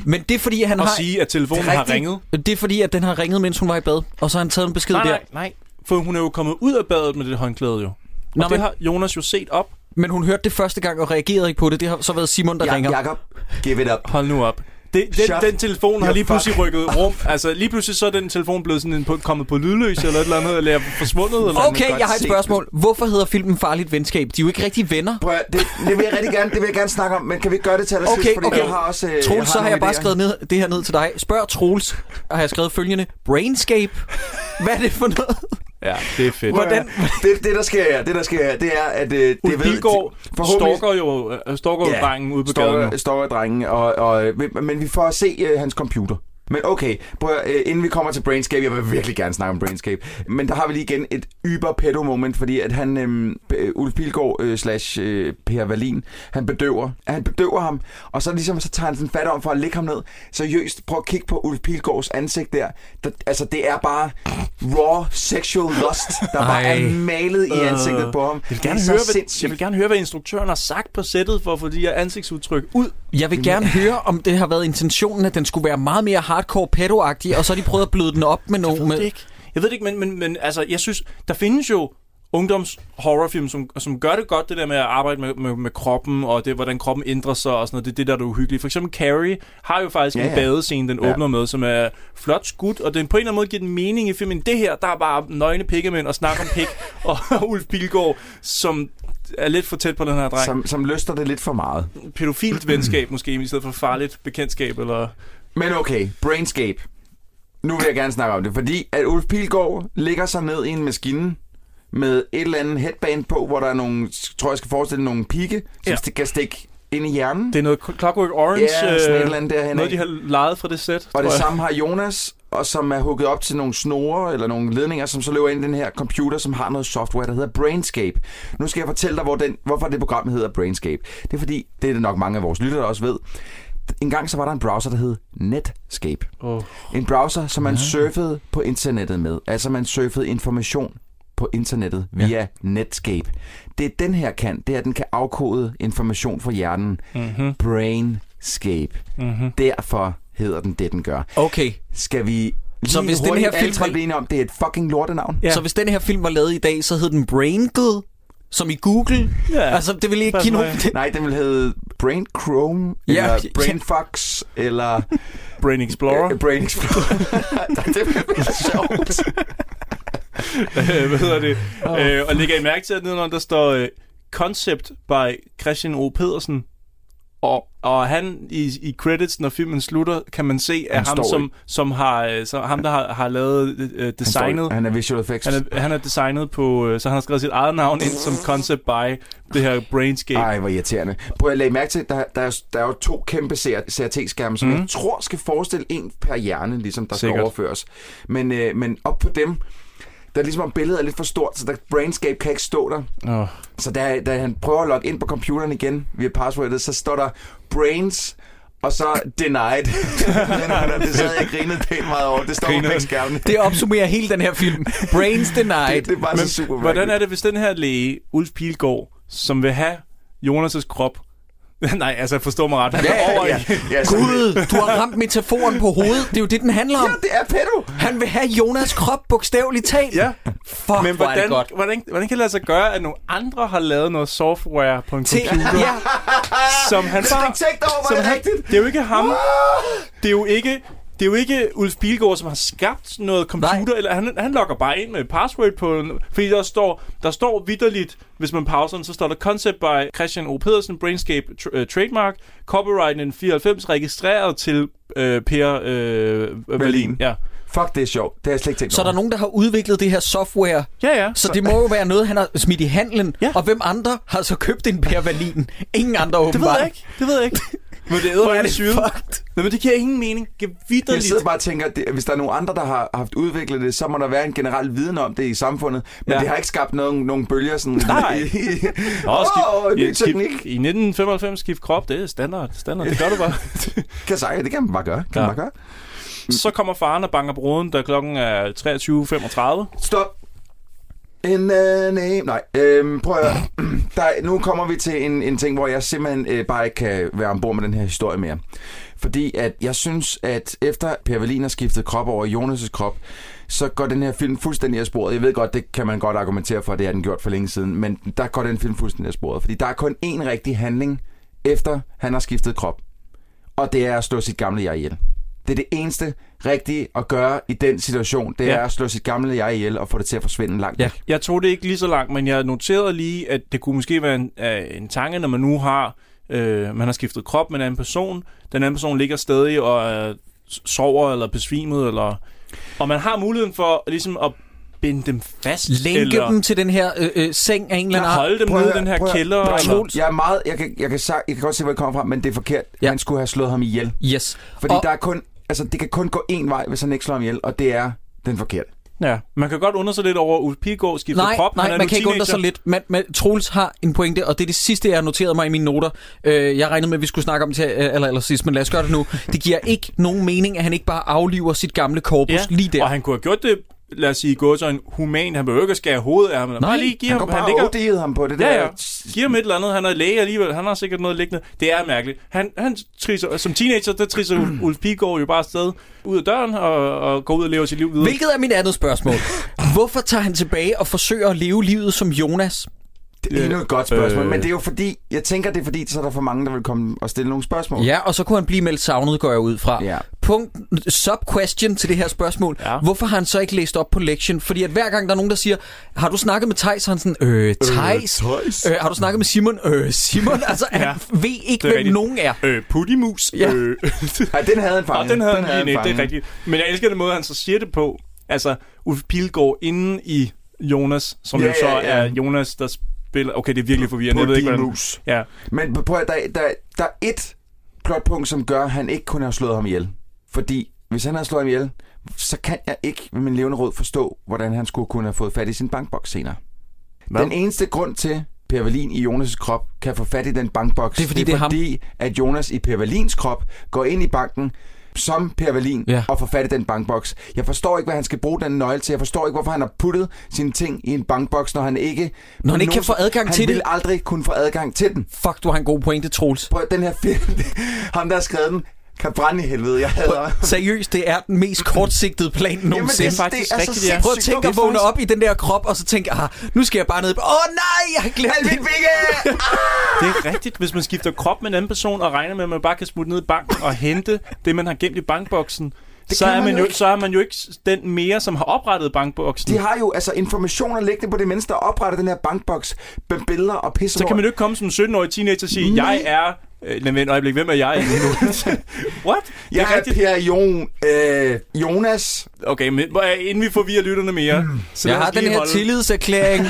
Men det er fordi, han
og
har...
sige, at telefonen har
Rigtigt.
ringet.
Det er fordi, at den har ringet, mens hun var i bad, og så har han taget en besked
Nej,
der.
nej, nej. For hun er jo kommet ud af badet med det håndklæde jo. Og
Nå,
Nå,
men-
det men... har Jonas jo set op.
Men hun hørte det første gang og reagerede ikke på det. Det har så været Simon, der
Ja,
ringer.
Jakob, give it up.
Hold nu op. Det, den,
Shut
den telefon har
your
lige pludselig
fuck.
rykket rum. Altså, lige pludselig så er den telefon blevet sådan en, på, kommet på lydløs eller et eller andet, eller er forsvundet. Eller
Okay, jeg har et spørgsmål. Hvorfor hedder filmen Farligt Venskab? De er jo ikke rigtig venner.
Prøv, at- det, det, vil jeg rigtig gerne, det vil jeg gerne snakke om, men kan vi ikke gøre det til allersidst?
Okay,
fordi
okay.
Jeg har også, øh,
Troels, så har
nogle
jeg bare
idéer.
skrevet ned, det her ned til dig. Spørg Troels, og har jeg skrevet følgende. Brainscape? Hvad er det for noget?
Ja, det er fedt.
Hvordan-
Det, det, der sker her, det der sker her, det er, at øh, det
Ulf Pilgaard
forhåbentlig-
stalker jo, øh, stalker jo drengen ude på gaden. nu.
Står drengen, og, og, øh, men vi får at se øh, hans computer. Men okay, prøv, at- øh, inden vi kommer til Brainscape, jeg vil virkelig gerne snakke om Brainscape, men der har vi lige igen et yber pedo moment, fordi at han, øh, øh, Ulf Pilgaard øh, slash øh, Per Valin, han bedøver, han bedøver ham, og så ligesom, så tager han sådan fat om for at lægge ham ned. Seriøst, prøv at kigge på Ulf Pilgaards ansigt der. der altså, det er bare raw sexual lust, der bare
Ej.
er malet i ansigtet
Øh,
på ham.
Jeg vil,
Det er
gerne
så
høre, hvad,
sindssygt.
jeg vil gerne høre, hvad instruktøren har sagt på sættet for at få de her ansigtsudtryk ud.
Jeg vil gerne høre, om det har været intentionen, at den skulle være meget mere hardcore pedo og så har de prøvet at bløde den op med
Jeg
nogen.
ved det
Med...
ikke. Jeg ved det ikke, men, men, men altså, jeg synes, der findes jo ungdoms horrorfilm, som, som gør det godt, det der med at arbejde med, med, med kroppen, og det, hvordan kroppen ændrer sig og sådan noget. Det er det, der er det uhyggelige. For eksempel Carrie har jo faktisk
Ja,
ja, ja.
ja.
en badescene, den
Ja.
åbner med, som er flot skudt, og den på en eller anden måde giver den mening i filmen. Det her, der er bare nøgne pikkemænd og snak om pik, og Ulf Pilgaard, som er lidt for tæt på den her dreng.
Som, som lyster det lidt for meget.
Pædofilt venskab måske, i stedet for farligt bekendtskab, eller...
Men okay, Brainscape. Nu vil jeg gerne snakke om det, fordi at Ulf Pilgaard ligger sig ned i en maskine med et eller andet headband på, hvor der er nogle, tror jeg skal forestille nogle pigge, som ja. kan stikke ind i hjernen.
Det er noget Clockwork Orange,
ja, sådan et
øh,
eller andet derhen.
noget, de har lejet fra det sæt.
Og det
tror jeg.
samme har Jonas, og som er hugget op til nogle snore eller nogle ledninger, som så løber ind i den her computer, som har noget software, der hedder Brainscape. Nu skal jeg fortælle dig, hvor den, hvorfor det program hedder Brainscape. Det er fordi, det er det nok mange af vores lyttere der også ved, en gang så var der en browser, der hed Netscape.
Oh.
En browser, som man surfede på internettet med. Altså man surfede information på internettet via ja. Netscape. Det den her kan, det er, at den kan afkode information fra hjernen.
Mhm.
Brainscape.
Mhm.
Derfor hedder den det, den gør.
Okay.
Skal vi lige
Så hvis den
hurtigt
her film
alle tre
var-
blive enige om, det er et fucking lortenavn?
Ja. Så hvis den her film var lavet i dag, så hed den Braingle, som i Google. Ja. Altså, det ville ikke give nogen...
Nej, den ville hedde Brain Chrome,
Ja,
eller
ja.
Brain Fox, eller...
Brain Explorer.
Brain Explorer. det ville være sjovt.
Øh, hvad hedder det? Øh, og lægger I mærke til, at nedenunder der står øh, Concept by Christian O. Pedersen. Og, og han i, i credits, når filmen slutter, kan man se, at
Han
ham,
står
som,
ikke.
som har, øh, som, ham, der har, har lavet øh,
Han,
designet,
står- han er visual effects.
han er, han er designet på, øh, så han har skrevet sit eget navn ind som Concept by det her Brainscape.
Ej, hvor irriterende. Prøv at lægge mærke til, der, der, er, jo- der er jo to kæmpe CRT-skærme, som mm.
Mhm.
jeg tror skal forestille en per hjerne, ligesom der Sikkert. skal
Sikkert.
overføres. Men, øh, men op på dem, der er ligesom om billedet er lidt for stort, så der, Brainscape kan ikke stå der.
Åh.
Så da, da han prøver at logge ind på computeren igen via passwordet, så står der Brains, og så denied. det sad jeg og grinede pænt meget over. Det står på
Griner.
begge skærmene.
Det opsummerer hele den her film. Brains denied.
Det, det er bare
Men
så super
hvordan er det, hvis den her læge, Ulf Pilgaard, som vil have Jonas' krop, Nej, altså forstå mig ret. Han
Ja,
går
ja,
over
ja.
i-
Ja, sådan Gud, lidt. du har ramt metaforen på hovedet. Det er jo det, den handler om.
Ja, det er pedo.
Han vil have Jonas krop bogstaveligt talt.
Ja.
Fuck,
Men
hvor er
hvordan,
det godt.
Hvordan, hvordan kan det lade sig gøre, at nogle andre har lavet noget software på en
Til-
computer,
ja.
som han
Det er
bare...
ikke tænkt over, var
som
det
han,
rigtigt?
det er jo ikke ham. Det er jo ikke... Det er jo ikke Ulf Bilgaard, som har skabt noget computer, Nej. eller han, han logger bare ind med et password på, en- fordi der står, der står vidderligt, hvis man pauser den, så står der Concept by Christian O. Pedersen, Brainscape tr- uh, Trademark, Copyright 1994, registreret til uh, Per uh, Berlin.
Berlin.
Ja.
Fuck, det er sjovt. Det har jeg slet ikke tænkt
Så er der
over.
nogen, der har udviklet det her software.
Ja, ja.
Så det må jo være noget, han har smidt i handlen. Ja. Og hvem andre har så købt en Per Valin? Ingen andre åbenbart.
Det ved jeg ikke. Det ved jeg ikke. Men det
Hvor er
æder
det
syret. Nej, men det giver ingen mening.
Jeg
Gevidderligt.
sidder bare og tænker, at det, hvis der er nogen andre, der har haft udviklet det, så må der være en generel viden om det i samfundet. Men ja.
Ja.
det har ikke skabt nogen, nogen bølger sådan...
Nej.
Åh,
Nå, skif-
oh, ny
ja, skif-
teknik.
I 1995 skift krop, det er standard. standard. Det gør du bare.
Kan sige, det kan man bare gøre. Kan ja.
Ja.
man bare gøre.
Så kommer faren og banker på ruden, da klokken er 23.35.
Stop. En uh, name. Nej, øhm, prøv at høre. der, er- Nu kommer vi til en, en ting, hvor jeg simpelthen øh, bare ikke kan være ombord med den her historie mere. Fordi at jeg synes, at efter Per Wallin har skiftet krop over i Jonas' krop, så går den her film fuldstændig af sporet. Jeg ved godt, det kan man godt argumentere for, at det har den gjort for længe siden, men der går den film fuldstændig af sporet. Fordi der er kun én rigtig handling, efter han har skiftet krop. Og det er at slå sit gamle jeg ihjel. Det er det eneste rigtige at gøre i den situation. Det
Ja.
er at slå sit gamle jeg ihjel og få det til at forsvinde langt væk.
Jeg tog det ikke lige så langt, men jeg noterede lige, at det kunne måske være en, øh, en tanke, når man nu har, øh, man har skiftet krop med en anden person. Den anden person ligger stadig og øh, sover eller besvimet. Eller, og man har muligheden for ligesom at binde dem fast.
Lænke
eller,
dem til den her øh, øh, seng af en eller anden art.
holde dem
Prøv at
nede i
høre,
den her
prøv at høre. Nej,
kælder. Eller,
Troels, Jeg er meget, jeg kan, jeg kan, sag, jeg kan godt se, hvor jeg kommer fra, men det er forkert. Ja.
Ja.
Han skulle have slået ham ihjel.
Yes.
Fordi og...
Og-
der er kun, altså, det kan kun gå én vej, hvis han ikke slår ham ihjel, og det er den forkerte.
ja. Man kan godt undre sig lidt over, at Ulf Pilgaard skifter
Nej,
krop.
nej
han er
man
nu
kan ikke undre sig
teenager.
lidt. Man, man, Troels har en pointe, og det er det sidste, jeg har noteret mig i mine noter. Øh, jeg regnede med, at vi skulle snakke om det til aller, aller sidst, men lad os gøre det nu. Det giver ikke nogen mening, at han ikke bare afliver sit gamle korpus lige der.
Og han kunne have gjort det lad os sige, gå så en human, han behøver ikke at skære hovedet af ham. eller
Nej,
bare lige give
han
ham,
går bare og OD'ede ham på det
ja,
der-
Ja, giver Øh, ham et eller andet, han er læge alligevel, han har sikkert noget liggende. Det er mærkeligt. Han, han trisser, som teenager, der trisser Ulf- Ulf Pilgaard jo bare afsted ud af døren og, og går ud og lever sit liv videre.
Hvilket er mit andet spørgsmål. Hvorfor tager han tilbage og forsøger at leve livet som Jonas?
Det er endnu et godt spørgsmål,
Øh.
øh... men det er jo fordi, jeg tænker, det er fordi, så er der for mange, der vil komme og stille nogle spørgsmål.
Ja, og så kunne han blive meldt savnet, går jeg ud fra. Ja. Punkt, sub-question til det her spørgsmål. Ja. Hvorfor har han så ikke læst op på lektien? Fordi at hver gang der er nogen, der siger, har du snakket med Thijs? Så er han sådan, øh, Thijs?
Theis.
Øh, har du snakket med Simon? Øh, Simon? Altså, ja. han ved ikke, hvem nogen er.
Øh, puttimus.
Ja.
Øh.
Ej, den havde han fanget.
Og Ah, den havde
Den havde
den han lige
han
net, det er
fanget.
rigtigt. Men jeg elsker den måde, han så siger det på. Altså, Ulf Pilgaard inden i Jonas, som
Ja,
ja, jo så
ja,
ja,
ja.
ja. er Jonas, der spiller... Okay, det er virkelig forvirrende. Jeg ved ikke, hvordan...
Puttimus.
Ja.
Men på, der, der, der er et plotpunkt, som gør, at han ikke kunne have slået ham ihjel. Fordi hvis han havde slået ham ihjel, så kan jeg ikke med min levende råd forstå, hvordan han skulle kunne have fået fat i sin bankboks senere. Hvad? Den eneste grund til, Per Wallin i Jonas' krop kan få fat i den bankboks,
Det er fordi, det er ham.
fordi at Jonas i Per Wallins krop går ind i banken som Per Wallin ja. og får fat i den bankboks. Jeg forstår ikke, hvad han skal bruge den nøgle til. Jeg forstår ikke, hvorfor han har puttet sine ting i en bankboks, når han ikke...
Når han ikke kan få adgang
han
til det.
ville aldrig kunne få adgang til den.
Fuck, du har en god pointe, Troels.
Prøv, den her film, ham der har skrevet den, kan brænde i helvede. Jeg hader
Seriøst, det er den mest kortsigtede plan nogensinde.
det er faktisk rigtigt, det er.
Prøv at tænke
Det er
at vågne
faktisk-
op i den der krop, og så tænke, ah, nu skal jeg bare ned. Åh oh, nej, jeg har glemt det.
Det er rigtigt. Hvis man skifter krop med en anden person og regner med, at man bare kan smutte ned i banken og hente det, man har gemt i bankboksen,
Det
så
kan
er,
man
man
jo
jo,
ikke.
så er man jo ikke den mere, som har oprettet bankboksen.
De har jo altså informationer liggende på det menneske, der opretter den her bankboks med billeder og pisse
Så kan man jo ikke komme som 17-årig teenager og sige,
Nej.
jeg er... Øh, lad mig et øjeblik, hvem er jeg egentlig nu? What?
Jeg er Per Jon, øh, Jonas.
Okay, men hvor- øh, inden vi forvirrer lytterne mere...
Hmm.
Mm. Så
Jeg
lad os
har den
lige
her
holde-
tillidserklæring.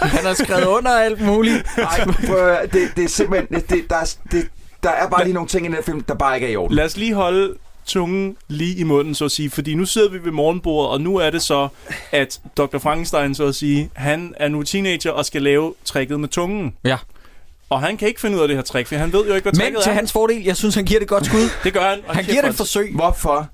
Han har skrevet under og alt muligt.
Ej, prøv, at høre, det, det er simpelthen... Det, det, der, er, det, der er bare lige nogle ting i den her film, der bare ikke er i orden.
Lad os lige holde tungen lige i munden, så at sige. Fordi nu sidder vi ved morgenbordet, og nu er det så, at Dr. Frankenstein, så at sige, han er nu teenager og skal lave tricket med tungen.
Ja.
Og han kan ikke finde ud af det her trick, for han ved jo ikke, hvad
Men
tricket
til
er.
hans fordel, jeg synes, han giver det et godt skud.
Det gør han. og
Han
kæft,
giver det
hvor
et forsøg.
Hvorfor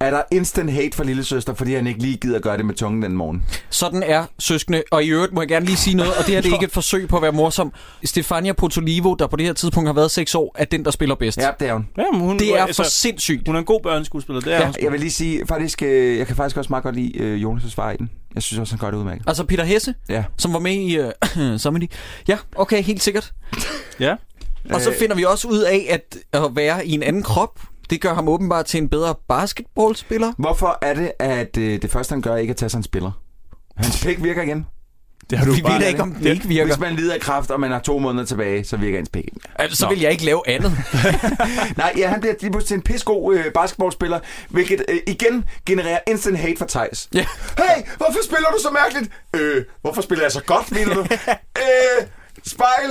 er der instant hate fra lillesøster, fordi han ikke lige gider at gøre det med tungen den morgen?
Sådan er søskende. Og i øvrigt må jeg gerne lige sige noget, og det her det er ikke et forsøg på at være morsom. Stefania Potolivo, der på det her tidspunkt har været 6 år, er den, der spiller bedst.
Ja, det er hun.
Jamen, hun,
Det er
altså,
for sindssygt.
Hun er en god børneskuespiller, det er
Ja,
hun.
jeg vil lige sige, faktisk, øh, jeg kan faktisk også meget godt lide øh, Jonas' svar i den. Jeg synes også, han gør det udmærket.
Altså Peter Hesse,
Ja.
som var med i uh, Sommerly. Ja, okay, helt sikkert.
Ja.
Og så
Øh.
finder vi også ud af, at at være i en anden krop, det gør ham åbenbart til en bedre basketballspiller.
Hvorfor er det, at øh, det første, han gør, er ikke at tage sig en spiller? Hans pik virker igen.
Det har du
Vi
bare
ved da ikke, om den ikke virker.
Hvis man lider af kraft, og man har to måneder tilbage, så virker ens pik ikke.
Altså, så
Nå.
vil jeg ikke lave andet.
Nej, ja, han bliver lige pludselig en pissegod øh, basketballspiller, hvilket øh, igen genererer instant hate for Thijs.
Ja.
Hey, hvorfor spiller du så mærkeligt? Øh, hvorfor spiller jeg så godt, mener du? øh, spejl,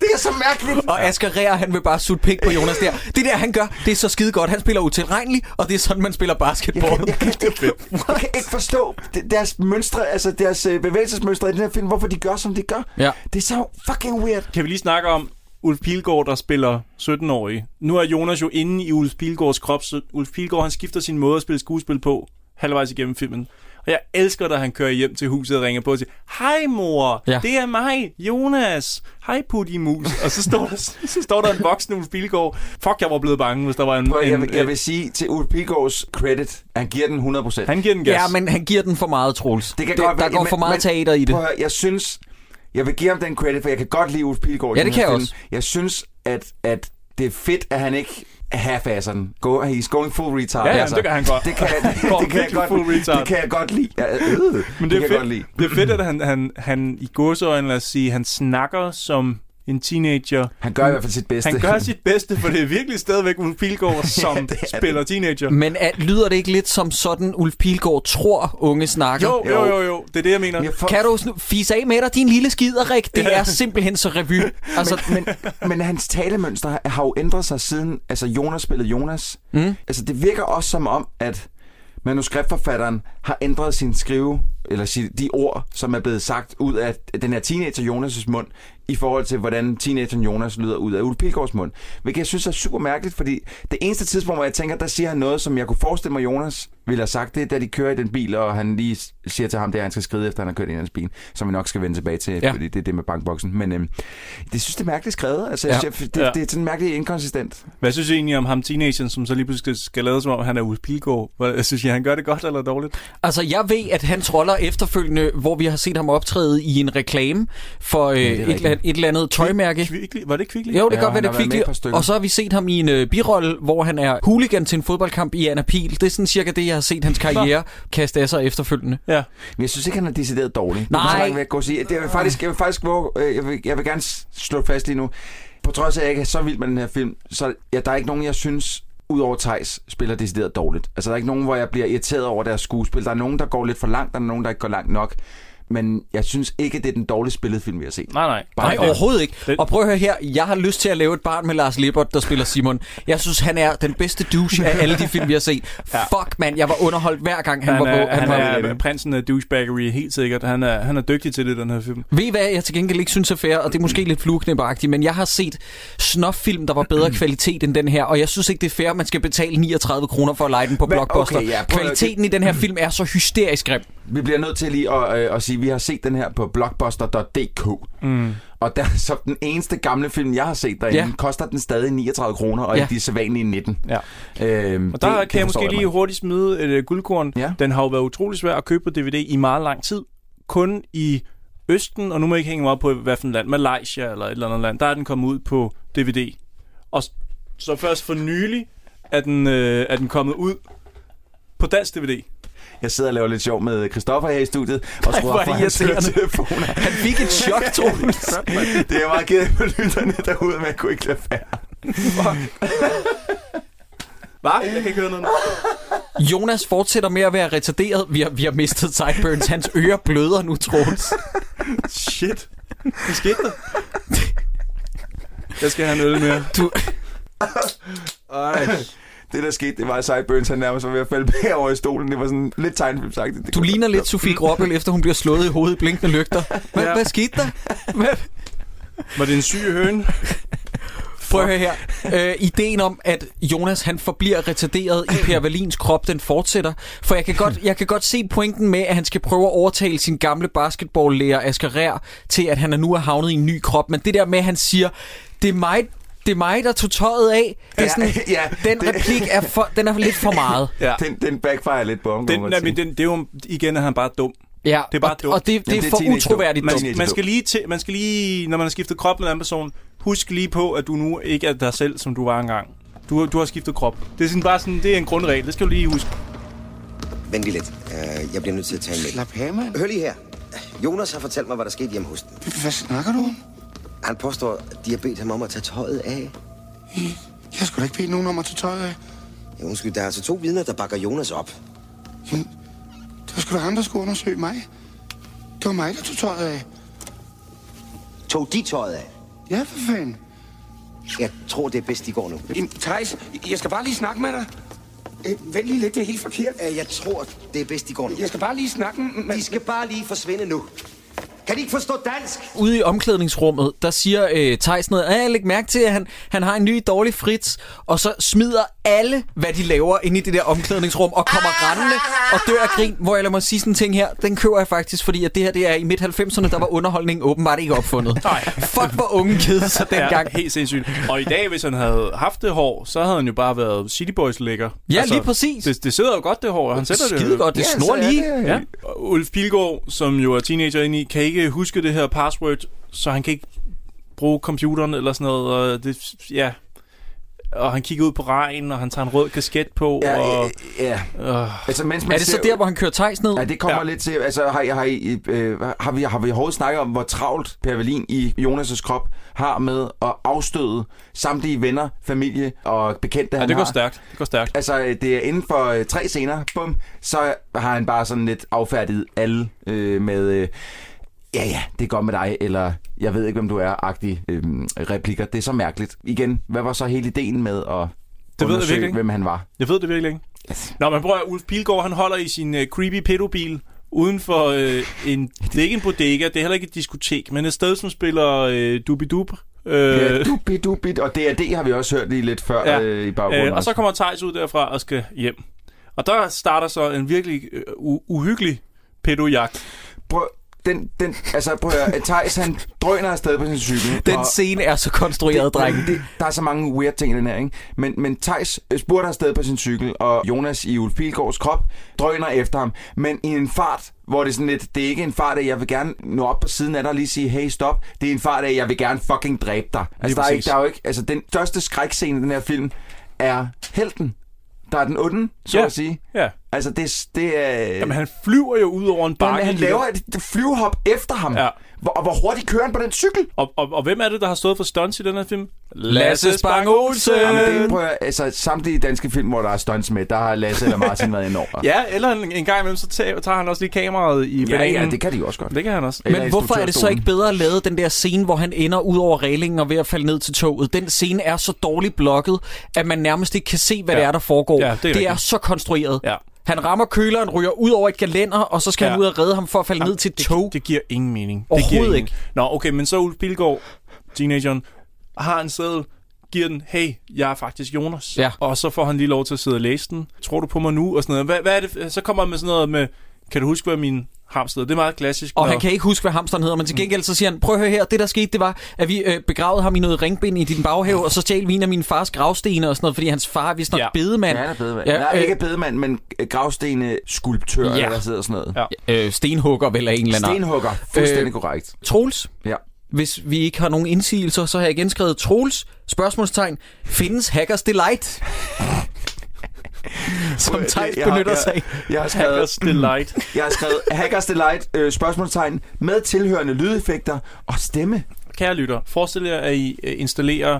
det er så mærkeligt.
Og Asger Rær, han vil bare sutte pik på Jonas der. Det der, han gør, det er så skide godt. Han spiller utilregnelig, og det er sådan, man spiller basketball.
Jeg kan, ikke, jeg kan ikke forstå de- deres mønstre, altså deres øh, bevægelsesmønstre i den her film, hvorfor de gør, som de gør.
Ja.
Det er så fucking weird.
Kan vi lige snakke om Ulf Pilgaard, der spiller 17-årig? Nu er Jonas jo inde i Ulf Pilgaards krop, så Ulf Pilgaard han skifter sin måde at spille skuespil på halvvejs igennem filmen. Og jeg elsker, da han kører hjem til huset og ringer på og siger, Hej mor,
Ja.
ja. det er mig, Jonas. Hej Puttimus. og så står, der, så står der en voksen Ulf Pilgaard. Fuck, jeg var blevet bange, hvis der var en...
Prøv,
en
jeg, vil, jeg
øh,
vil sige til Ulf Pilgaards credit, han giver den 100%.
Han giver den gas.
Ja, men han giver den for meget, Troels.
Det kan
det,
godt
der
være,
går for meget teater i det.
Prøv at høre, jeg synes, jeg vil give ham den credit, for jeg kan godt lide Ulf Pilgaard. i
Ja,
den
det
her
kan jeg
film.
også.
Jeg synes, at, at det er fedt, at han ikke half-asser den. Go, he's going full retard. Altså,
Ja, ja, det gør han godt.
Det kan, det,
Går
det kan jeg
virkelig
godt,
full retard.
det kan jeg godt lide. Ja, øh, det,
Men
det
det,
kan
er
jeg godt lide.
fedt, det er fedt, at han, han, han i godsøjne, lad os sige, han snakker som en teenager.
Han gør i hvert fald sit bedste.
Han gør sit bedste, for det er virkelig stadigvæk Ulf Pilgaard, som
Altså, det er
ja, spiller teenager.
Men er, lyder det ikke lidt som sådan, Ulf Pilgaard tror, unge snakker?
Jo, jo, jo, jo. Det er det, jeg mener.
Jeg for-
Kan du snu- fise af med dig, din lille skiderik? Det er simpelthen så revy. Altså,
men, men, men hans talemønster har- har jo ændret sig siden altså Jonas spillede Jonas. Mm. Altså det virker også som om, at manuskriptforfatteren har ændret sin skrive, eller sin, de ord, som er blevet sagt ud af den her teenager Jonas' mund, i forhold til, hvordan teenageren Jonas lyder ud af Ulf Pilgaards mund. Hvilket jeg synes er super mærkeligt, fordi det eneste tidspunkt, hvor jeg tænker, der siger han noget, som jeg kunne forestille mig, Jonas ville have sagt det, da de kører i den bil, og han lige siger til ham, det er, at han skal skride efter, han har kørt ind i hans bil, som vi nok skal vende tilbage til, ja. fordi det er det med bankboksen. Men øhm, det synes det er mærkeligt skrevet. Altså, ja. det, det, ja. det, er sådan mærkeligt inkonsistent.
Hvad synes I egentlig om ham teenageren, som så lige pludselig skal lade som om, han er Ulf Pilgaard? Hvad, synes I, han gør det godt eller dårligt?
Altså, jeg ved, at han troller efterfølgende, hvor vi har set ham optræde i en reklame for øh, ja, et, eller, et eller andet tøjmærke.
Kvikli? Var det Kvikli?
Jo, det kan ja, godt være, det Kvikli. Og så har vi set ham i en øh, birolle, hvor han er hooligan til en fodboldkamp i Anna Pil. Det er sådan cirka det, jeg har set hans karriere Nå. kaste af sig efterfølgende.
Ja.
Men jeg synes ikke, han er decideret dårlig.
Nej.
Det er jeg, gå sige. Det, jeg vil faktisk, jeg vil faktisk våge, øh, jeg, vil, jeg vil gerne slå fast lige nu. På trods af, at jeg ikke er så vild med den her film, så ja, der er ikke nogen, jeg synes udover Tejs spiller decideret dårligt. Altså, der er ikke nogen, hvor jeg bliver irriteret over deres skuespil. Der er nogen, der går lidt for langt, der er nogen, der ikke går langt nok men jeg synes ikke, det er den dårligst spillede film, vi har set.
Nej, nej.
Bare nej, overhovedet ikke. Den... Og prøv at høre her, jeg har lyst til at lave et barn med Lars Lippert, der spiller Simon. Jeg synes, han er den bedste douche af alle de film, vi har set. ja. Fuck, mand, jeg var underholdt hver gang, han,
han
var
er,
på.
Han, han var er, er prinsen af douchebaggery, helt sikkert. Han er, han er dygtig til det, den her film.
Ved I hvad, jeg til gengæld ikke synes er fair, og det er måske lidt flueknæberagtigt, men jeg har set snoffilm, der var bedre kvalitet end den her, og jeg synes ikke, det er fair, at man skal betale 39 kroner for at lege den på men, Blockbuster. Okay, ja, Kvaliteten i den her film er så hysterisk grim.
Vi bliver nødt til lige at, øh, at sige, vi har set den her på blockbuster.dk.
Mm.
Og der, så den eneste gamle film, jeg har set derinde, ja. koster den stadig 39 kroner, og ja. de sædvanlige 19.
Ja. Øhm, og der det, kan det jeg måske jeg lige hurtigt smide et uh, guldkorn. Ja. Den har jo været utrolig svær at købe på DVD i meget lang tid. Kun i Østen, og nu må jeg ikke hænge mig op på, hvad for et land, Malaysia eller et eller andet land, der er den kommet ud på DVD. Og så først for nylig er den, øh, er den kommet ud på dansk DVD.
Jeg sidder og laver lidt sjov med Christoffer her i studiet, og skruer op for hans telefoner.
Han fik et chok, Troels.
det er meget ked på lytterne derude, men jeg kunne ikke lade være.
Hvad? Jeg kan ikke høre noget.
Ah,
Jonas fortsætter med at være retarderet. Vi har, vi har mistet sideburns. Hans ører bløder nu, Troels.
Shit. Hvad skete der? Jeg skal have en øl mere.
Du...
Ej det der skete, det var, at Sideburns han nærmest var ved at falde bagover i stolen. Det var sådan lidt tegnfilmsagtigt. Det
du ligner lidt Sofie Gråbøl, efter hun bliver slået i hovedet i blinkende lygter. Hva, ja. Hvad skete der? Hva?
Var det en syg høne?
Prøv at høre her. Øh, ideen om, at Jonas han forbliver retarderet i Per Valins krop, den fortsætter. For jeg kan, godt, jeg kan godt se pointen med, at han skal prøve at overtale sin gamle basketballlærer Asger Rær, til at han er nu er havnet i en ny krop. Men det der med, at han siger, det er mig, det er mig, der tog tøjet af. Det er sådan, ja, ja, den det, replik er, for, den er lidt for meget.
ja. den, den backfire lidt på
den, nej, men den, det er jo, igen er han bare dum.
Ja,
det er bare
og,
dumt.
og det, det, Jamen, det er for det er utroværdigt
man,
dumt.
Man skal, lige til, man skal lige, når man har skiftet krop med en anden person, husk lige på, at du nu ikke er dig selv, som du var engang. Du, du har skiftet krop. Det er sådan bare sådan, det er en grundregel. Det skal du lige huske.
Vent lige lidt. Uh, jeg bliver nødt til at tage en med.
Slap af, mand.
Hør lige her. Jonas har fortalt mig, hvad der skete hjemme hos den.
Hvad snakker du om?
Han påstår, at de har bedt ham om at tage tøjet af.
Jeg skulle da ikke bede nogen om at tage tøjet af.
Ja, undskyld, der er altså to vidner, der bakker Jonas op.
Jamen, det var sgu da ham, der skulle undersøge mig. Det var mig, der tog tøjet af.
Tog de tøjet af?
Ja, for fanden.
Jeg tror, det er bedst, de går nu.
Jamen, Thijs, jeg skal bare lige snakke med dig. Øh, vent lige lidt, det er helt forkert.
Øh, Jeg tror, det er bedst, de går nu.
Jeg skal bare lige snakke med...
De skal bare lige forsvinde nu. Kan de ikke forstå dansk?
Ude i omklædningsrummet, der siger øh, Thijs noget, at læg mærke til, at han, han har en ny dårlig frits, og så smider alle, hvad de laver inde i det der omklædningsrum, og kommer rendende og dør af grin, hvor jeg lader mig sige sådan en ting her, den køber jeg faktisk, fordi at det her det er i midt-90'erne, der var underholdningen åbenbart ikke opfundet.
Nej.
Fuck, hvor unge kede sig dengang.
Ja, helt sindssygt. Og i dag, hvis han havde haft det hår, så havde han jo bare været City Boys lækker.
Ja, altså, lige præcis.
Det, det, sidder jo godt, det hår, og han sætter
Skide
det.
Skide godt, det ja, snor lige.
Det, ja. ja. Ulf Pilgaard, som jo er teenager inde i, kan ikke ikke huske det her password, så han kan ikke bruge computeren eller sådan noget. Og det, ja. Og han kigger ud på regnen, og han tager en rød kasket på.
Ja,
og,
ja. Øh.
Altså, mens man er det ser, så der, hvor han kører tejs ned?
Ja, det kommer ja. lidt til. Altså, har, har, I, øh, har, vi, har vi overhovedet snakket om, hvor travlt Per Wallin i Jonas' krop har med at afstøde samtlige venner, familie og bekendte,
ja,
han
det går
har?
stærkt. Det går stærkt.
Altså, det er inden for øh, tre scener, bum, så har han bare sådan lidt affærdiget alle øh, med... Øh, ja, ja, det er godt med dig, eller jeg ved ikke, hvem du er, agtige øhm, replikker. Det er så mærkeligt. Igen, hvad var så hele ideen med at det ved jeg virkelig. hvem han var?
Jeg ved det virkelig ikke. Yes. Nå, men prøv at Ulf Pilgaard, han holder i sin uh, creepy pedobil uden for øh, en... Det er ikke en bodega, det er heller ikke et diskotek, men et sted, som spiller øh, dubidup.
Øh, ja, dubi, dubi, og det er det, har vi også hørt lige lidt før ja. øh, i baggrunden. Øh,
og så kommer Tejs ud derfra og skal hjem. Og der starter så en virkelig øh, u- uhyggelig pædojagt.
Prøv, den, den, altså prøv at høre, Thijs han drøner afsted på sin cykel.
Den scene er så konstrueret,
det,
dreng.
Det, der er så mange weird ting i den her, ikke? Men, men Thijs øh, spurter afsted på sin cykel, og Jonas i Ulf Pilgaards krop drøner efter ham. Men i en fart, hvor det er sådan lidt, det er ikke en fart, at jeg vil gerne nå op på siden af dig og lige sige, hey stop. Det er en fart, at jeg vil gerne fucking dræbe dig.
Lige
Altså, der er,
præcis.
ikke, der er jo ikke, altså den største skrækscene i den her film er helten. Der er den onde, så
Ja.
at sige.
Ja.
Altså, det, det er...
Jamen, han flyver jo ud over en bakke.
Jamen, han
lige
laver
der.
et flyvehop efter ham.
Ja.
Hvor, og hvor hurtigt kører han på den cykel?
Og, og, og hvem er det, der har stået for stunts i den her film?
Jamen,
Øh.
det er, prøv at, høre, altså, samtlige danske film, hvor der er stunts med, der har Lasse eller Martin været enormt.
Ja, eller en, en gang imellem, så tager, tager han også lige kameraet i
ja,
bananen.
ja, det kan de jo også godt.
Det kan han også.
Eller
Men hvorfor er det så
instruktørstolen.
ikke bedre at lave den der scene, hvor han ender ud over reglingen og ved at falde ned til toget? Den scene er så dårligt blokket, at man nærmest ikke kan se, hvad
Ja.
det er, der foregår.
Ja, det er
det er
rigtigt.
så konstrueret.
Ja.
Han rammer køleren, ryger ud over et galænder, og så skal
Ja.
han ud og redde ham for at falde ned til et
det,
tog.
Det giver ingen mening. det giver
Overhovedet
ingen.
ikke.
mening. Nå, okay, men så Ulf Pilgaard, teenageren, har en sædel, giver den, hey, jeg er faktisk Jonas.
Ja.
Og så får han lige lov til at sidde og læse den. Tror du på mig nu? Og sådan noget. Hvad, hvad er det? Så kommer han med sådan noget med, kan du huske, hvad min hamster? Det er meget klassisk.
Og
når-
han kan ikke huske, hvad hamsteren hedder, men
Mm.
til gengæld så siger han, prøv at høre her, det der skete, det var, at vi øh, begravede ham i noget ringbind i din baghave, og så stjal vi en af min fars gravstene og sådan noget, fordi hans far er vist nok ja. bedemand.
Ja, han er bedemand. Ja, Nej, ikke bedemand, men øh, gravstene skulptør, ja.
øh, Ja.
eller hvad sidder sådan noget.
Ja.
øh, stenhugger vel af en eller anden art.
Stenhugger, fuldstændig
Øh,
korrekt.
Troels,
Ja.
hvis vi ikke har nogen indsigelser, så har jeg genskrevet Troels, spørgsmålstegn, findes Hackers Delight? Som
Øh,
Thijs
Jeg har-
benytter sig
jeg,
af.
jeg har skrevet,
Hackers Delight.
jeg har skrevet Hackers Delight, øh, spørgsmålstegn, med tilhørende lydeffekter og stemme.
Kære lytter, forestil jer, at I øh, installerer,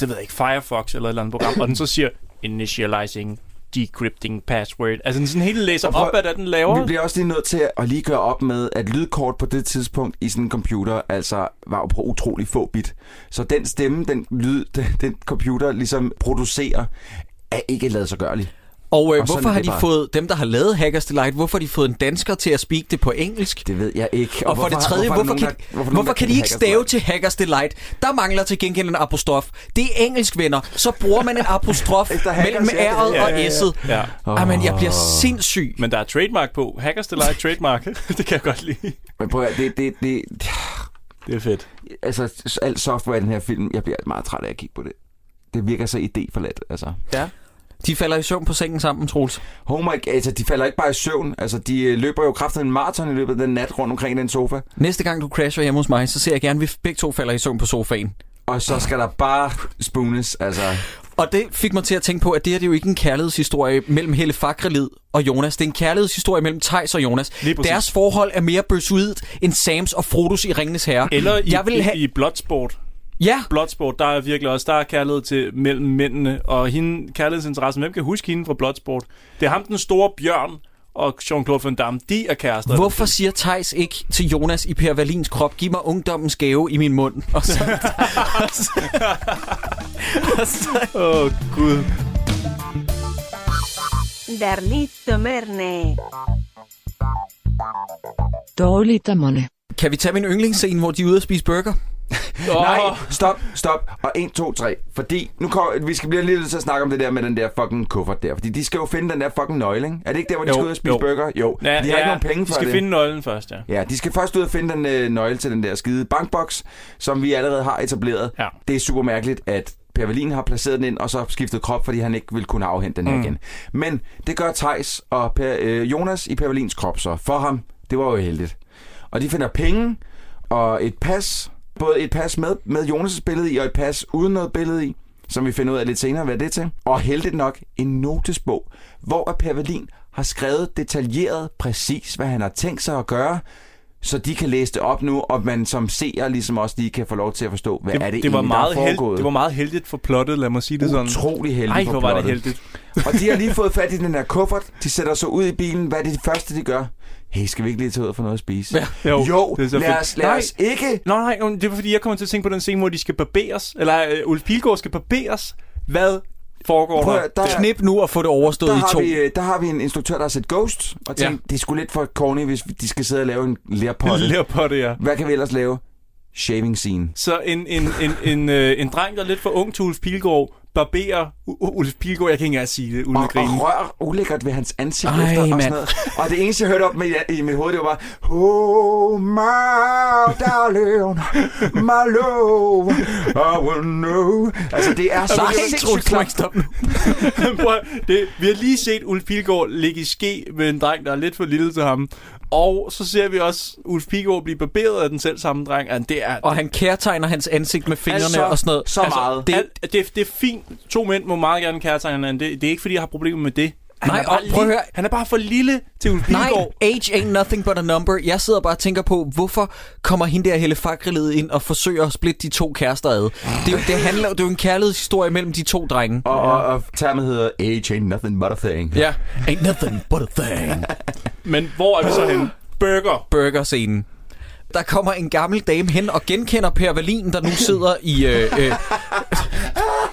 det ved jeg ikke, Firefox eller et eller andet program, og den så siger, initializing decrypting password. Altså den sådan hele læser op, hvad der er, den laver.
Vi bliver også lige nødt til at lige gøre op med, at lydkort på det tidspunkt i sådan en computer, altså var jo på utrolig få bit. Så den stemme, den lyd, den, den computer ligesom producerer, er ikke lavet så gørlig.
Og, øh,
Og
og
sådan
hvorfor
er
har
det
de
bare.
fået, dem der har lavet Hackers Delight, hvorfor har de fået en dansker til at speak det på engelsk?
Det ved jeg ikke.
Og, og for det
hvorfor-
tredje,
hvorfor er
hvorfor,
der
hvorfor, kan,
nogen,
hvorfor,
der- hvorfor er der
hvorfor,
nogen, der
kan de
kalder
ikke stave
Hackers
til Hackers Delight? Der mangler til gengæld en apostrof. Det er engelsk, venner. Så bruger man en apostrof
Efter Hackers,
mellem
ja, det-
R'et
ja,
og
ja, ja.
S'et.
Ja.
Jamen, jeg bliver sindssyg.
Men der er trademark på. Hackers Delight trademark. det kan jeg godt lide.
Men prøv at, høre, det, det, det, det,
Det er fedt.
altså alt software i den her film, jeg bliver meget træt af at kigge på det. Det virker så idéforladt, altså.
Ja.
De falder i søvn på sengen sammen, Troels.
Oh my, altså, de falder ikke bare i søvn. Altså, de øh, løber jo kraftigt en maraton i løbet af den nat rundt omkring den sofa.
Næste gang du crasher hjemme hos mig, så ser jeg gerne, at vi begge to falder i søvn på sofaen.
Og så skal der bare spoones, altså.
Og det fik mig til at tænke på, at det her det er jo ikke en kærlighedshistorie mellem Helle Fakrelid og Jonas. Det er en kærlighedshistorie mellem Tejs og Jonas.
Lige præcis.
Deres forhold er mere bøsuidt end Sams og Frodos i Ringenes Herre.
Eller i,
jeg vil have...
i, i Bloodsport.
Ja,
Bloodsport, der er virkelig også, der er kærlighed til mellem mændene, og hende, kærlighedsinteressen, hvem kan huske hende fra Bloodsport? Det er ham, den store bjørn, og Jean-Claude Van Damme, de er kærester.
hvorfor siger Tejs ikke til Jonas i Per Valins krop, giv mig ungdommens gave i min mund? Og så, og så, og så,
Åh, oh, Gud.
Der Litto Merne.
Dårligt ammerne.
kan vi tage min yndlingsscene, hvor de er ude at spise burger?
Oh.
Nej, stop, stop. Og 1, 2, 3. Fordi nu kommer, vi skal blive lige nødt til at snakke om det der med den der fucking kuffert der. Fordi de skal jo finde den der fucking nøgle, ikke? Er det ikke der, hvor de
Jo,
skal ud og spise
jo.
burger? Jo. de har ikke nogen penge
de
for
skal
det.
finde nøglen først, ja.
Ja, de skal først ud og finde den øh, nøgle til den der skide bankboks, som vi allerede har etableret.
Ja.
Det er super mærkeligt, at Per Wallin har placeret den ind, og så skiftet krop, fordi han ikke vil kunne afhente den her
Mm.
mm. igen. Men det gør Tejs og per, øh, Jonas i Per Wallins krop så. For ham, det var jo heldigt. Og de finder penge og et pas. Både et pas med, med Jonas' billede i, og et pas uden noget billede i som vi finder ud af lidt senere, hvad det er til. Og heldigt nok en notesbog, hvor at Per Wallin har skrevet detaljeret præcis, hvad han har tænkt sig at gøre, så de kan læse det op nu, og man som seer ligesom også lige kan få lov til at forstå, hvad det, er det,
det var
egentlig, meget
meget
der er foregået.
held, Det var meget heldigt for plottet, lad mig sige det sådan.
Utrolig heldigt
Ej,
for
hvor var det
plottet.
heldigt.
Og de har lige fået fat i den her kuffert. De sætter sig ud i bilen. Hvad er det første, de gør? Hey, skal vi ikke lige tage ud og få noget at spise?
Ja, jo,
jo
det er så
lad
fedt.
os, lad
Nej.
os ikke.
Nå nej, jo, det var fordi, jeg kommer til at tænke på den scene, hvor de skal barberes, eller øh, Ulf Pilgaard skal barberes. Hvad foregår
Prøv at
der?
høre, der,
Knip nu og få det
der,
overstået i
har
to.
vi, øh, der har vi en instruktør, der har set Ghost, og tænkt, ja. det er sgu lidt for corny, hvis vi- de skal sidde og lave en lærpotte.
Lærpotte, ja.
Hvad kan vi ellers lave? Shaving scene.
Så en, en, en, en, øh, en dreng, der er lidt for ung til Ulf Pilgaard, barberer U- U- Ulf Pilgaard. Jeg kan ikke engang sige det, uden at
og,
grine.
og rør ulækkert ved hans ansigt
Ej,
Ej, efter, og,
mand.
sådan noget. og det eneste, jeg hørte op med, i mit hoved, det var bare, Oh, my darling, my love, I will know. Altså, det er så
Nej,
sindssygt
Troels,
klart.
Prøv, at- det, vi har lige set Ulf Pilgaard ligge i ske med en dreng, der er lidt for lille til ham. Og så ser vi også Ulf Pilgaard blive barberet af den selv samme dreng. Altså, det er,
Og han kærtegner hans ansigt med fingrene
Altså,
og sådan noget. Altså,
Det,
Det,
alt, det, det er fint. To mænd må meget gerne kærtegne hinanden. Det, det er ikke, fordi jeg har problemer med det. Han
Nej,
er bare
og prøv at
lige-
høre.
Han er bare for lille til Ulf
Nej,
Pilgaard.
age ain't nothing but a number. Jeg sidder bare og tænker på, hvorfor kommer hende der Helle Fakrelid ind og forsøger at splitte de to kærester ad? Det, er jo- det, handler, det er jo en kærlighedshistorie mellem de to drenge.
Og, og, og termet hedder Age ain't nothing but a thing.
Ja. Ain't nothing but a thing.
Men hvor er vi så henne? Burger.
Burger-scenen. Der kommer en gammel dame hen og genkender Per Wallin, der nu sidder i... Øh, øh,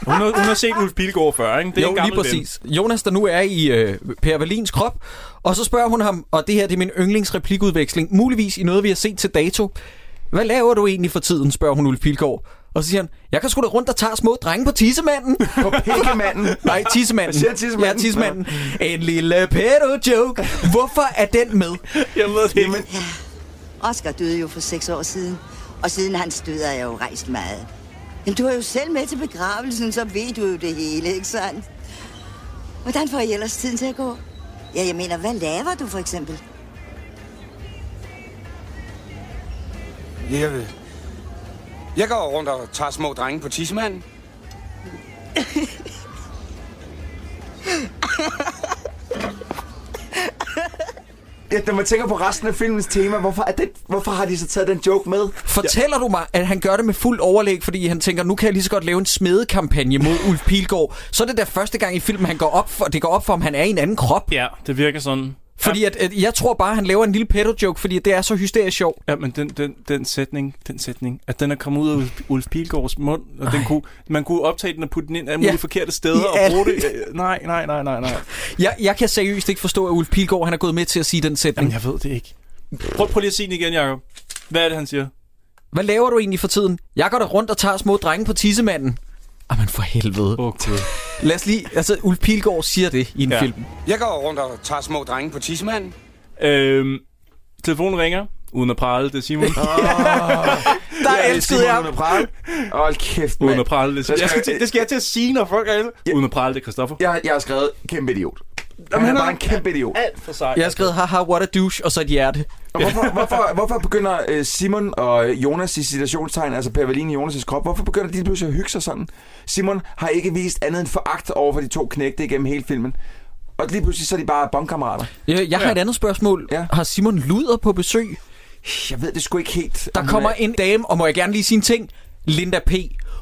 Hun har, hun har set Ulf Pilgaard før, ikke? Det er
jo,
en gammel
lige præcis. Ven. Jonas, der nu er i øh, Per Wallins krop, og så spørger hun ham, og det her det er min yndlingsreplikudveksling, muligvis i noget, vi har set til dato. Hvad laver du egentlig for tiden, spørger hun Ulf Pilgaard. Og så siger han, jeg kan sgu da rundt og tager små drenge på tissemanden.
På pikkemanden.
Nej, tissemanden.
Jeg siger tissemanden.
Ja, tissemanden. En lille pedo-joke. Hvorfor er den med?
Jeg ved det ikke.
Oscar døde jo for seks år siden, og siden hans død er jeg jo rejst meget. Jamen, du var jo selv med til begravelsen, så ved du jo det hele, ikke sandt? Hvordan får I ellers tiden til at gå? Ja, jeg mener, hvad laver du for eksempel?
Jeg, øh, jeg går rundt og tager små drenge på tissemanden.
Ja, når man tænker på resten af filmens tema, hvorfor, er den, hvorfor har de så taget den joke med?
Fortæller du mig, at han gør det med fuld overlæg, fordi han tænker, nu kan jeg lige så godt lave en smedekampagne mod Ulf Pilgaard. Så er det der første gang i filmen, han går op for, det går op for, om han er i en anden krop.
Ja, det virker sådan.
Fordi at, at jeg tror bare, han laver en lille pedo-joke, fordi det er så hysterisk sjov.
Ja, men den, den, den sætning, den sætning, at den er kommet ud af Ulf- Ulf Pilgaards mund, og den kunne, man kunne optage den og putte den ind alle mulige
Ja.
forkerte steder
I
og
alle-
bruge det. Øh, Nej, nej, nej, nej, nej.
Jeg, jeg kan seriøst ikke forstå, at Ulf Pilgaard han er gået med til at sige den sætning.
Jamen, jeg ved det ikke. Prøv, prøv lige at sige den igen, Jacob. Hvad er det, han siger?
Hvad laver du egentlig for tiden? Jeg går da rundt og tager små drenge på tissemanden. Jamen Ah, for helvede.
Okay.
Lad os lige... Altså, Ulf Pilgaard siger det i en ja. film.
Jeg går rundt og tager små drenge på tissemanden.
Øhm, telefonen ringer, uden at prale, det er Simon.
Der ja, elskede jeg...
Prale. Hold kæft, mand.
uden at prale, det er Simon.
Jeg
Jeg skal,
skal-
til- det skal jeg til at sige, når folk er ældre. Uden at prale, det er Christoffer.
Jeg, jeg har skrevet kæmpe idiot. Jamen, han er bare en kæmpe idiot.
Alt for sej.
Jeg har skrevet, haha, what a douche, og så et hjerte.
Og Hvorfor, hvorfor, hvorfor begynder øh, Simon og Jonas i citationstegn, altså Per Wallin i Jonas' krop, hvorfor begynder de pludselig at hygge sig sådan? Simon har ikke vist andet end foragt over for de to knægte igennem hele filmen. Og lige pludselig så er de bare bondkammerater.
Jeg, jeg har et andet spørgsmål. Ja. Har Simon Luder på besøg?
Jeg ved det sgu ikke helt.
Der
om
kommer
han er-
en dame, og må jeg gerne lige sige en ting? Linda P.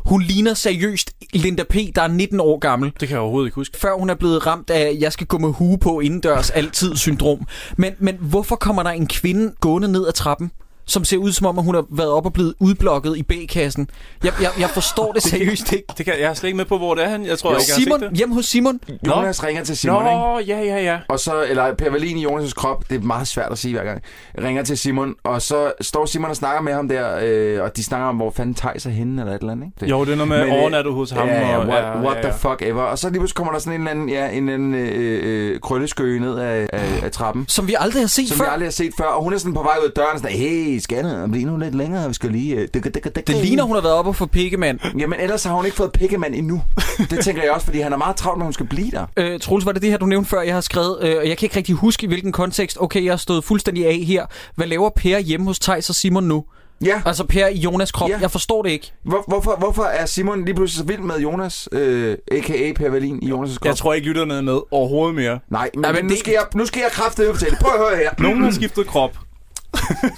Hun ligner seriøst Linda P., der er 19 år gammel.
Det kan jeg overhovedet ikke huske.
Før hun er blevet ramt af, jeg skal gå med hue på indendørs altid-syndrom. Men, men hvorfor kommer der en kvinde gående ned ad trappen? som ser ud som om, at hun har været op og blevet udblokket i B-kassen. Jeg, jeg, jeg forstår det seriøst ikke.
Det kan, jeg er slet ikke med på, hvor det er han. Jeg tror ikke, jeg har set
Simon,
det.
hjem hos Simon.
Jonas ringer til Simon,
Nå, ja, ja, ja.
Og så, eller Per Wallin i Jonas' krop, det er meget svært at sige hver gang, ringer til Simon, og så står Simon og snakker med ham der, øh, og de snakker om, hvor fanden Thijs er henne, eller et eller andet, ikke?
Jo, det er noget med,
øh,
overnatter du hos ham,
Ja, ja,
og-
what,
ja,
what
ja,
the
ja.
fuck ever. Og så lige pludselig kommer der sådan en eller anden, ja, en eller anden øh, øh, krølleskøge ned af, af, af trappen.
Som vi aldrig har set
Som
før.
vi aldrig har set før, og hun er sådan på vej ud af døren, sådan, hey, scanner, bliv nu lidt længere, vi skal lige... øh, dykke, dykke, dykke."
Det ligner, hun har været oppe og få pikkemand.
Jamen, ellers har hun ikke fået pikkemand endnu. Det tænker jeg også, fordi han er meget travlt, når hun skal blive der.
Øh, Troels, var det det her, du nævnte før, jeg har skrevet, øh, og jeg kan ikke rigtig huske, i hvilken kontekst. Okay, jeg har stået fuldstændig af her. Hvad laver Per hjemme hos Tejs og Simon nu?
Ja.
Altså Per i Jonas krop.
Ja.
Jeg forstår det ikke.
Hvor, hvorfor, hvorfor er Simon lige pludselig så vild med Jonas, øh, a.k.a. Per Wallin, i Jonas' krop?
Jeg tror ikke, lytterne er med overhovedet mere.
Nej, men, Nej,
Nej, men
men nu,
det-
skal jeg, nu skal jeg kraftedeme fortælle. Prøv at høre her.
Nogen har skiftet krop.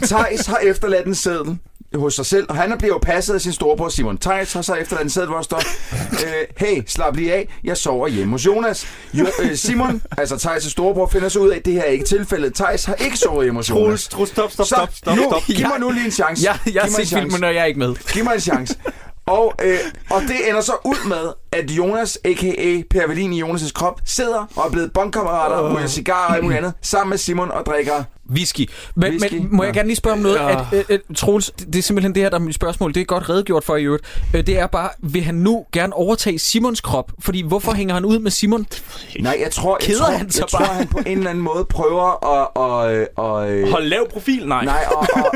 Thijs har efterladt en seddel hos sig selv, og han bliver jo passet af sin storebror Simon. Thijs har så efterladt en seddel, hvor der står, øh, hey, slap lige af, jeg sover hjemme hos Jonas. Jo, øh, Simon, altså Thijs' storebror, finder så ud af, at det her er ikke tilfældet. Thijs har ikke sovet hjemme hos Jonas.
Troels, Troels, stop, stop,
Så
stop, stop,
nu,
stop.
Giv mig nu lige en chance.
Jeg, jeg
Giv
har
mig en
set
chance.
filmen, når jeg er ikke med.
Giv mig en chance. Og, øh, og det ender så ud med, at Jonas, a.k.a. Per Wallin i Jonas' krop, sidder og er blevet bondkammerater, oh. ryger cigarer og alt muligt andet, sammen med Simon og drikker
Whisky. Men,
Whisky?
men må jeg
Nå.
gerne lige spørge om noget?
Ja.
At, øh, øh, Troels, det, det er simpelthen det her, der er mit spørgsmål. Det er godt redegjort for i øvrigt. Øh, det er bare, vil han nu gerne overtage Simons krop? Fordi hvorfor hænger han ud med Simon?
Nej, jeg tror, jeg
Keder
tror,
han sig
jeg tror
bare?
han på en eller anden måde prøver at... at, at, at
Hold lav profil, nej.
øh, Nej, og, og,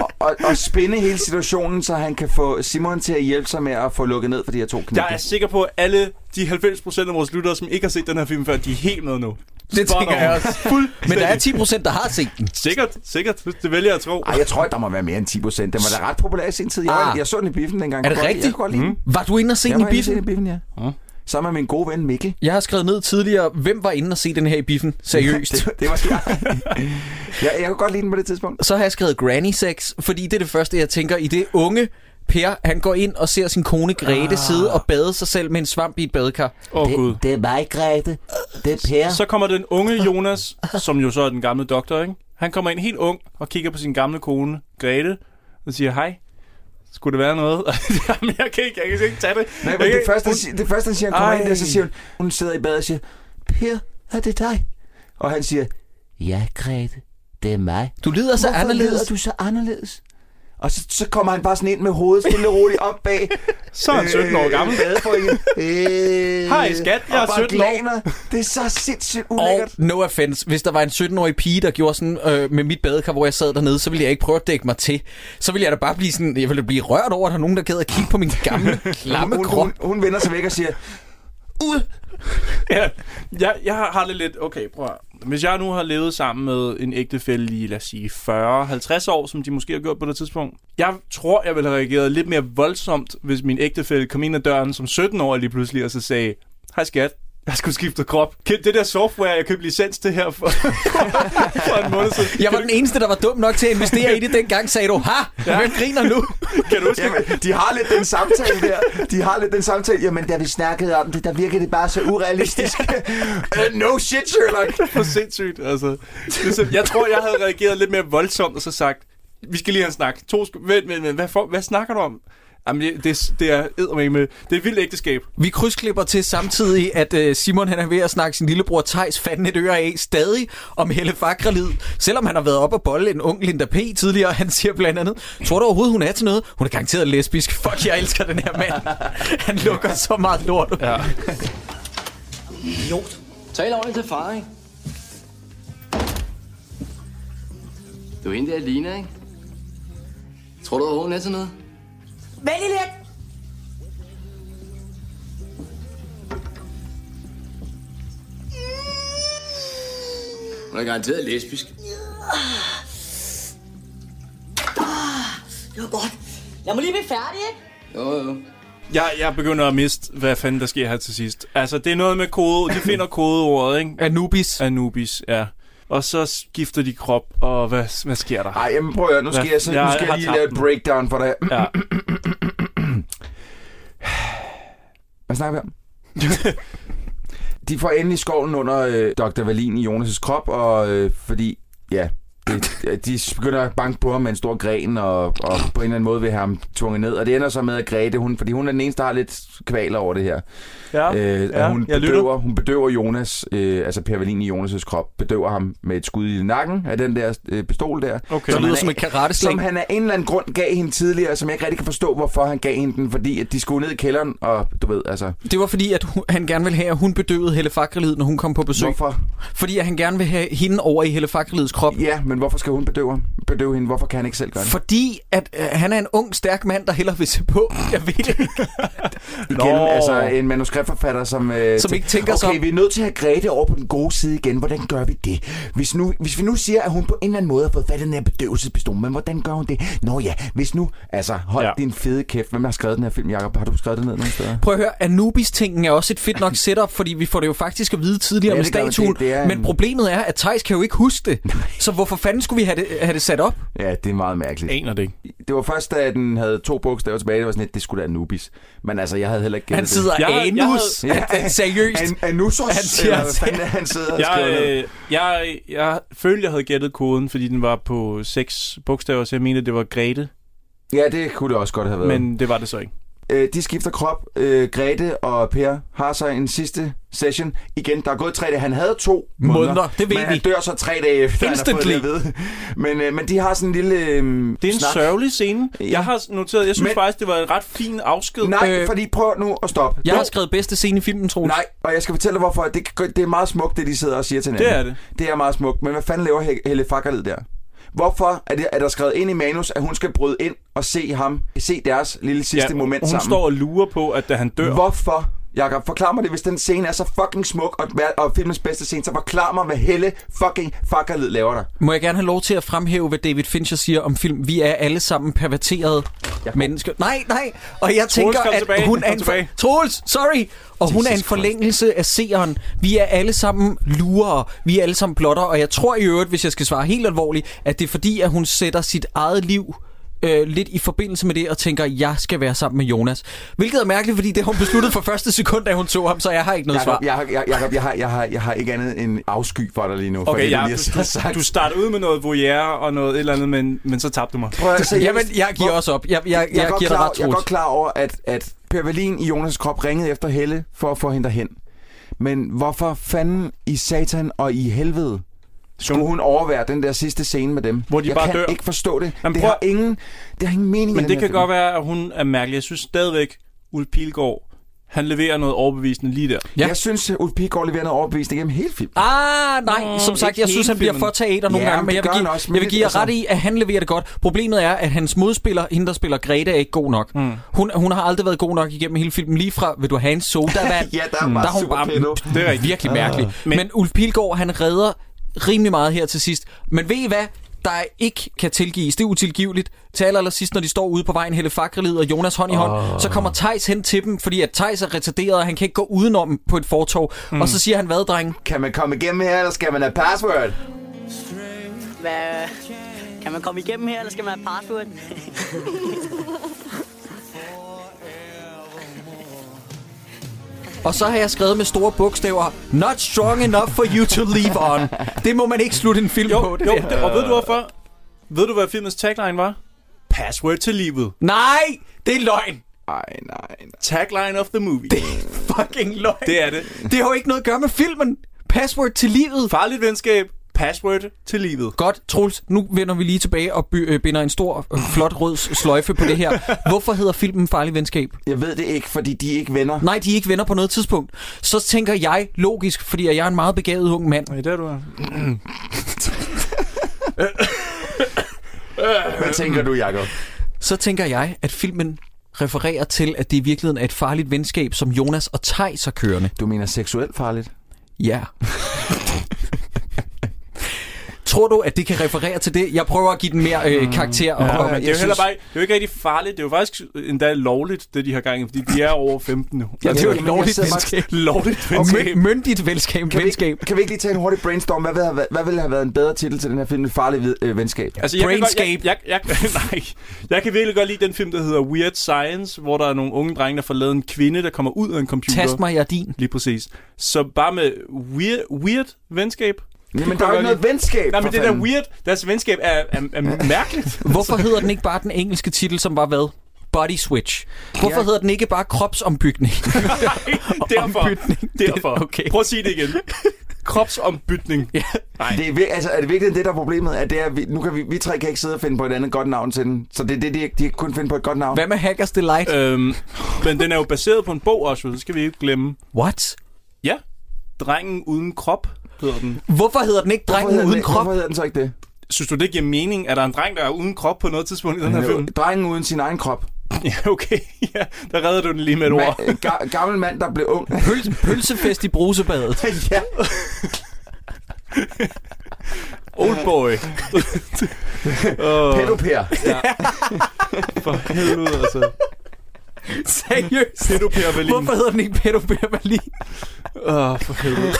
og, og, og spænde hele situationen, så han kan få Simon til at hjælpe sig med at få lukket ned for de her to knække.
Jeg er sikker på, at alle de 90% af vores lyttere, som ikke har set den her film før, de er helt med nu.
Det tænker jeg også. Men der er 10%, der har set den.
Sikkert, sikkert. Det vælger jeg at tro.
Ej, jeg tror, der må være mere end 10 procent. Den var da ret populær i sin tid. Jeg,
Ah.
ah. jeg så den i biffen dengang.
Er det
Jeg kunne godt-
rigtigt?
Jeg kunne godt lide den.
Var du inde og se
Jeg
den i
var inde og se
biffen? Ah.
den i biffen, ja. Sammen med min gode ven Mikkel.
Jeg har skrevet ned tidligere, hvem var inde og se den her i biffen? Seriøst.
det, det var jeg. jeg. Jeg kunne godt lide den på det tidspunkt.
Så har jeg skrevet granny sex, fordi det er det første, jeg tænker i det unge. Per, han går ind og ser sin kone Grete ah. sidde og bade sig selv med en svamp i et badekar.
Åh,
det,
Gud.
det er mig, Grete. Det er Per.
Så kommer den unge Jonas, som jo så er den gamle doktor, ikke? Han kommer ind helt ung og kigger på sin gamle kone, Grete, og siger, hej, skulle det være noget? Jamen, jeg kan ikke, jeg kan ikke tage det.
Nej, men
Jeg kan-
det første, han siger- det første, han siger, han kommer
Ej.
ind der, så siger hun, hun sidder i badet og siger, Per, er det dig? Og han siger, ja, Grete, det er mig.
Du lyder så
Hvorfor
anderledes.
lyder du så anderledes? Og så, så kommer han bare sådan ind med hovedet stille og roligt op bag.
Så er han 17 år gammel.
Øh,
Hej, skat, jeg
og
er
bare
17 år.
glaner. Det er så sindssygt
Og
ulækkert.
no offense, hvis der var en 17-årig pige, der gjorde sådan øh, med mit badekar, hvor jeg sad dernede, så ville jeg ikke prøve at dække mig til. Så ville jeg da bare blive sådan, jeg ville blive rørt over, at der er nogen, der gad at kigge på min gamle, klamme
Hun,
krop.
hun, hun vender sig væk og siger, ud!
ja, jeg, jeg har har det lidt... Okay, prøv at høre. Hvis jeg nu har levet sammen med en ægtefælle i, lad os sige, 40-50 år, som de måske har gjort på det tidspunkt, jeg tror, jeg ville have reageret lidt mere voldsomt, hvis min ægtefælle kom ind ad døren som 17-årig lige pludselig, og så sagde, hej skat, jeg skulle skifte krop. Kan- Det der software, jeg købte licens til her for, for en måned siden.
Jeg var den eneste, der var dum nok til at investere i det dengang, sagde du, ha, ja. hvem griner nu?
Kan du huske,
Jamen, de har lidt den samtale der. De har lidt den samtale. Jamen, da vi snakkede om det, der virkede det bare så urealistisk. uh, no shit, Sherlock.
For sindssygt, altså. Det er simpelthen- Jeg tror, jeg havde reageret lidt mere voldsomt og så sagt, vi skal lige have en snak. To sku- vent, vent, vent, hvad, for, hvad snakker du om? Jamen, det, det, det er eddermame. Det er et vildt ægteskab.
Vi krydsklipper til samtidig, at øh, Simon han er ved at snakke sin lillebror Tejs fanden et øre af stadig om Helle Fakralid. Selvom han har været op og bolle en ung Linda P. tidligere, han siger blandt andet, tror du overhovedet, hun er til noget? Hun er garanteret lesbisk. Fuck, jeg elsker den her mand. Han lukker så meget lort. Ja.
Idiot. Tal ordentligt til far, ikke? Du er hende der Lina, ikke? Tror du, at hun er til noget?
Vælg lidt.
Hun er garanteret lesbisk.
Det var godt. Lad mig lige blive færdig, ikke?
Jo, jo.
Jeg, jeg begynder at miste, hvad fanden der sker her til sidst. Altså, det er noget med kode. De finder kodeordet, ikke?
Anubis.
Anubis, ja. Og så skifter de krop, og hvad, hvad sker der?
Ej, jamen prøv at høre, nu skal
Hvad-
jeg, så, nu
Jeg
skal
har
jeg lige
tabt
lave et
den.
breakdown for dig.
Ja.
Hvad snakker vi om? De får endelig skoven under øh, Dr. Valin i Jonas' krop, og øh, fordi, ja, det, øh, de begynder at banke på ham med en stor gren, og, og på en eller anden måde vil have ham tvunget ned. Og det ender så med, at Grete, hun, fordi hun er den eneste, der har lidt kvaler over det her.
Ja,
øh,
ja,
at hun,
jeg lytter.
bedøver, hun bedøver Jonas, øh, altså Per Valin i Jonas' krop, bedøver ham med et skud i nakken af den der øh, pistol der.
Okay.
Det
han
lyder
er-
som et karatesling.
Som han af en eller anden grund gav hende tidligere, som jeg ikke rigtig kan forstå, hvorfor han gav hende den, fordi at de skulle ned i kælderen, og du ved, altså...
Det var fordi, at hun, han gerne ville have, at hun bedøvede Helle Fakralid, når hun kom på besøg.
Hvorfor?
Fordi at han gerne vil have hende over i Helle Fakralids krop.
Ja, men hvorfor skal hun bedøve, ham? bedøve hende? Hvorfor kan han ikke selv gøre det?
Fordi at øh, han er en ung, stærk mand, der hellere vil se på. Jeg ved det ikke.
Igen,
Nå.
altså en manuskriptforfatter, som... Øh,
Som ikke tænker
okay,
sig om.
vi er nødt til at have Grete over på den gode side igen. Hvordan gør vi det? Hvis, nu, hvis vi nu siger, at hun på en eller anden måde har fået fat i den her bedøvelsespistol, men hvordan gør hun det? Nå ja, hvis nu... Altså, hold
Ja.
ja. din fede kæft. Hvem har skrevet den her film, Jacob? Har du skrevet det ned nogen steder?
Prøv at høre, Anubis-tingen er også et fedt nok setup, fordi vi får det jo faktisk at vide tidligere
Ja,
med
det gør vi.
statuen.
Det- det er
Men
en-
problemet er, at Thijs kan jo ikke huske det. Så hvorfor fanden skulle vi have det, have det sat op?
Ja, det er meget mærkeligt.
Aner det ikke.
Det var først, da den havde to bogstaver tilbage, det var sådan lidt, det skulle da Anubis. Men altså, jeg havde heller ikke gættet
Han sidder
Jeg- jeg
jeg, anus.
havde-
Ja, seriøst.
An- Anusos,
Han siger-
eller hvad fanden er, han sidder og
Jeg,
skriver ned?
øh, jeg, jeg følte, jeg havde gættet koden, fordi den var på seks bogstaver, så jeg mente, det var Grete.
Ja, det kunne det også godt have været.
Men det var det så ikke.
Øh, de skifter krop. Øh, Grete og Per har så en sidste session. Igen, der er gået tre dage. Han havde to måneder.
Måneder, det ved
men han
vi.
dør så tre dage efter, han har fået det at
Instantly.
vide. Men, øh, men de har sådan en lille øh,
Det er en
snak.
sørgelig scene. Jeg har noteret, jeg synes
Men-
men... faktisk, det var en ret fin afsked.
Nej, øh, fordi prøv nu at stoppe.
Jeg har
Jo.
skrevet bedste scene i filmen, Troels.
Nej, og jeg skal fortælle dig, hvorfor. Det, det er meget smukt, det de sidder og siger til hinanden.
Det er det.
Det er meget smukt, men hvad fanden laver He- Helle Fakkerlid der? Hvorfor er, det, er der skrevet ind i manus, at hun skal bryde ind og se ham, se deres lille sidste
Ja,
moment
hun
sammen?
står og lurer på, at da han dør...
Hvorfor, Jakob? Forklar mig det, hvis den scene er så fucking smuk og, og filmens bedste scene, så forklar mig, hvad Helle fucking Fakkerlid laver der.
Må jeg gerne have lov til at fremhæve, hvad David Fincher siger om film? Vi er alle sammen perverterede mennesker. Nej, nej. Og jeg
Troels,
tænker,
kom
at
tilbage,
hun er
kom
en... For...
tilbage.
Troels, sorry! Og hun er en forlængelse af seeren. Vi er alle sammen lurere. Vi er alle sammen blotter. Og jeg tror i øvrigt, hvis jeg skal svare helt alvorligt, at det er fordi, at hun sætter sit eget liv øh, lidt i forbindelse med det og tænker, jeg skal være sammen med Jonas. Hvilket er mærkeligt, fordi det har hun besluttet fra første sekund, da hun så ham, så jeg har ikke noget svar.
Jakob, jeg, har- jeg, Jakob, jeg, har, jeg, har, jeg har ikke andet end afsky for dig lige nu. for
Okay,
det,
ja,
lige
du,
har sagt.
du, du starter ud med noget voyeur og noget et eller andet, men, men så tabte du mig.
Prøv at se, jeg-
Jamen, jeg giver også op. Jeg, jeg, jeg,
jeg, er
jeg
godt
giver dig
klar,
ret,
jeg er
Troels.
godt klar over, at, at Per Wallin i Jonas' krop ringede efter Helle for at få hende derhen. Men hvorfor fanden i satan og i helvede skulle hun overvære den der sidste scene med dem? Hvor
de
jeg
bare
kan
dør.
ikke forstå det.
Jamen,
det,
prøv-
har ingen, det har ingen mening i
Men
den
det
her
kan
film.
godt være, at hun er mærkelig. Jeg synes stadigvæk, Ulf Pilgaard, han leverer noget overbevisende lige der.
Ja. Jeg synes, at Ulf Pilgaard leverer noget overbevisning gennem hele filmen.
Ah, nej,
Mm,
som
ikke
sagt, jeg
hele
synes, han bliver
filmen.
for teater nogle
Ja,
gange,
men
men
det
jeg vil,
gør
give,
han også, men
jeg vil
det-
give jer
altså-
ret i, at han leverer det godt. Problemet er, at hans modspiller, hende der spiller Greta, er ikke god nok. Mm. Hun, hun har aldrig været god nok igennem hele filmen, lige fra, vil du have en soda, mand?
Ja, der er
Mm.
bare Ah.
der er hun
super
bare
pedo.
Det er rigtigt.
virkelig mærkelig. Men, men Ulf Pilgaard, han redder rimelig meget her til sidst. Men ved I hvad? der ikke kan tilgives. Det er utilgiveligt. Til aller, aller sidst, når de står ude på vejen, Helle Fakrelid og Jonas hånd i hånd,
Åh.
så kommer Tejs hen til dem, fordi at Tejs er retarderet, og han kan ikke gå udenom dem på et fortov. Mm. Og så siger han, hvad, drenge?
Kan man komme igennem her, eller skal man have password?
Hvad? Kan man komme igennem her, eller skal man have password?
Og så har jeg skrevet med store bogstaver, Not strong enough for you to leave on. Det må man ikke slutte en film på. Det
Jo,
der.
det, og ved du hvorfor? Ved du, hvad filmens tagline var? Password til livet.
Nej, det er løgn.
Ej, nej, nej.
Tagline of the movie.
Det er fucking løgn.
Det er det.
Det har jo ikke noget at gøre med filmen. Password til livet.
Farligt venskab. Password til livet.
Godt, Troels. Nu vender vi lige tilbage og by- øh, binder en stor, øh, flot rød s- sløjfe på det her. Hvorfor hedder filmen Farlig Venskab?
Jeg ved det ikke, fordi de er ikke venner.
Nej, de er ikke venner på noget tidspunkt. Så tænker jeg logisk, fordi jeg er en meget begavet ung mand.
Ja, det er du er.
Hvad tænker du, Jacob?
Så tænker jeg, at filmen refererer til, at det i virkeligheden er et farligt venskab, som Jonas og Thijs er kørende.
Du mener seksuelt farligt?
Ja. Tror du, at det kan referere til det? Jeg prøver at give den mere øh, karakter.
Ja,
og, og,
men det er jo
jeg
heller
synes-
bare, ikke- det er jo ikke rigtig farligt. Det er jo faktisk endda lovligt, det de har gang i, fordi de er over Altså, 15 nu.
Ja, det er jo et
Jamen, jeg
lovligt
sidder
venskab.
Lovligt
Og
venskab.
myn- myndigt venskab.
Kan vi,
venskab.
ikke, kan vi ikke lige tage en hurtig brainstorm? Hvad, hvad, hvad, hvad ville have været en bedre titel til den her film? Farlig ved, øh, venskab.
Altså, jeg
Brainscape.
Kan godt, jeg, jeg, jeg, nej, jeg kan virkelig godt lide den film, der hedder Weird Science, hvor der er nogle unge drenge, der får lavet en kvinde, der kommer ud af en computer.
Tast mig, jeg er din.
Lige præcis. Så bare med weird, weird venskab. Det
Jamen,
kunne
der er
jeg
jo ikke
godt
noget venskab.
lide. Nej, men
for
det der
fanden.
weird, deres venskab er, er, er mærkeligt.
Hvorfor hedder den ikke bare den engelske titel, som var hvad? Body Switch. Hvorfor
Ja.
hedder den ikke bare kropsombygning?
Derfor. Derfor.
Okay.
Prøv at sige det igen. Kropsombytning. Ja. Nej.
Det er, vir- altså, er det virkelig det, der er problemet? At det er, at vi, nu kan vi, vi tre kan ikke sidde og finde på et andet godt navn til den. Så det er det, de, de kan kun finde på et godt navn.
Hvad med Hackers Delight?
Øhm, men den er jo baseret på en bog også, så det skal vi ikke glemme.
What?
Ja. Drengen uden krop hedder den.
Hvorfor hedder den ikke
Hvorfor
Drengen
hedder den
Uden
ikke-
Krop?
Hvorfor hedder den så ikke det?
Synes du, det giver mening, at der er en dreng, der er uden krop på noget tidspunkt i den her
Den er
film?
jo Drengen uden sin egen krop.
Ja, okay. Ja, der redder du den lige med et ord.
Ma- ga- gammel mand, der blev ung.
Pøl- pølsefest i brusebadet.
ja.
Old boy.
Pedopær.
Ja. For helvede, altså.
Seriøst?
Pedopær Berlin.
Hvorfor hedder den ikke Pedo Per Berlin?
Åh, for helvede.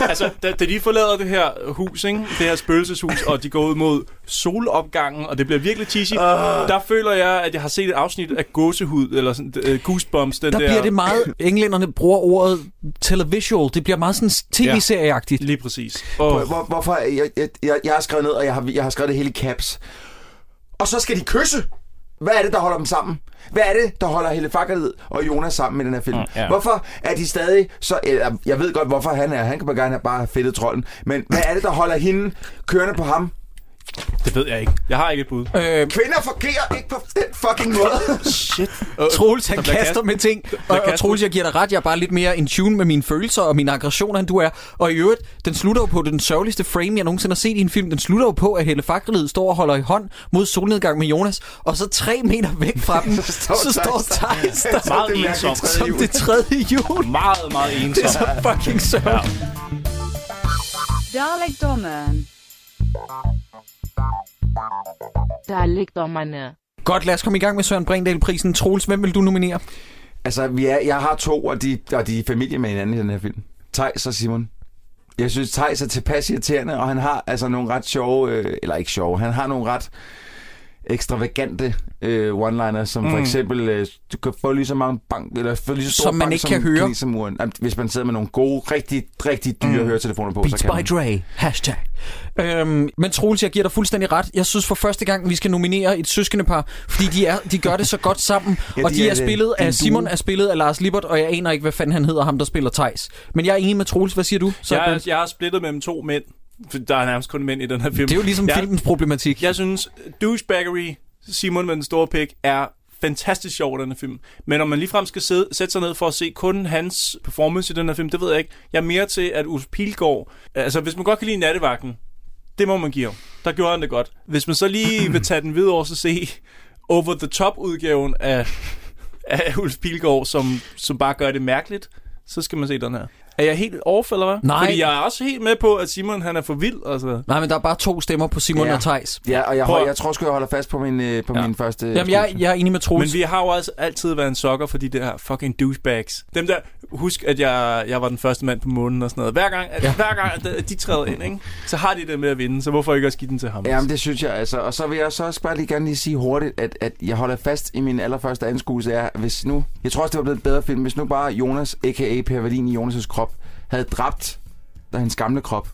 altså, da, da de forlader det her hus, ikke? det her spøgelseshus, og de går ud mod solopgangen, og det bliver virkelig cheesy, uh. der føler jeg, at jeg har set et afsnit af Gåsehud, eller sådan, uh, Goosebumps, den
Der
der...
bliver det meget... Englænderne bruger ordet televisual. Det bliver meget sådan tv-serieagtigt.
Lige præcis.
Hvor,
Og,
hvor, hvorfor? Jeg, jeg, jeg, jeg har skrevet ned, og jeg har, jeg har skrevet det hele i caps. Og så skal de kysse. Hvad er det, der holder dem sammen? Hvad er det, der holder Helle Fakkerlid og Jonas sammen i den her film? Mm, ja. Hvorfor er de stadig så... Eller, jeg ved godt, hvorfor han er. Han kan bare gerne bare have fedtet trolden. Men hvad er det, der holder hende kørende på ham?
Det ved jeg ikke. Jeg har ikke et bud. Øh,
Kvinder fungerer ikke på den fucking måde.
Shit. Troels, han
Der bliver
kaster
kastet.
med ting.
Der
Og,
bliver
og Troels, jeg giver dig ret. Jeg er bare lidt mere in tune med mine følelser og mine aggressioner, end du er. Og i øvrigt, den slutter jo på den sørgeligste frame, jeg nogensinde har set i en film. Den slutter jo på, at Helle Fakkerlid står og holder i hånd mod solnedgang med Jonas. Og så tre meter væk fra dem, så står, så står Thijs der.
Meget ensom.
Som det tredje jul.
Meget, meget ensom.
Det er så fucking sørgeligt.
Dårligdommen. Dårligdommerne.
Godt, lad os komme i gang med Søren Brindahl-prisen. Troels, hvem vil du nominere?
Altså, vi er, jeg har to, og de, og de er familie med hinanden i den her film. Thijs og Simon. Jeg synes, Thijs er tilpas irriterende, og han har altså nogle ret sjove, øh, eller ikke sjove, han har nogle ret ekstravagante øh, one-liners, som mm. for
Mm.
eksempel, øh, du kan få lige så mange bank, eller få lige så store
Som man
bank,
ikke
som
kan høre.
Knisemuren. Jamen, Hvis man sidder med nogle gode, rigtig, rigtig dyre mm. høretelefoner på,
Beats
så kan
by Dre. Hashtag. Øhm, men Troels, jeg giver dig fuldstændig ret. Jeg synes for første gang, vi skal nominere et søskendepar, fordi de, er, de gør det så godt sammen.
Ja,
og
de
de,
er
er,
det.
spillet
Det er en
af Simon,
duo.
er spillet af Lars Lippert, og jeg aner ikke, hvad fanden han hedder, ham der spiller Tejs. Men jeg er enig med Troels. Hvad siger du?
Så jeg,
Søren?
er, jeg er splittet mellem to mænd. For Der er nærmest kun mænd i den her film.
Det er jo ligesom
jeg,
filmens problematik.
Jeg synes, douchebaggery, Simon med den store pik, er fantastisk sjov i den her film. Men om man ligefrem skal sidde, sætte sig ned for at se kun hans performance i den her film, det ved jeg ikke. Jeg er mere til, at Ulf Pilgaard... Altså, hvis man godt kan lide Nattevagten, det må man give ham. Der gjorde han det godt. Hvis man så lige vil tage den videre over, så se Over the Top-udgaven af, af Ulf Pilgaard, som, som bare gør det mærkeligt, så skal man se den her. Er jeg helt off, eller hvad?
Nej.
Fordi jeg er også helt med på, at Simon han er for vild. Altså.
Nej, men der er bare to stemmer på Simon
Ja.
og Tejs.
Ja, og jeg,
Prøv
hold,
at-
jeg tror sgu, jeg holder fast på min, øh, på ja. min første...
Jamen, jeg, jeg er enig med Troels.
Men vi har jo også altid været en sokker for de der fucking douchebags. Dem der, husk at jeg, jeg var den første mand på månen og sådan noget. Hver gang, at, ja. hver gang at øh, de træder ind, ikke? så har de det med at vinde, så hvorfor ikke også give den til ham?
Jamen, det synes jeg altså. Og så vil jeg så også bare lige gerne lige sige hurtigt, at, at jeg holder fast i min allerførste anskuelse er, hvis nu, jeg tror også, det var blevet en bedre film, hvis nu bare Jonas, a.k.a. Per Wallin i Jonas' krop, havde dræbt der hans gamle krop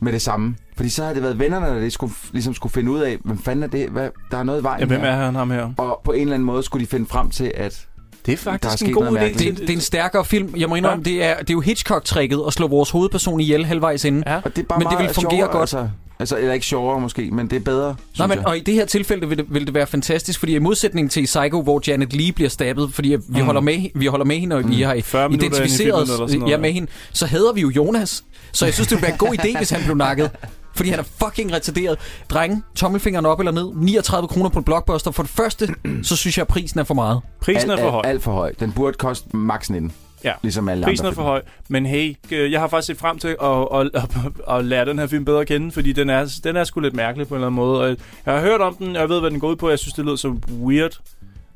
med det samme. Fordi så havde det været vennerne, der lige skulle, ligesom skulle finde ud af, hvem fanden er det? Hvad, der er noget i vejen
Ja, hvem
her.
er han ham her?
Og på en eller anden måde skulle de finde frem til, at
det er
der er
faktisk
sket
en god
noget
idé.
mærkeligt.
Det, det er en stærkere film. Jeg må indrømme, det er, det er jo Hitchcock-trækket at slå vores hovedperson ihjel halvvejs inden.
Ja.
Det er bare
men det
meget
vil fungere
sjovere,
godt.
Altså, altså, eller ikke sjovere måske, men det er bedre,
Nå,
synes
men,
jeg.
og i det her tilfælde vil det, vil det være fantastisk, fordi i modsætning til i Psycho, hvor Janet Lee bliver stabbet, fordi vi,
Mm.
mm. holder, med, vi holder med hende, og mm. vi har
minutter ind i filmen
identificeret
eller
os
sådan noget,
ja,
ja.
med hende, så hader vi jo Jonas. Så jeg synes, det ville være en god idé, hvis han blev nakket. Fordi han er fucking retarderet. Drenge, tommelfingeren op eller ned. 39 kroner på en blockbuster. For det første, så synes jeg, at prisen er for meget.
Prisen er for høj.
Alt, alt for høj. Den burde koste maks 19.
Ja.
Ligesom alle
Prisen
andre
er for
film.
høj, men hey, øh, jeg har faktisk set frem til at, at, at, at lære den her film bedre at kende, fordi den er, den er sgu lidt mærkelig på en eller anden måde. Og jeg har hørt om den, og jeg ved, hvad den går ud på, og jeg synes, det lyder så weird.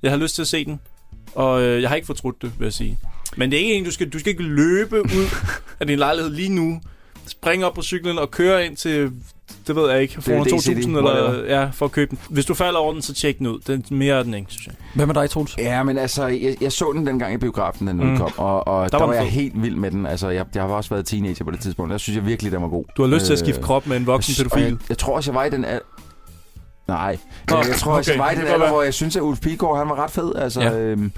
Jeg har lyst til at se den, og øh, jeg har ikke fortrudt det, vil jeg sige. Men det er ikke en, du skal, du skal ikke løbe ud af din lejlighed lige nu, springe op på cyklen og køre ind til, det ved jeg ikke,
er
for
DCD,
2000 eller,
whatever.
ja, for at købe den. Hvis du falder over den, så tjek den ud. Den, mere er den ikke, synes jeg.
Hvad med dig, Troels?
Ja, men altså, jeg, jeg så den dengang i biografen, den
Mm.
udkom, og, og der,
var
der var,
den
jeg
fed.
helt vild med den. Altså, jeg, jeg har også været teenager på det tidspunkt, og jeg synes jeg virkelig, den var god. Øh,
Du har lyst til at skifte krop med en voksen
jeg sy- og
pædofil.
Jeg, jeg tror også, jeg var i den... Al- Nej.
Nå,
Nå, jeg tror også,
okay,
jeg var i
det
den
kan
alder,
være.
hvor jeg synes, at Ulf Pilgaard, han var ret fed. Altså,
Ja.
ja. øhm,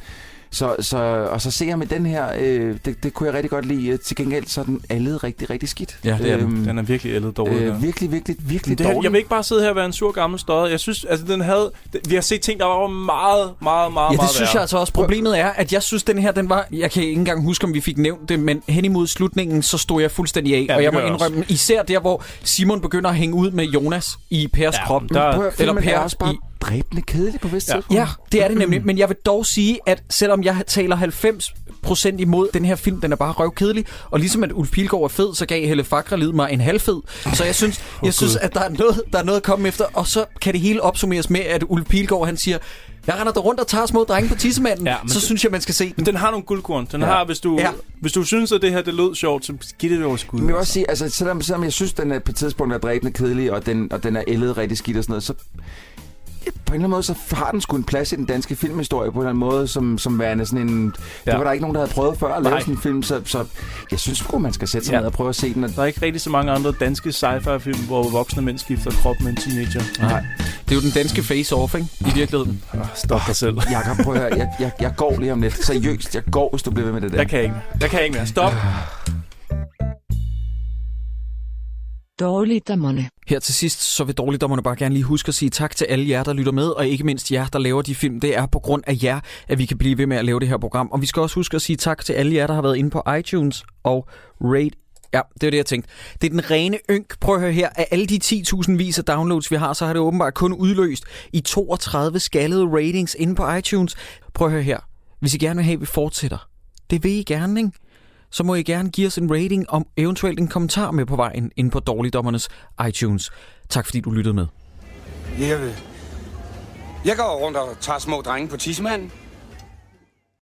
så, så, og så se ham i den her, øh, det, det kunne jeg rigtig godt lide. Øh, Til gengæld så er den allet rigtig, rigtig skidt. Øhm,
Ja, det er den. Den er virkelig ældet dårlig, den.
Øh, virkelig, virkelig, virkelig
Men det her,
dårlig.
jeg vil ikke bare sidde her og være en sur gammel støder. Jeg synes, altså den havde... Det, vi har set ting, der var meget, meget, meget,
Ja, det
meget
synes
værre.
jeg altså også. Problemet er, at jeg synes, den her, den var... Jeg kan ikke engang huske, om vi fik nævnt det, men hen imod slutningen, så stod jeg fuldstændig af.
Ja,
Ja,
det
og jeg må
gør jeg
indrømme, også. især der, hvor Simon begynder at hænge ud med Jonas i Pers ja, krop.
Men prøv at høre,
eller
filmen er
Per
også bare
i...
dræbende kedelig på vist
Ja. ja, det er det nemlig. Men jeg vil dog sige, at selvom jeg taler 90 procent imod den her film, den er bare røvkedelig. Og ligesom at Ulf Pilgaard er fed, så gav Helle Fakralid mig en halvfed. Så jeg synes, jeg synes at der er, noget, der er noget at komme efter. Og så kan det hele opsummeres med, at Ulf Pilgaard han siger, jeg render der rundt og tager små drenge på tissemanden, ja,
men
så
det-
synes jeg, man skal se den.
Men den har nogle guldkorn. Den ja.
Ja.
har, hvis du, ja.
Ja.
hvis du synes, at det her det lød sjovt, så giv det et overskud.
Men jeg vil også sige, altså, selvom, selvom jeg synes, den er på et tidspunkt er dræbende kedelig, og den, og den er ældet rigtig skidt og sådan noget, så på en eller anden måde, så har den sgu en plads i den danske filmhistorie på en eller anden måde, som, som værende sådan en... Ja. Der var der ikke nogen, der havde prøvet før at lave
Nej.
sådan en film, så, så jeg synes sgu, man skal sætte sig
Ja.
ja. ned og prøve at se den. Og
Der er ikke rigtig så mange andre danske sci-fi-film, hvor voksne mænd skifter krop med en teenager.
Nej.
Det er jo den danske face-off, ikke? I virkeligheden.
Ah, Stop dig selv.
Jakob, prøv at høre, jeg, jeg, jeg går lige om lidt. Seriøst, jeg går, hvis du bliver ved med det der.
Jeg kan ikke. Jeg kan ikke mere. Stop.
Dårligdommerne.
Her til sidst, så vil dårligdommerne bare gerne lige huske at sige tak til alle jer, der lytter med, og ikke mindst jer, der laver de film. Det er på grund af jer, at vi kan blive ved med at lave det her program. Og vi skal også huske at sige tak til alle jer, der har været inde på iTunes og rate Ja, det er det, jeg tænkte. Det er den rene ynk. Prøv at høre her. Af alle de 10.000 vis af downloads, vi har, så har det åbenbart kun udløst i 32 skaldede ratings inde på iTunes. Prøv at høre her. Hvis I gerne vil have, at vi fortsætter, det vil I gerne, ikke? så må I gerne give os en rating og eventuelt en kommentar med på vejen ind på Dårligdommernes iTunes. Tak fordi du lyttede med.
Jeg, jeg går rundt og tager små drenge på tissemanden.